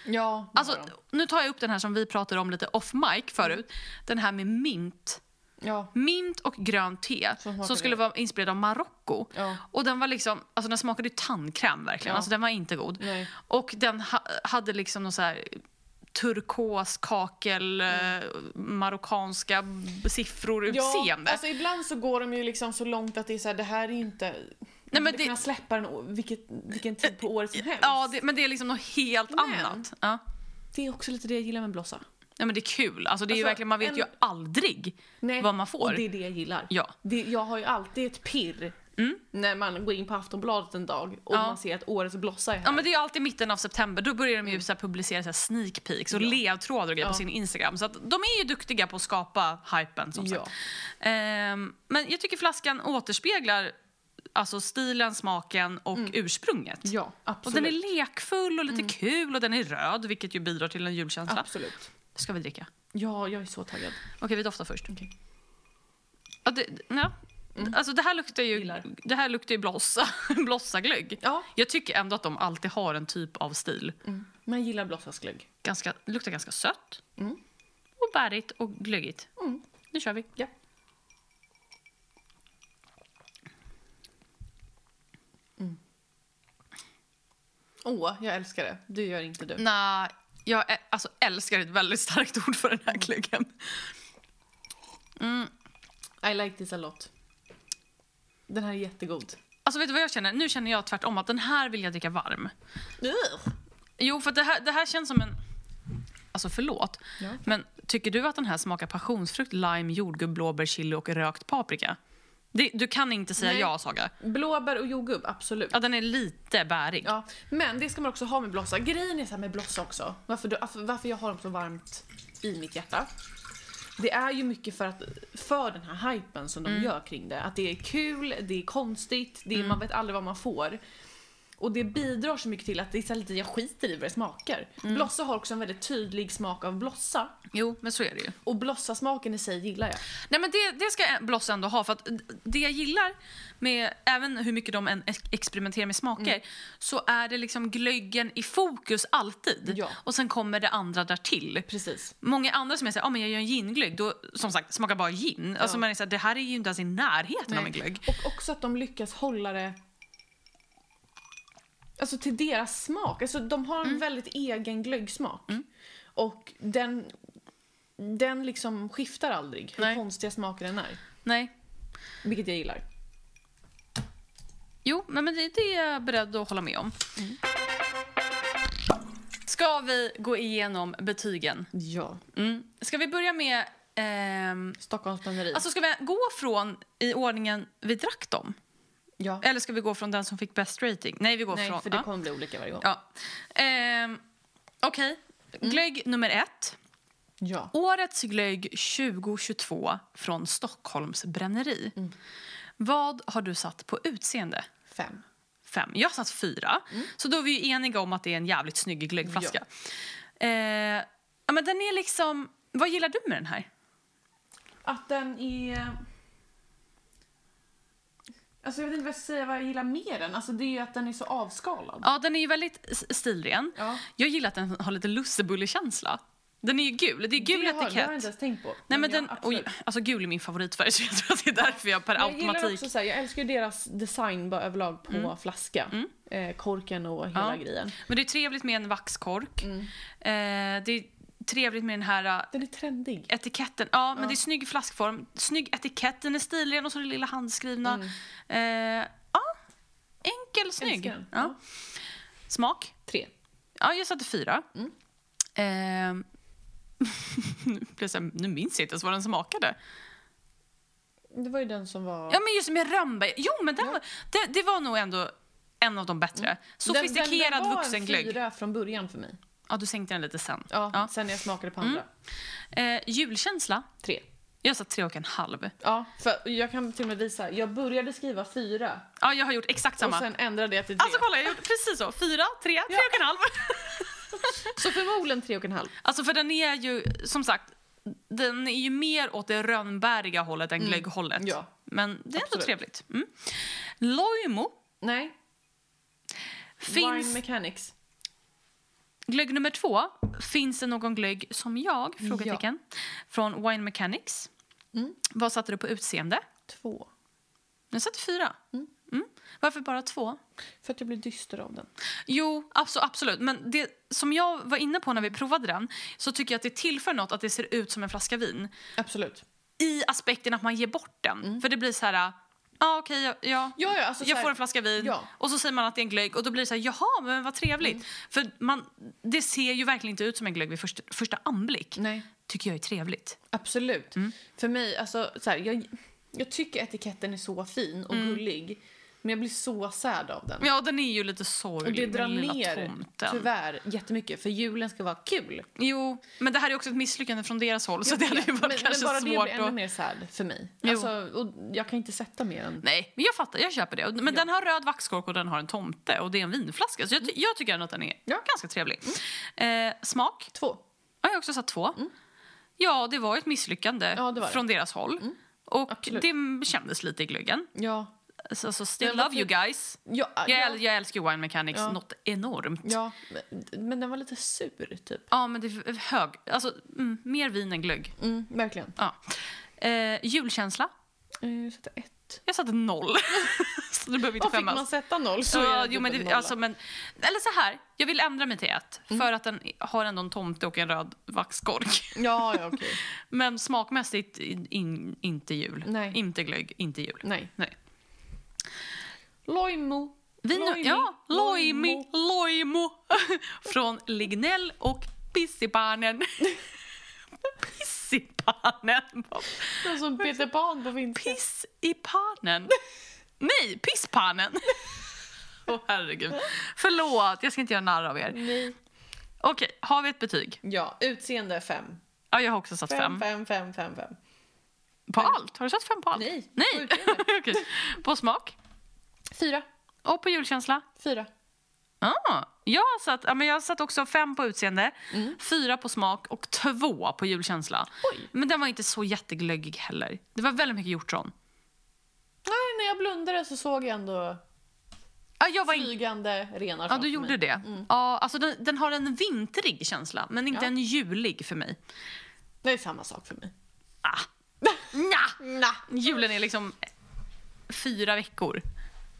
S2: Ja, det
S1: Alltså,
S2: har de. Mm.
S1: nu tar jag upp den här som vi pratade om lite off mic förut. Den här med mint.
S2: ja.
S1: Mint och grönt te
S2: Som
S1: som,
S2: smakade-
S1: skulle vara inspirerad av Marocko.
S2: Ja.
S1: Och den var liksom, alltså den smakade ju tandkräm verkligen.
S2: Ja.
S1: Alltså den var inte god.
S2: Nej.
S1: Och den ha, hade liksom någon så här turkos, kakel, eh, marockanska b- siffror,
S2: Mm. Ja,
S1: utseende.
S2: alltså ibland så går de ju liksom så långt att det är så här, det här är inte... Nej,
S1: men
S2: men det...
S1: det-
S2: kunna släppa den å- vilket, vilken tid på året som helst.
S1: Ja, det, men det är liksom något helt
S2: Men-
S1: annat. Ja.
S2: Det är också lite det jag gillar med Blossa.
S1: Nej, men det är kul. Alltså, det är ju
S2: Alltså,
S1: verkligen, man vet
S2: en-
S1: ju aldrig
S2: Nej,
S1: vad man får.
S2: Och det är det jag gillar.
S1: Ja. Mm.
S2: Det, jag har ju alltid ett pirr när man går in på Aftonbladet en dag och
S1: Ja.
S2: man ser att årets Blossa är här.
S1: Ja, men det är ju alltid mitten av september. Då börjar
S2: Mm.
S1: de ju så här publicera så här sneak peeks och ledtrådar och grejer på sin Instagram. Så att de är ju duktiga på att skapa hypen som
S2: Ja.
S1: sagt. Ehm, men jag tycker flaskan återspeglar alltså stilen, smaken och ursprunget.
S2: Mm. ja
S1: Och
S2: absolut. Mm.
S1: den är lekfull och lite kul och den är röd vilket ju bidrar till en julkänsla.
S2: Absolut.
S1: Ska vi dricka?
S2: Ja, jag är så taggad.
S1: Okej, vi doftar först. Ja, det, ja. Alltså det här luktar ju,
S2: Mm. Gillar.
S1: det här luktar ju blossa, blossaglögg.
S2: Ja.
S1: Jag tycker ändå att de alltid har en typ av stil.
S2: Man gillar Blossas glögg.
S1: ganska, luktar ganska sött. Och bärigt och glöggigt. Nu kör vi.
S2: Ja. Mm. Åh, jag älskar det. Det gör inte du.
S1: Nej, jag ä- alltså, älskar ett väldigt starkt ord för den här glöggen.
S2: I like this a lot. Den här är jättegod.
S1: Alltså vet du vad jag känner? Nu känner jag tvärtom att den här vill jag dricka varm. Jo, för att det här, det här känns som en... Alltså förlåt,
S2: Ja.
S1: men tycker du att den här smakar passionsfrukt, lime, jordgubb, blåbär, chili och rökt paprika? Det, du kan inte säga
S2: Nej.
S1: ja, Saga.
S2: Blåbär och jordgubb, absolut.
S1: Ja, den är lite bärig.
S2: Ja, men det ska man också ha med blossa. Grejen är så här med blossa också, varför, du, varför jag har dem så varmt i mitt hjärta. Det är ju mycket för, att, för den här hypen som de gör kring det. Att det är kul, det är konstigt, det är, man vet aldrig vad man får. Och det bidrar så mycket till att det är så här lite, jag skiter i vad det smakar. Blossa har också en väldigt tydlig smak av blossa.
S1: Jo, men så är det ju.
S2: Och blossasmaken i sig gillar jag.
S1: Nej, men det, det ska Bloss ändå ha. För att det jag gillar, med, även hur mycket de än ex- experimenterar med smaker så är det liksom glöggen i fokus alltid.
S2: Ja.
S1: Och sen kommer det andra därtill.
S2: Precis.
S1: Många andra som är såhär, ah, men jag gör en ginglögg, då som sagt smakar bara gin. Alltså
S2: Ja.
S1: man är såhär, det här är ju inte ens i närheten av en glögg.
S2: Och också att de lyckas hålla det Alltså till deras smak. Alltså de har en
S1: Mm.
S2: väldigt egen glöggsmak. Och den, den liksom skiftar aldrig hur
S1: Nej.
S2: konstiga smaker den är.
S1: Nej.
S2: Vilket jag gillar.
S1: Jo, nej, men det, det är jag beredd att hålla med om. Ska vi gå igenom betygen?
S2: Ja.
S1: Mm. Ska vi börja med ehm,
S2: Stockholms bränneri.
S1: Alltså ska vi gå från i ordningen vi drack dem?
S2: ja.
S1: Eller ska vi gå från den som fick bäst rating? Nej, vi eh, går
S2: Nej,
S1: från...
S2: för det
S1: ja.
S2: kommer bli olika varje gång.
S1: ja. Ehm, Okej,
S2: Mm.
S1: glögg nummer ett.
S2: Ja.
S1: Årets glögg 2022 från Stockholms bränneri.
S2: Mm.
S1: Vad har du satt på utseende?
S2: Fem.
S1: Fem. Jag har satt fyra,
S2: Mm.
S1: så då är vi ju eniga om att det är en jävligt snygg glöggflaska. Eh, ja, men den är liksom... Vad gillar du med den här?
S2: Att den är... Alltså jag vet inte vad jag ska säga vad jag gillar med den. Alltså det är ju att den är så avskalad.
S1: Ja, den är ju väldigt s- stilren.
S2: Ja.
S1: Jag gillar att den har lite lussebullekänsla. Den är ju gul. Det är gul
S2: det har, det har jag inte
S1: etikett.
S2: ens tänkt på.
S1: Nej, men
S2: ja,
S1: den, och,
S2: absolut.
S1: alltså gul är min favoritfärg så jag tror att det är därför jag per
S2: Men jag gillar
S1: automatik... Mm.
S2: också så här, jag älskar ju deras design bara överlag på flaska. Eh, korken och hela
S1: Ja.
S2: grejen.
S1: Men det är trevligt med en vaxkork.
S2: Mm.
S1: Eh, det är trevligt med den här eh,
S2: Den är trendig.
S1: etiketten. Ja, men det är snygg flaskform. Snygg etikett. Den är stilren och så det lilla handskrivna.
S2: Mm.
S1: Eh, ja, enkel, snygg.
S2: Älskar den.
S1: Ja. Smak?
S2: Tre.
S1: Ja, jag satte fyra.
S2: Mm.
S1: Ehm, nu, blev jag så här, nu minns jag inte ens vad den smakade.
S2: Det var ju den som var...
S1: Ja, men just med rönnbär. Jo, men den, var- det, det var nog ändå en av de bättre.
S2: Mm. den,
S1: Sofistikerad
S2: den var en
S1: vuxenglögg.
S2: fyra från början för mig.
S1: Ja, du sänkte den lite sen.
S2: Ja,
S1: Ja.
S2: Sen när jag smakade på andra.
S1: Eh, julkänsla.
S2: Tre.
S1: Jag satt tre och en halv.
S2: Ja, för jag kan till och med visa. Jag började skriva fyra
S1: Ja, jag har gjort exakt samma.
S2: och sen ändrade jag till tre.
S1: Alltså kolla, jag har gjort precis så. Fyra, tre, tre och en halv.
S2: Så förmodligen tre och en halv.
S1: Alltså för den är ju, som sagt, den är ju mer åt det rönnbäriga hållet än glögghållet.
S2: Mm. Ja.
S1: Men det är ändå
S2: Absolut.
S1: trevligt. Mm. Loimo
S2: Nej,
S1: finns...
S2: Wine Mechanics.
S1: Glögg nummer två. Finns det någon glögg som jag? Frågetecken. Från Wine Mechanics.
S2: Mm.
S1: Vad satte du på utseende?
S2: Två.
S1: Den satte fyra.
S2: Mm.
S1: Mm. Varför bara två?
S2: För att jag blir dyster av den.
S1: Jo, abso- absolut. Men det som jag var inne på när vi provade den så tycker jag att det tillför något att det ser ut som en flaska vin.
S2: Absolut.
S1: I aspekten att man ger bort den.
S2: Mm.
S1: För det blir så här... Ja, okej, ja, ja.
S2: Ja, ja, alltså så
S1: jag
S2: här-
S1: får en flaska vin
S2: Ja. Mm.
S1: och så säger man att det är en glögg och då blir det så här, jaha, men vad trevligt. För man, det ser ju verkligen inte ut som en glögg vid första, första anblick.
S2: Nej.
S1: tycker jag är trevligt.
S2: Absolut.
S1: Mm.
S2: För mig, alltså så här, jag, jag tycker etiketten är så fin och gullig. Men jag blir så särd av den.
S1: Mm. Ja, den är ju lite
S2: Och
S1: sorglig,
S2: det drar
S1: den lilla
S2: ner
S1: tomten.
S2: tyvärr jättemycket för julen ska vara kul.
S1: Jo, men det här är också ett misslyckande från deras håll så det hade ju varit
S2: men, men
S1: kanske
S2: bara det blir
S1: svårt
S2: ännu
S1: att...
S2: mer särd för mig.
S1: Jo.
S2: Alltså, och jag kan inte sätta mer än...
S1: Nej, men jag fattar, jag köper det. Men den har röd vaxkork och den har en tomte och det är en vinflaska. Så jag, ty- jag tycker ändå att den är
S2: Mm. Ja. Mm.
S1: ganska trevlig. Eh, smak?
S2: Två.
S1: Ja, jag har också satt två. Ja, det var ju ett misslyckande
S2: Mm. Ja, det var det.
S1: från deras håll. Och
S2: Absolut.
S1: det kändes lite i glöggen.
S2: Ja.
S1: Så, så still
S2: Men varför-
S1: love you guys.
S2: Ja,
S1: Jag,
S2: ja,
S1: äl- jag älskar ju Wine Mechanics
S2: Ja.
S1: något enormt.
S2: ja men, men den var lite sur typ.
S1: Ja, men det är hög. Alltså, mm, mer vin än glögg.
S2: Mm, verkligen.
S1: Ja. Eh, julkänsla.
S2: Eh, Sätta ett.
S1: Jag satte noll. så du behöver inte
S2: Och fick man
S1: skämmas.
S2: sätta noll Mm. så är
S1: Ja,
S2: det
S1: jo,
S2: typ
S1: men
S2: en
S1: det,
S2: nolla.
S1: alltså, men, eller så här, jag vill ändra mig till ett. För att den har ändå en tomte och en röd vaxkork.
S2: Ja, ja okej.
S1: Men smakmässigt in, in, inte jul.
S2: Nej.
S1: Inte glögg, inte jul.
S2: Nej.
S1: Nej.
S2: Loimo.
S1: Vin,
S2: Loimi.
S1: Ja, Loimi, Loimo. Från Lignell och Pissibarnen. Pissibarnen.
S2: Den som Peter Pan på vintern.
S1: Piss i panen. Nej, pisspanen. Åh herregud. Förlåt, jag ska inte göra narr av er.
S2: Nej.
S1: Okej, har vi ett betyg?
S2: Ja, utseende fem.
S1: Ja, jag har också satt
S2: Fem,
S1: fem.
S2: fem, fem, fem, fem.
S1: På allt? Har du satt fem på allt?
S2: Nej, på
S1: Nej.
S2: utseende.
S1: Okej. På smak?
S2: Fyra.
S1: Och på julkänsla?
S2: Fyra.
S1: Ah, jag, har satt, ja, men jag har satt också fem på utseende, fyra på smak och två på julkänsla.
S2: Oj.
S1: Men den var inte så jätteglöggig heller. Det var väldigt mycket hjortron.
S2: Nej, när jag blundade så såg jag ändå
S1: Ja, jag var in,
S2: flygande renar
S1: Ja,
S2: framför
S1: du gjorde
S2: mig.
S1: det. Ja, alltså den, den har en vintrig känsla, men inte
S2: Ja.
S1: en julig för mig.
S2: Det är samma sak för mig.
S1: Ah. Nja!
S2: Nah.
S1: Julen är liksom fyra veckor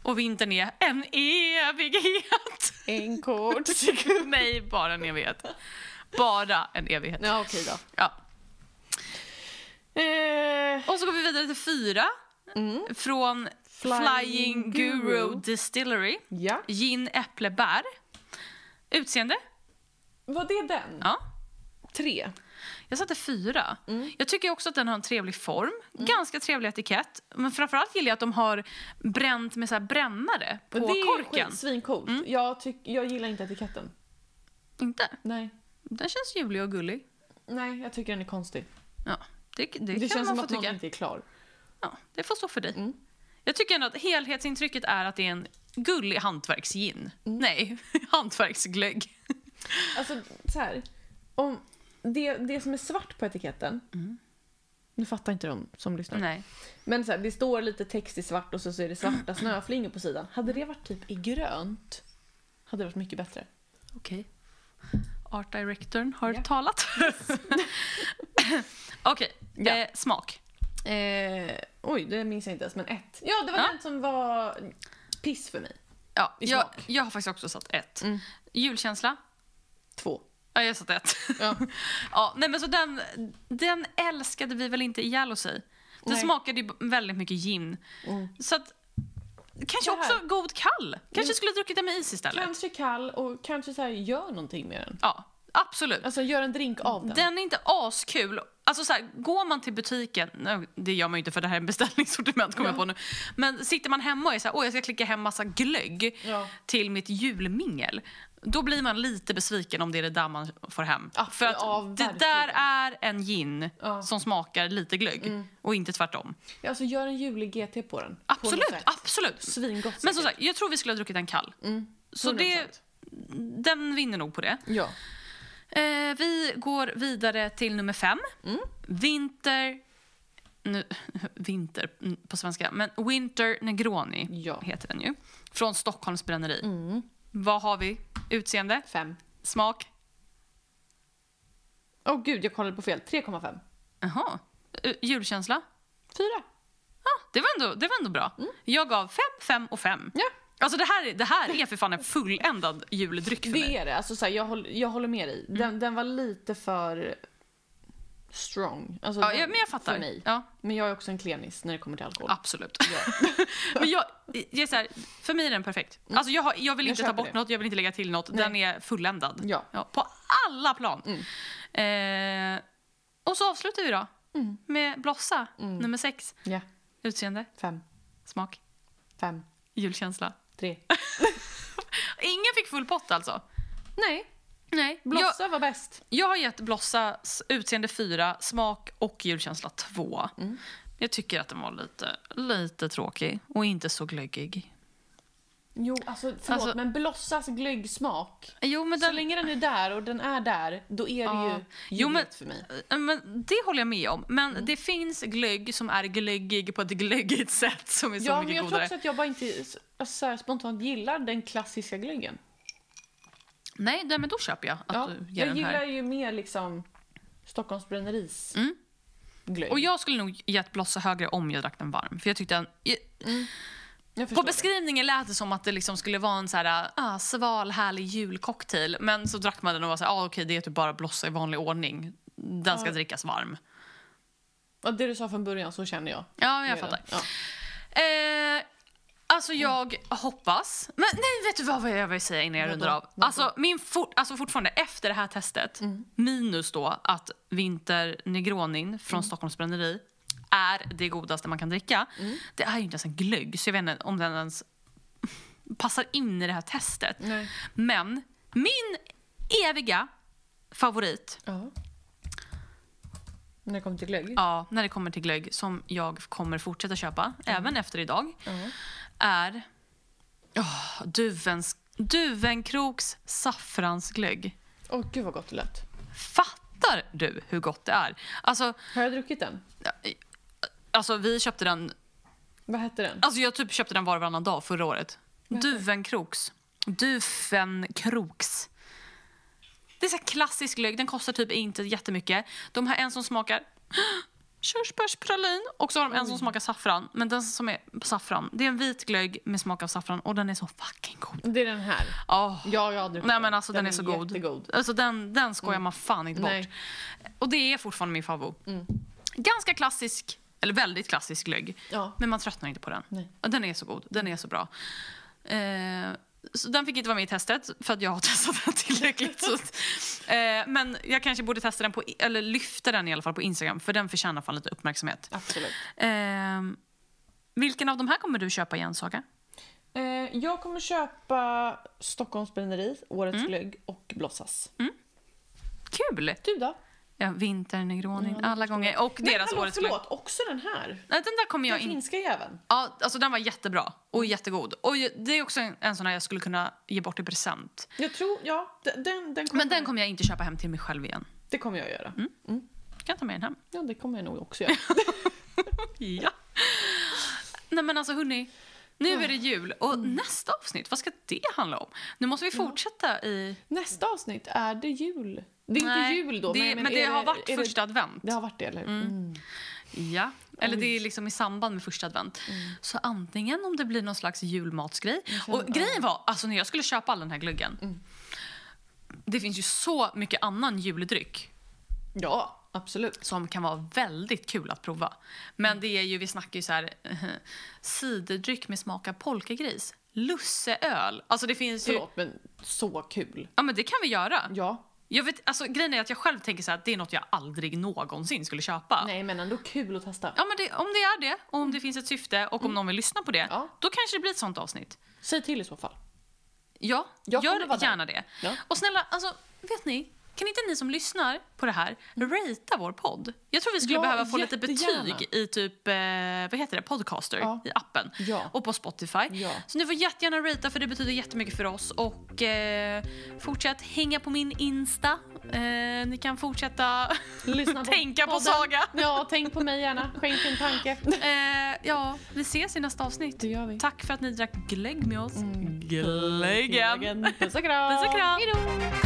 S1: och vintern är en evighet.
S2: En kort sekund.
S1: Nej, bara en evighet. Bara en evighet.
S2: Ja, okej då.
S1: Ja.
S2: Eh,
S1: Och så går vi vidare till fyra från Flying,
S2: Mm. Flying
S1: Guru.
S2: Guru
S1: Distillery.
S2: ja.
S1: Gin, äpple, bär. Utseende?
S2: Var det den?
S1: Ja.
S2: Tre.
S1: Jag satte fyra.
S2: Mm.
S1: Jag tycker också att den har en trevlig form, ganska trevlig etikett. Men framförallt gillar jag att de har bränt med så här brännare på
S2: Men det är
S1: korken. Mm.
S2: skit- svincoolt. Jag, tyck, jag gillar inte etiketten.
S1: Inte?
S2: Nej.
S1: Den känns julig och gullig.
S2: Nej, jag tycker den är konstig.
S1: Ja, det, det,
S2: Det,
S1: kan
S2: känns
S1: man
S2: som
S1: få
S2: att någon
S1: tycka.
S2: inte är klar.
S1: Ja, det får stå för dig.
S2: Mm.
S1: Jag tycker ändå att helhetsintrycket är att det är en gullig hantverksgin.
S2: Mm.
S1: Nej, hantverksglögg.
S2: Alltså, så här. Om det, det som är svart på etiketten... Nu fattar inte de som lyssnar.
S1: Mm. Nej.
S2: Men så här, det står lite text i svart och så, så är det svarta snöflingor på sidan. Hade det varit typ i grönt hade det varit mycket bättre.
S1: Okej. Art directorn har
S2: Ja.
S1: talat. Okej,
S2: Ja.
S1: eh, smak.
S2: Eh, oj, det minns jag inte ens, men ett. Ja, det var
S1: Ja.
S2: den som var piss för mig.
S1: Ja,
S2: I
S1: jag,
S2: smak.
S1: jag har faktiskt också satt ett. Mm. Julkänsla?
S2: Två.
S1: Ja, jag satt ett.
S2: Ja.
S1: ja, nej, men så den, den älskade vi väl inte ihjäl oss i. Den
S2: Nej.
S1: smakade ju b- väldigt mycket gin. Så att, kanske
S2: Det här.
S1: också god kall. Kanske skulle druckit den med is istället.
S2: Kanske kall och kanske så här, gör någonting med den.
S1: Ja, absolut.
S2: Alltså gör en drink av den.
S1: Den är inte askul. Alltså så här, går man till butiken, no, det gör man ju inte för det här är en beställningssortiment kommer jag på nu. Men sitter man hemma och är så här, åh jag ska klicka hem massa glögg
S2: Ja.
S1: till mitt julmingel. Då blir man lite besviken om det är det där man får hem.
S2: Ja,
S1: för att
S2: ja,
S1: det
S2: verkligen.
S1: där är en gin
S2: Ja. Mm.
S1: som smakar lite glögg och inte tvärtom.
S2: Alltså gör en julig GT på den. På
S1: Absolut,
S2: något sätt.
S1: absolut.
S2: Svingott
S1: Men som
S2: säkert.
S1: sagt, jag tror vi skulle ha druckit en kall. Så det,
S2: 100%.
S1: den vinner nog på det.
S2: Ja. Mm.
S1: Eh, vi går vidare till nummer fem. Vinter nu, vinter mm, på svenska, men Winter Negroni
S2: Ja. Mm.
S1: heter den ju. Från Stockholms bränneri. Vad har vi? Utseende?
S2: Fem.
S1: Smak?
S2: Åh oh, gud, jag kollade på fel. 3,5.
S1: Jaha. Eh, Julkänsla?
S2: Fyra.
S1: Ja, det var ändå, det var ändå bra. Jag gav fem, fem och fem.
S2: Mm. Ja.
S1: Alltså det här, det här är för fan en fulländad juldryck för mig. Mm.
S2: Det är det. Alltså, så här, jag, håller, jag håller med dig. Den, den var lite för strong. Alltså,
S1: Ja,
S2: den-
S1: ja, men jag fattar.
S2: För mig.
S1: Ja,
S2: Men jag är också en klenis när det kommer till alkohol.
S1: absolut. men jag, jag är så här, för mig är den perfekt. Alltså jag, har, jag vill
S2: Mm. Jag
S1: inte ta
S2: köper
S1: bort
S2: det.
S1: något, jag vill inte lägga till något. Den är fulländad.
S2: Ja. Mm.
S1: på alla plan. Eh, och så avslutar vi då med Blossa,
S2: Mm.
S1: nummer sex.
S2: Ja.
S1: Utseende,
S2: Fem.
S1: smak,
S2: Fem.
S1: julkänsla.
S2: Tre.
S1: Ingen fick full pott alltså.
S2: Nej.
S1: Nej, jag,
S2: Blossa var bäst.
S1: Jag har gett Blossas utseende 4, smak och julkänsla 2.
S2: Mm.
S1: Jag tycker att den var lite, lite tråkig och inte så glöggig.
S2: Jo, alltså förlåt,
S1: Alltså-
S2: men Blossas glöggsmak.
S1: Jo, men
S2: Så
S1: den,
S2: länge den är där och den är där, då är det
S1: Ja.
S2: ju
S1: Jo, men-
S2: ljuvligt för mig.
S1: Eh, men det håller jag med om. Men
S2: Mm.
S1: det finns glögg som är glöggig på ett glöggigt sätt som är så
S2: Ja, men
S1: mycket
S2: jag tror
S1: godare.
S2: också att jag bara inte alltså, så här, spontant gillar den klassiska glöggen.
S1: Nej, nej, men då köper jag att
S2: Ja,
S1: du ger
S2: jag
S1: den här. Mm.
S2: gillar ju mer liksom Stockholms bränneris glögg.
S1: Och jag skulle nog gett Blossa högre om jag drack den varm. För jag tyckte den,
S2: jag
S1: på
S2: förstår det.
S1: beskrivningen lät det som att det liksom skulle vara en så här, ah, sval, härlig julcocktail. Men så drack man den och var så här, ah, okej, det är typ bara Blossa i vanlig ordning. Den ska drickas varm.
S2: Ja, det du sa från början, så känner jag.
S1: Ja, men jag
S2: med
S1: fattar.
S2: den. Ja.
S1: Eh, alltså jag hoppas... Men nej, vet du vad jag vill säga innan jag
S2: Vadå?
S1: rundar av?
S2: Vadå? Mm.
S1: Alltså, min for, alltså fortfarande, efter det här testet, minus då att Vinter Negronin
S2: Mm.
S1: från Stockholms bränneri är det godaste man kan dricka.
S2: Mm.
S1: Det är ju inte ens en glögg, så jag vet inte om den ens passar in i det här testet.
S2: Nej.
S1: Men min eviga favorit
S2: Ja. När det kommer till glögg?
S1: ja, när det kommer till glögg som jag kommer fortsätta köpa, även efter idag, är oh, duvens, Duvenkroks saffransglögg.
S2: Åh, gud vad gott det lät.
S1: Fattar du hur gott det är? Alltså,
S2: Har jag druckit den?
S1: alltså vi köpte den,
S2: Vad hette den?
S1: alltså jag typ köpte den var och varannan dag förra året. Duvenkroks. Duvenkroks. Det är så här klassisk glögg, den kostar typ inte jättemycket. De har en som smakar körsbärspralin och så har de en som smakar saffran. Men den som är saffran, det är en vit glögg med smak av saffran och den är så fucking god.
S2: Det är den här.
S1: Åh.
S2: Ja, jag har druckit
S1: Nej
S2: den.
S1: men alltså den, är, så god.
S2: Jättegod. Mm.
S1: Alltså den, den skojar man fan inte bort.
S2: Nej. Mm.
S1: Och det är fortfarande min favorit. Ganska klassisk, eller väldigt klassisk glögg.
S2: Ja.
S1: Men man tröttnar inte på den.
S2: Nej.
S1: Och Den är så god, den är så bra. Eh, så den fick inte vara med i testet för att jag har testat den tillräckligt. så att, eh, men jag kanske borde testa den på, eller lyfta den i alla fall på Instagram för den förtjänar fan lite uppmärksamhet.
S2: Absolut.
S1: Eh, vilken av de här kommer du köpa igen Saga?
S2: Eh, jag kommer köpa Stockholms bränneri, Årets
S1: Mm.
S2: glögg och Blossas.
S1: Kul!
S2: Du då?
S1: Ja, Vintern, Negronin, alla gånger. Och
S2: Nej,
S1: deras
S2: hallå,
S1: årets glögg.
S2: förlåt. Också den här.
S1: Nej, den där kommer jag
S2: Den
S1: in...
S2: finska jäveln.
S1: Ja, alltså den var jättebra och jättegod. Och ju- det är också en, en sån här jag skulle kunna ge bort i present.
S2: Jag tror, ja. d- Den, den, kommer,
S1: Men den kommer jag inte köpa hem till mig själv igen.
S2: Det kommer jag göra.
S1: Mm. Jag kan ta med den hem.
S2: Ja, det kommer jag nog också göra.
S1: Ja. Nej men alltså hörni, nu är det jul och
S2: Mm.
S1: nästa avsnitt, vad ska det handla om? Nu måste vi fortsätta i...
S2: Nästa avsnitt, är det jul? Det är
S1: Nej,
S2: inte jul då.
S1: det,
S2: men,
S1: men,
S2: jag menar,
S1: det
S2: är
S1: har varit
S2: är
S1: första advent.
S2: Det, det har varit det, eller hur? Mm.
S1: Ja, eller det
S2: Oj. Mm.
S1: är liksom i samband med första advent. Så antingen om det blir någon slags julmatsgrej. Och grejen var, alltså när jag skulle köpa all den här glöggen.
S2: Mm.
S1: Det finns ju så mycket annan juldryck
S2: Ja, absolut.
S1: som kan vara väldigt kul att prova.
S2: Mm.
S1: Men det är ju, vi snackar ju så här ciderdryck med smak av polkagris. Lusseöl. Alltså det finns ju...
S2: Förlåt, men så kul.
S1: Ja men det kan vi göra.
S2: Ja.
S1: Jag vet, alltså grejen är att jag själv tänker så här att det är något jag aldrig någonsin skulle köpa.
S2: Nej, men ändå kul att testa.
S1: Ja, men det, om det är det, och om det finns ett syfte och om någon vill lyssna på det,
S2: Mm. Ja.
S1: då kanske det blir ett sånt avsnitt.
S2: Säg till i så fall.
S1: Ja,
S2: Jag kommer vara
S1: gör
S2: där.
S1: gärna det.
S2: Ja.
S1: Och snälla, alltså, vet ni? Kan inte ni som lyssnar på det här ratea vår podd? Jag tror vi skulle
S2: Ja,
S1: behöva få lite
S2: jättegärna.
S1: betyg i typ, eh, vad heter det, Podcaster,
S2: Ja.
S1: i appen.
S2: Ja.
S1: Och på Spotify.
S2: Ja.
S1: Så ni får jättegärna ratea för det betyder jättemycket för oss. Och eh, fortsätt hänga på min Insta eh, ni kan fortsätta
S2: Lyssna
S1: tänka på
S2: podden.
S1: Saga.
S2: Ja, tänk på mig gärna. Skänk en tanke.
S1: Eh, ja, vi ses i nästa avsnitt.
S2: Det gör vi.
S1: Tack för att ni drack glögg med oss. Glöggen.
S2: Puss och kram.
S1: Puss och kram.
S2: Hejdå.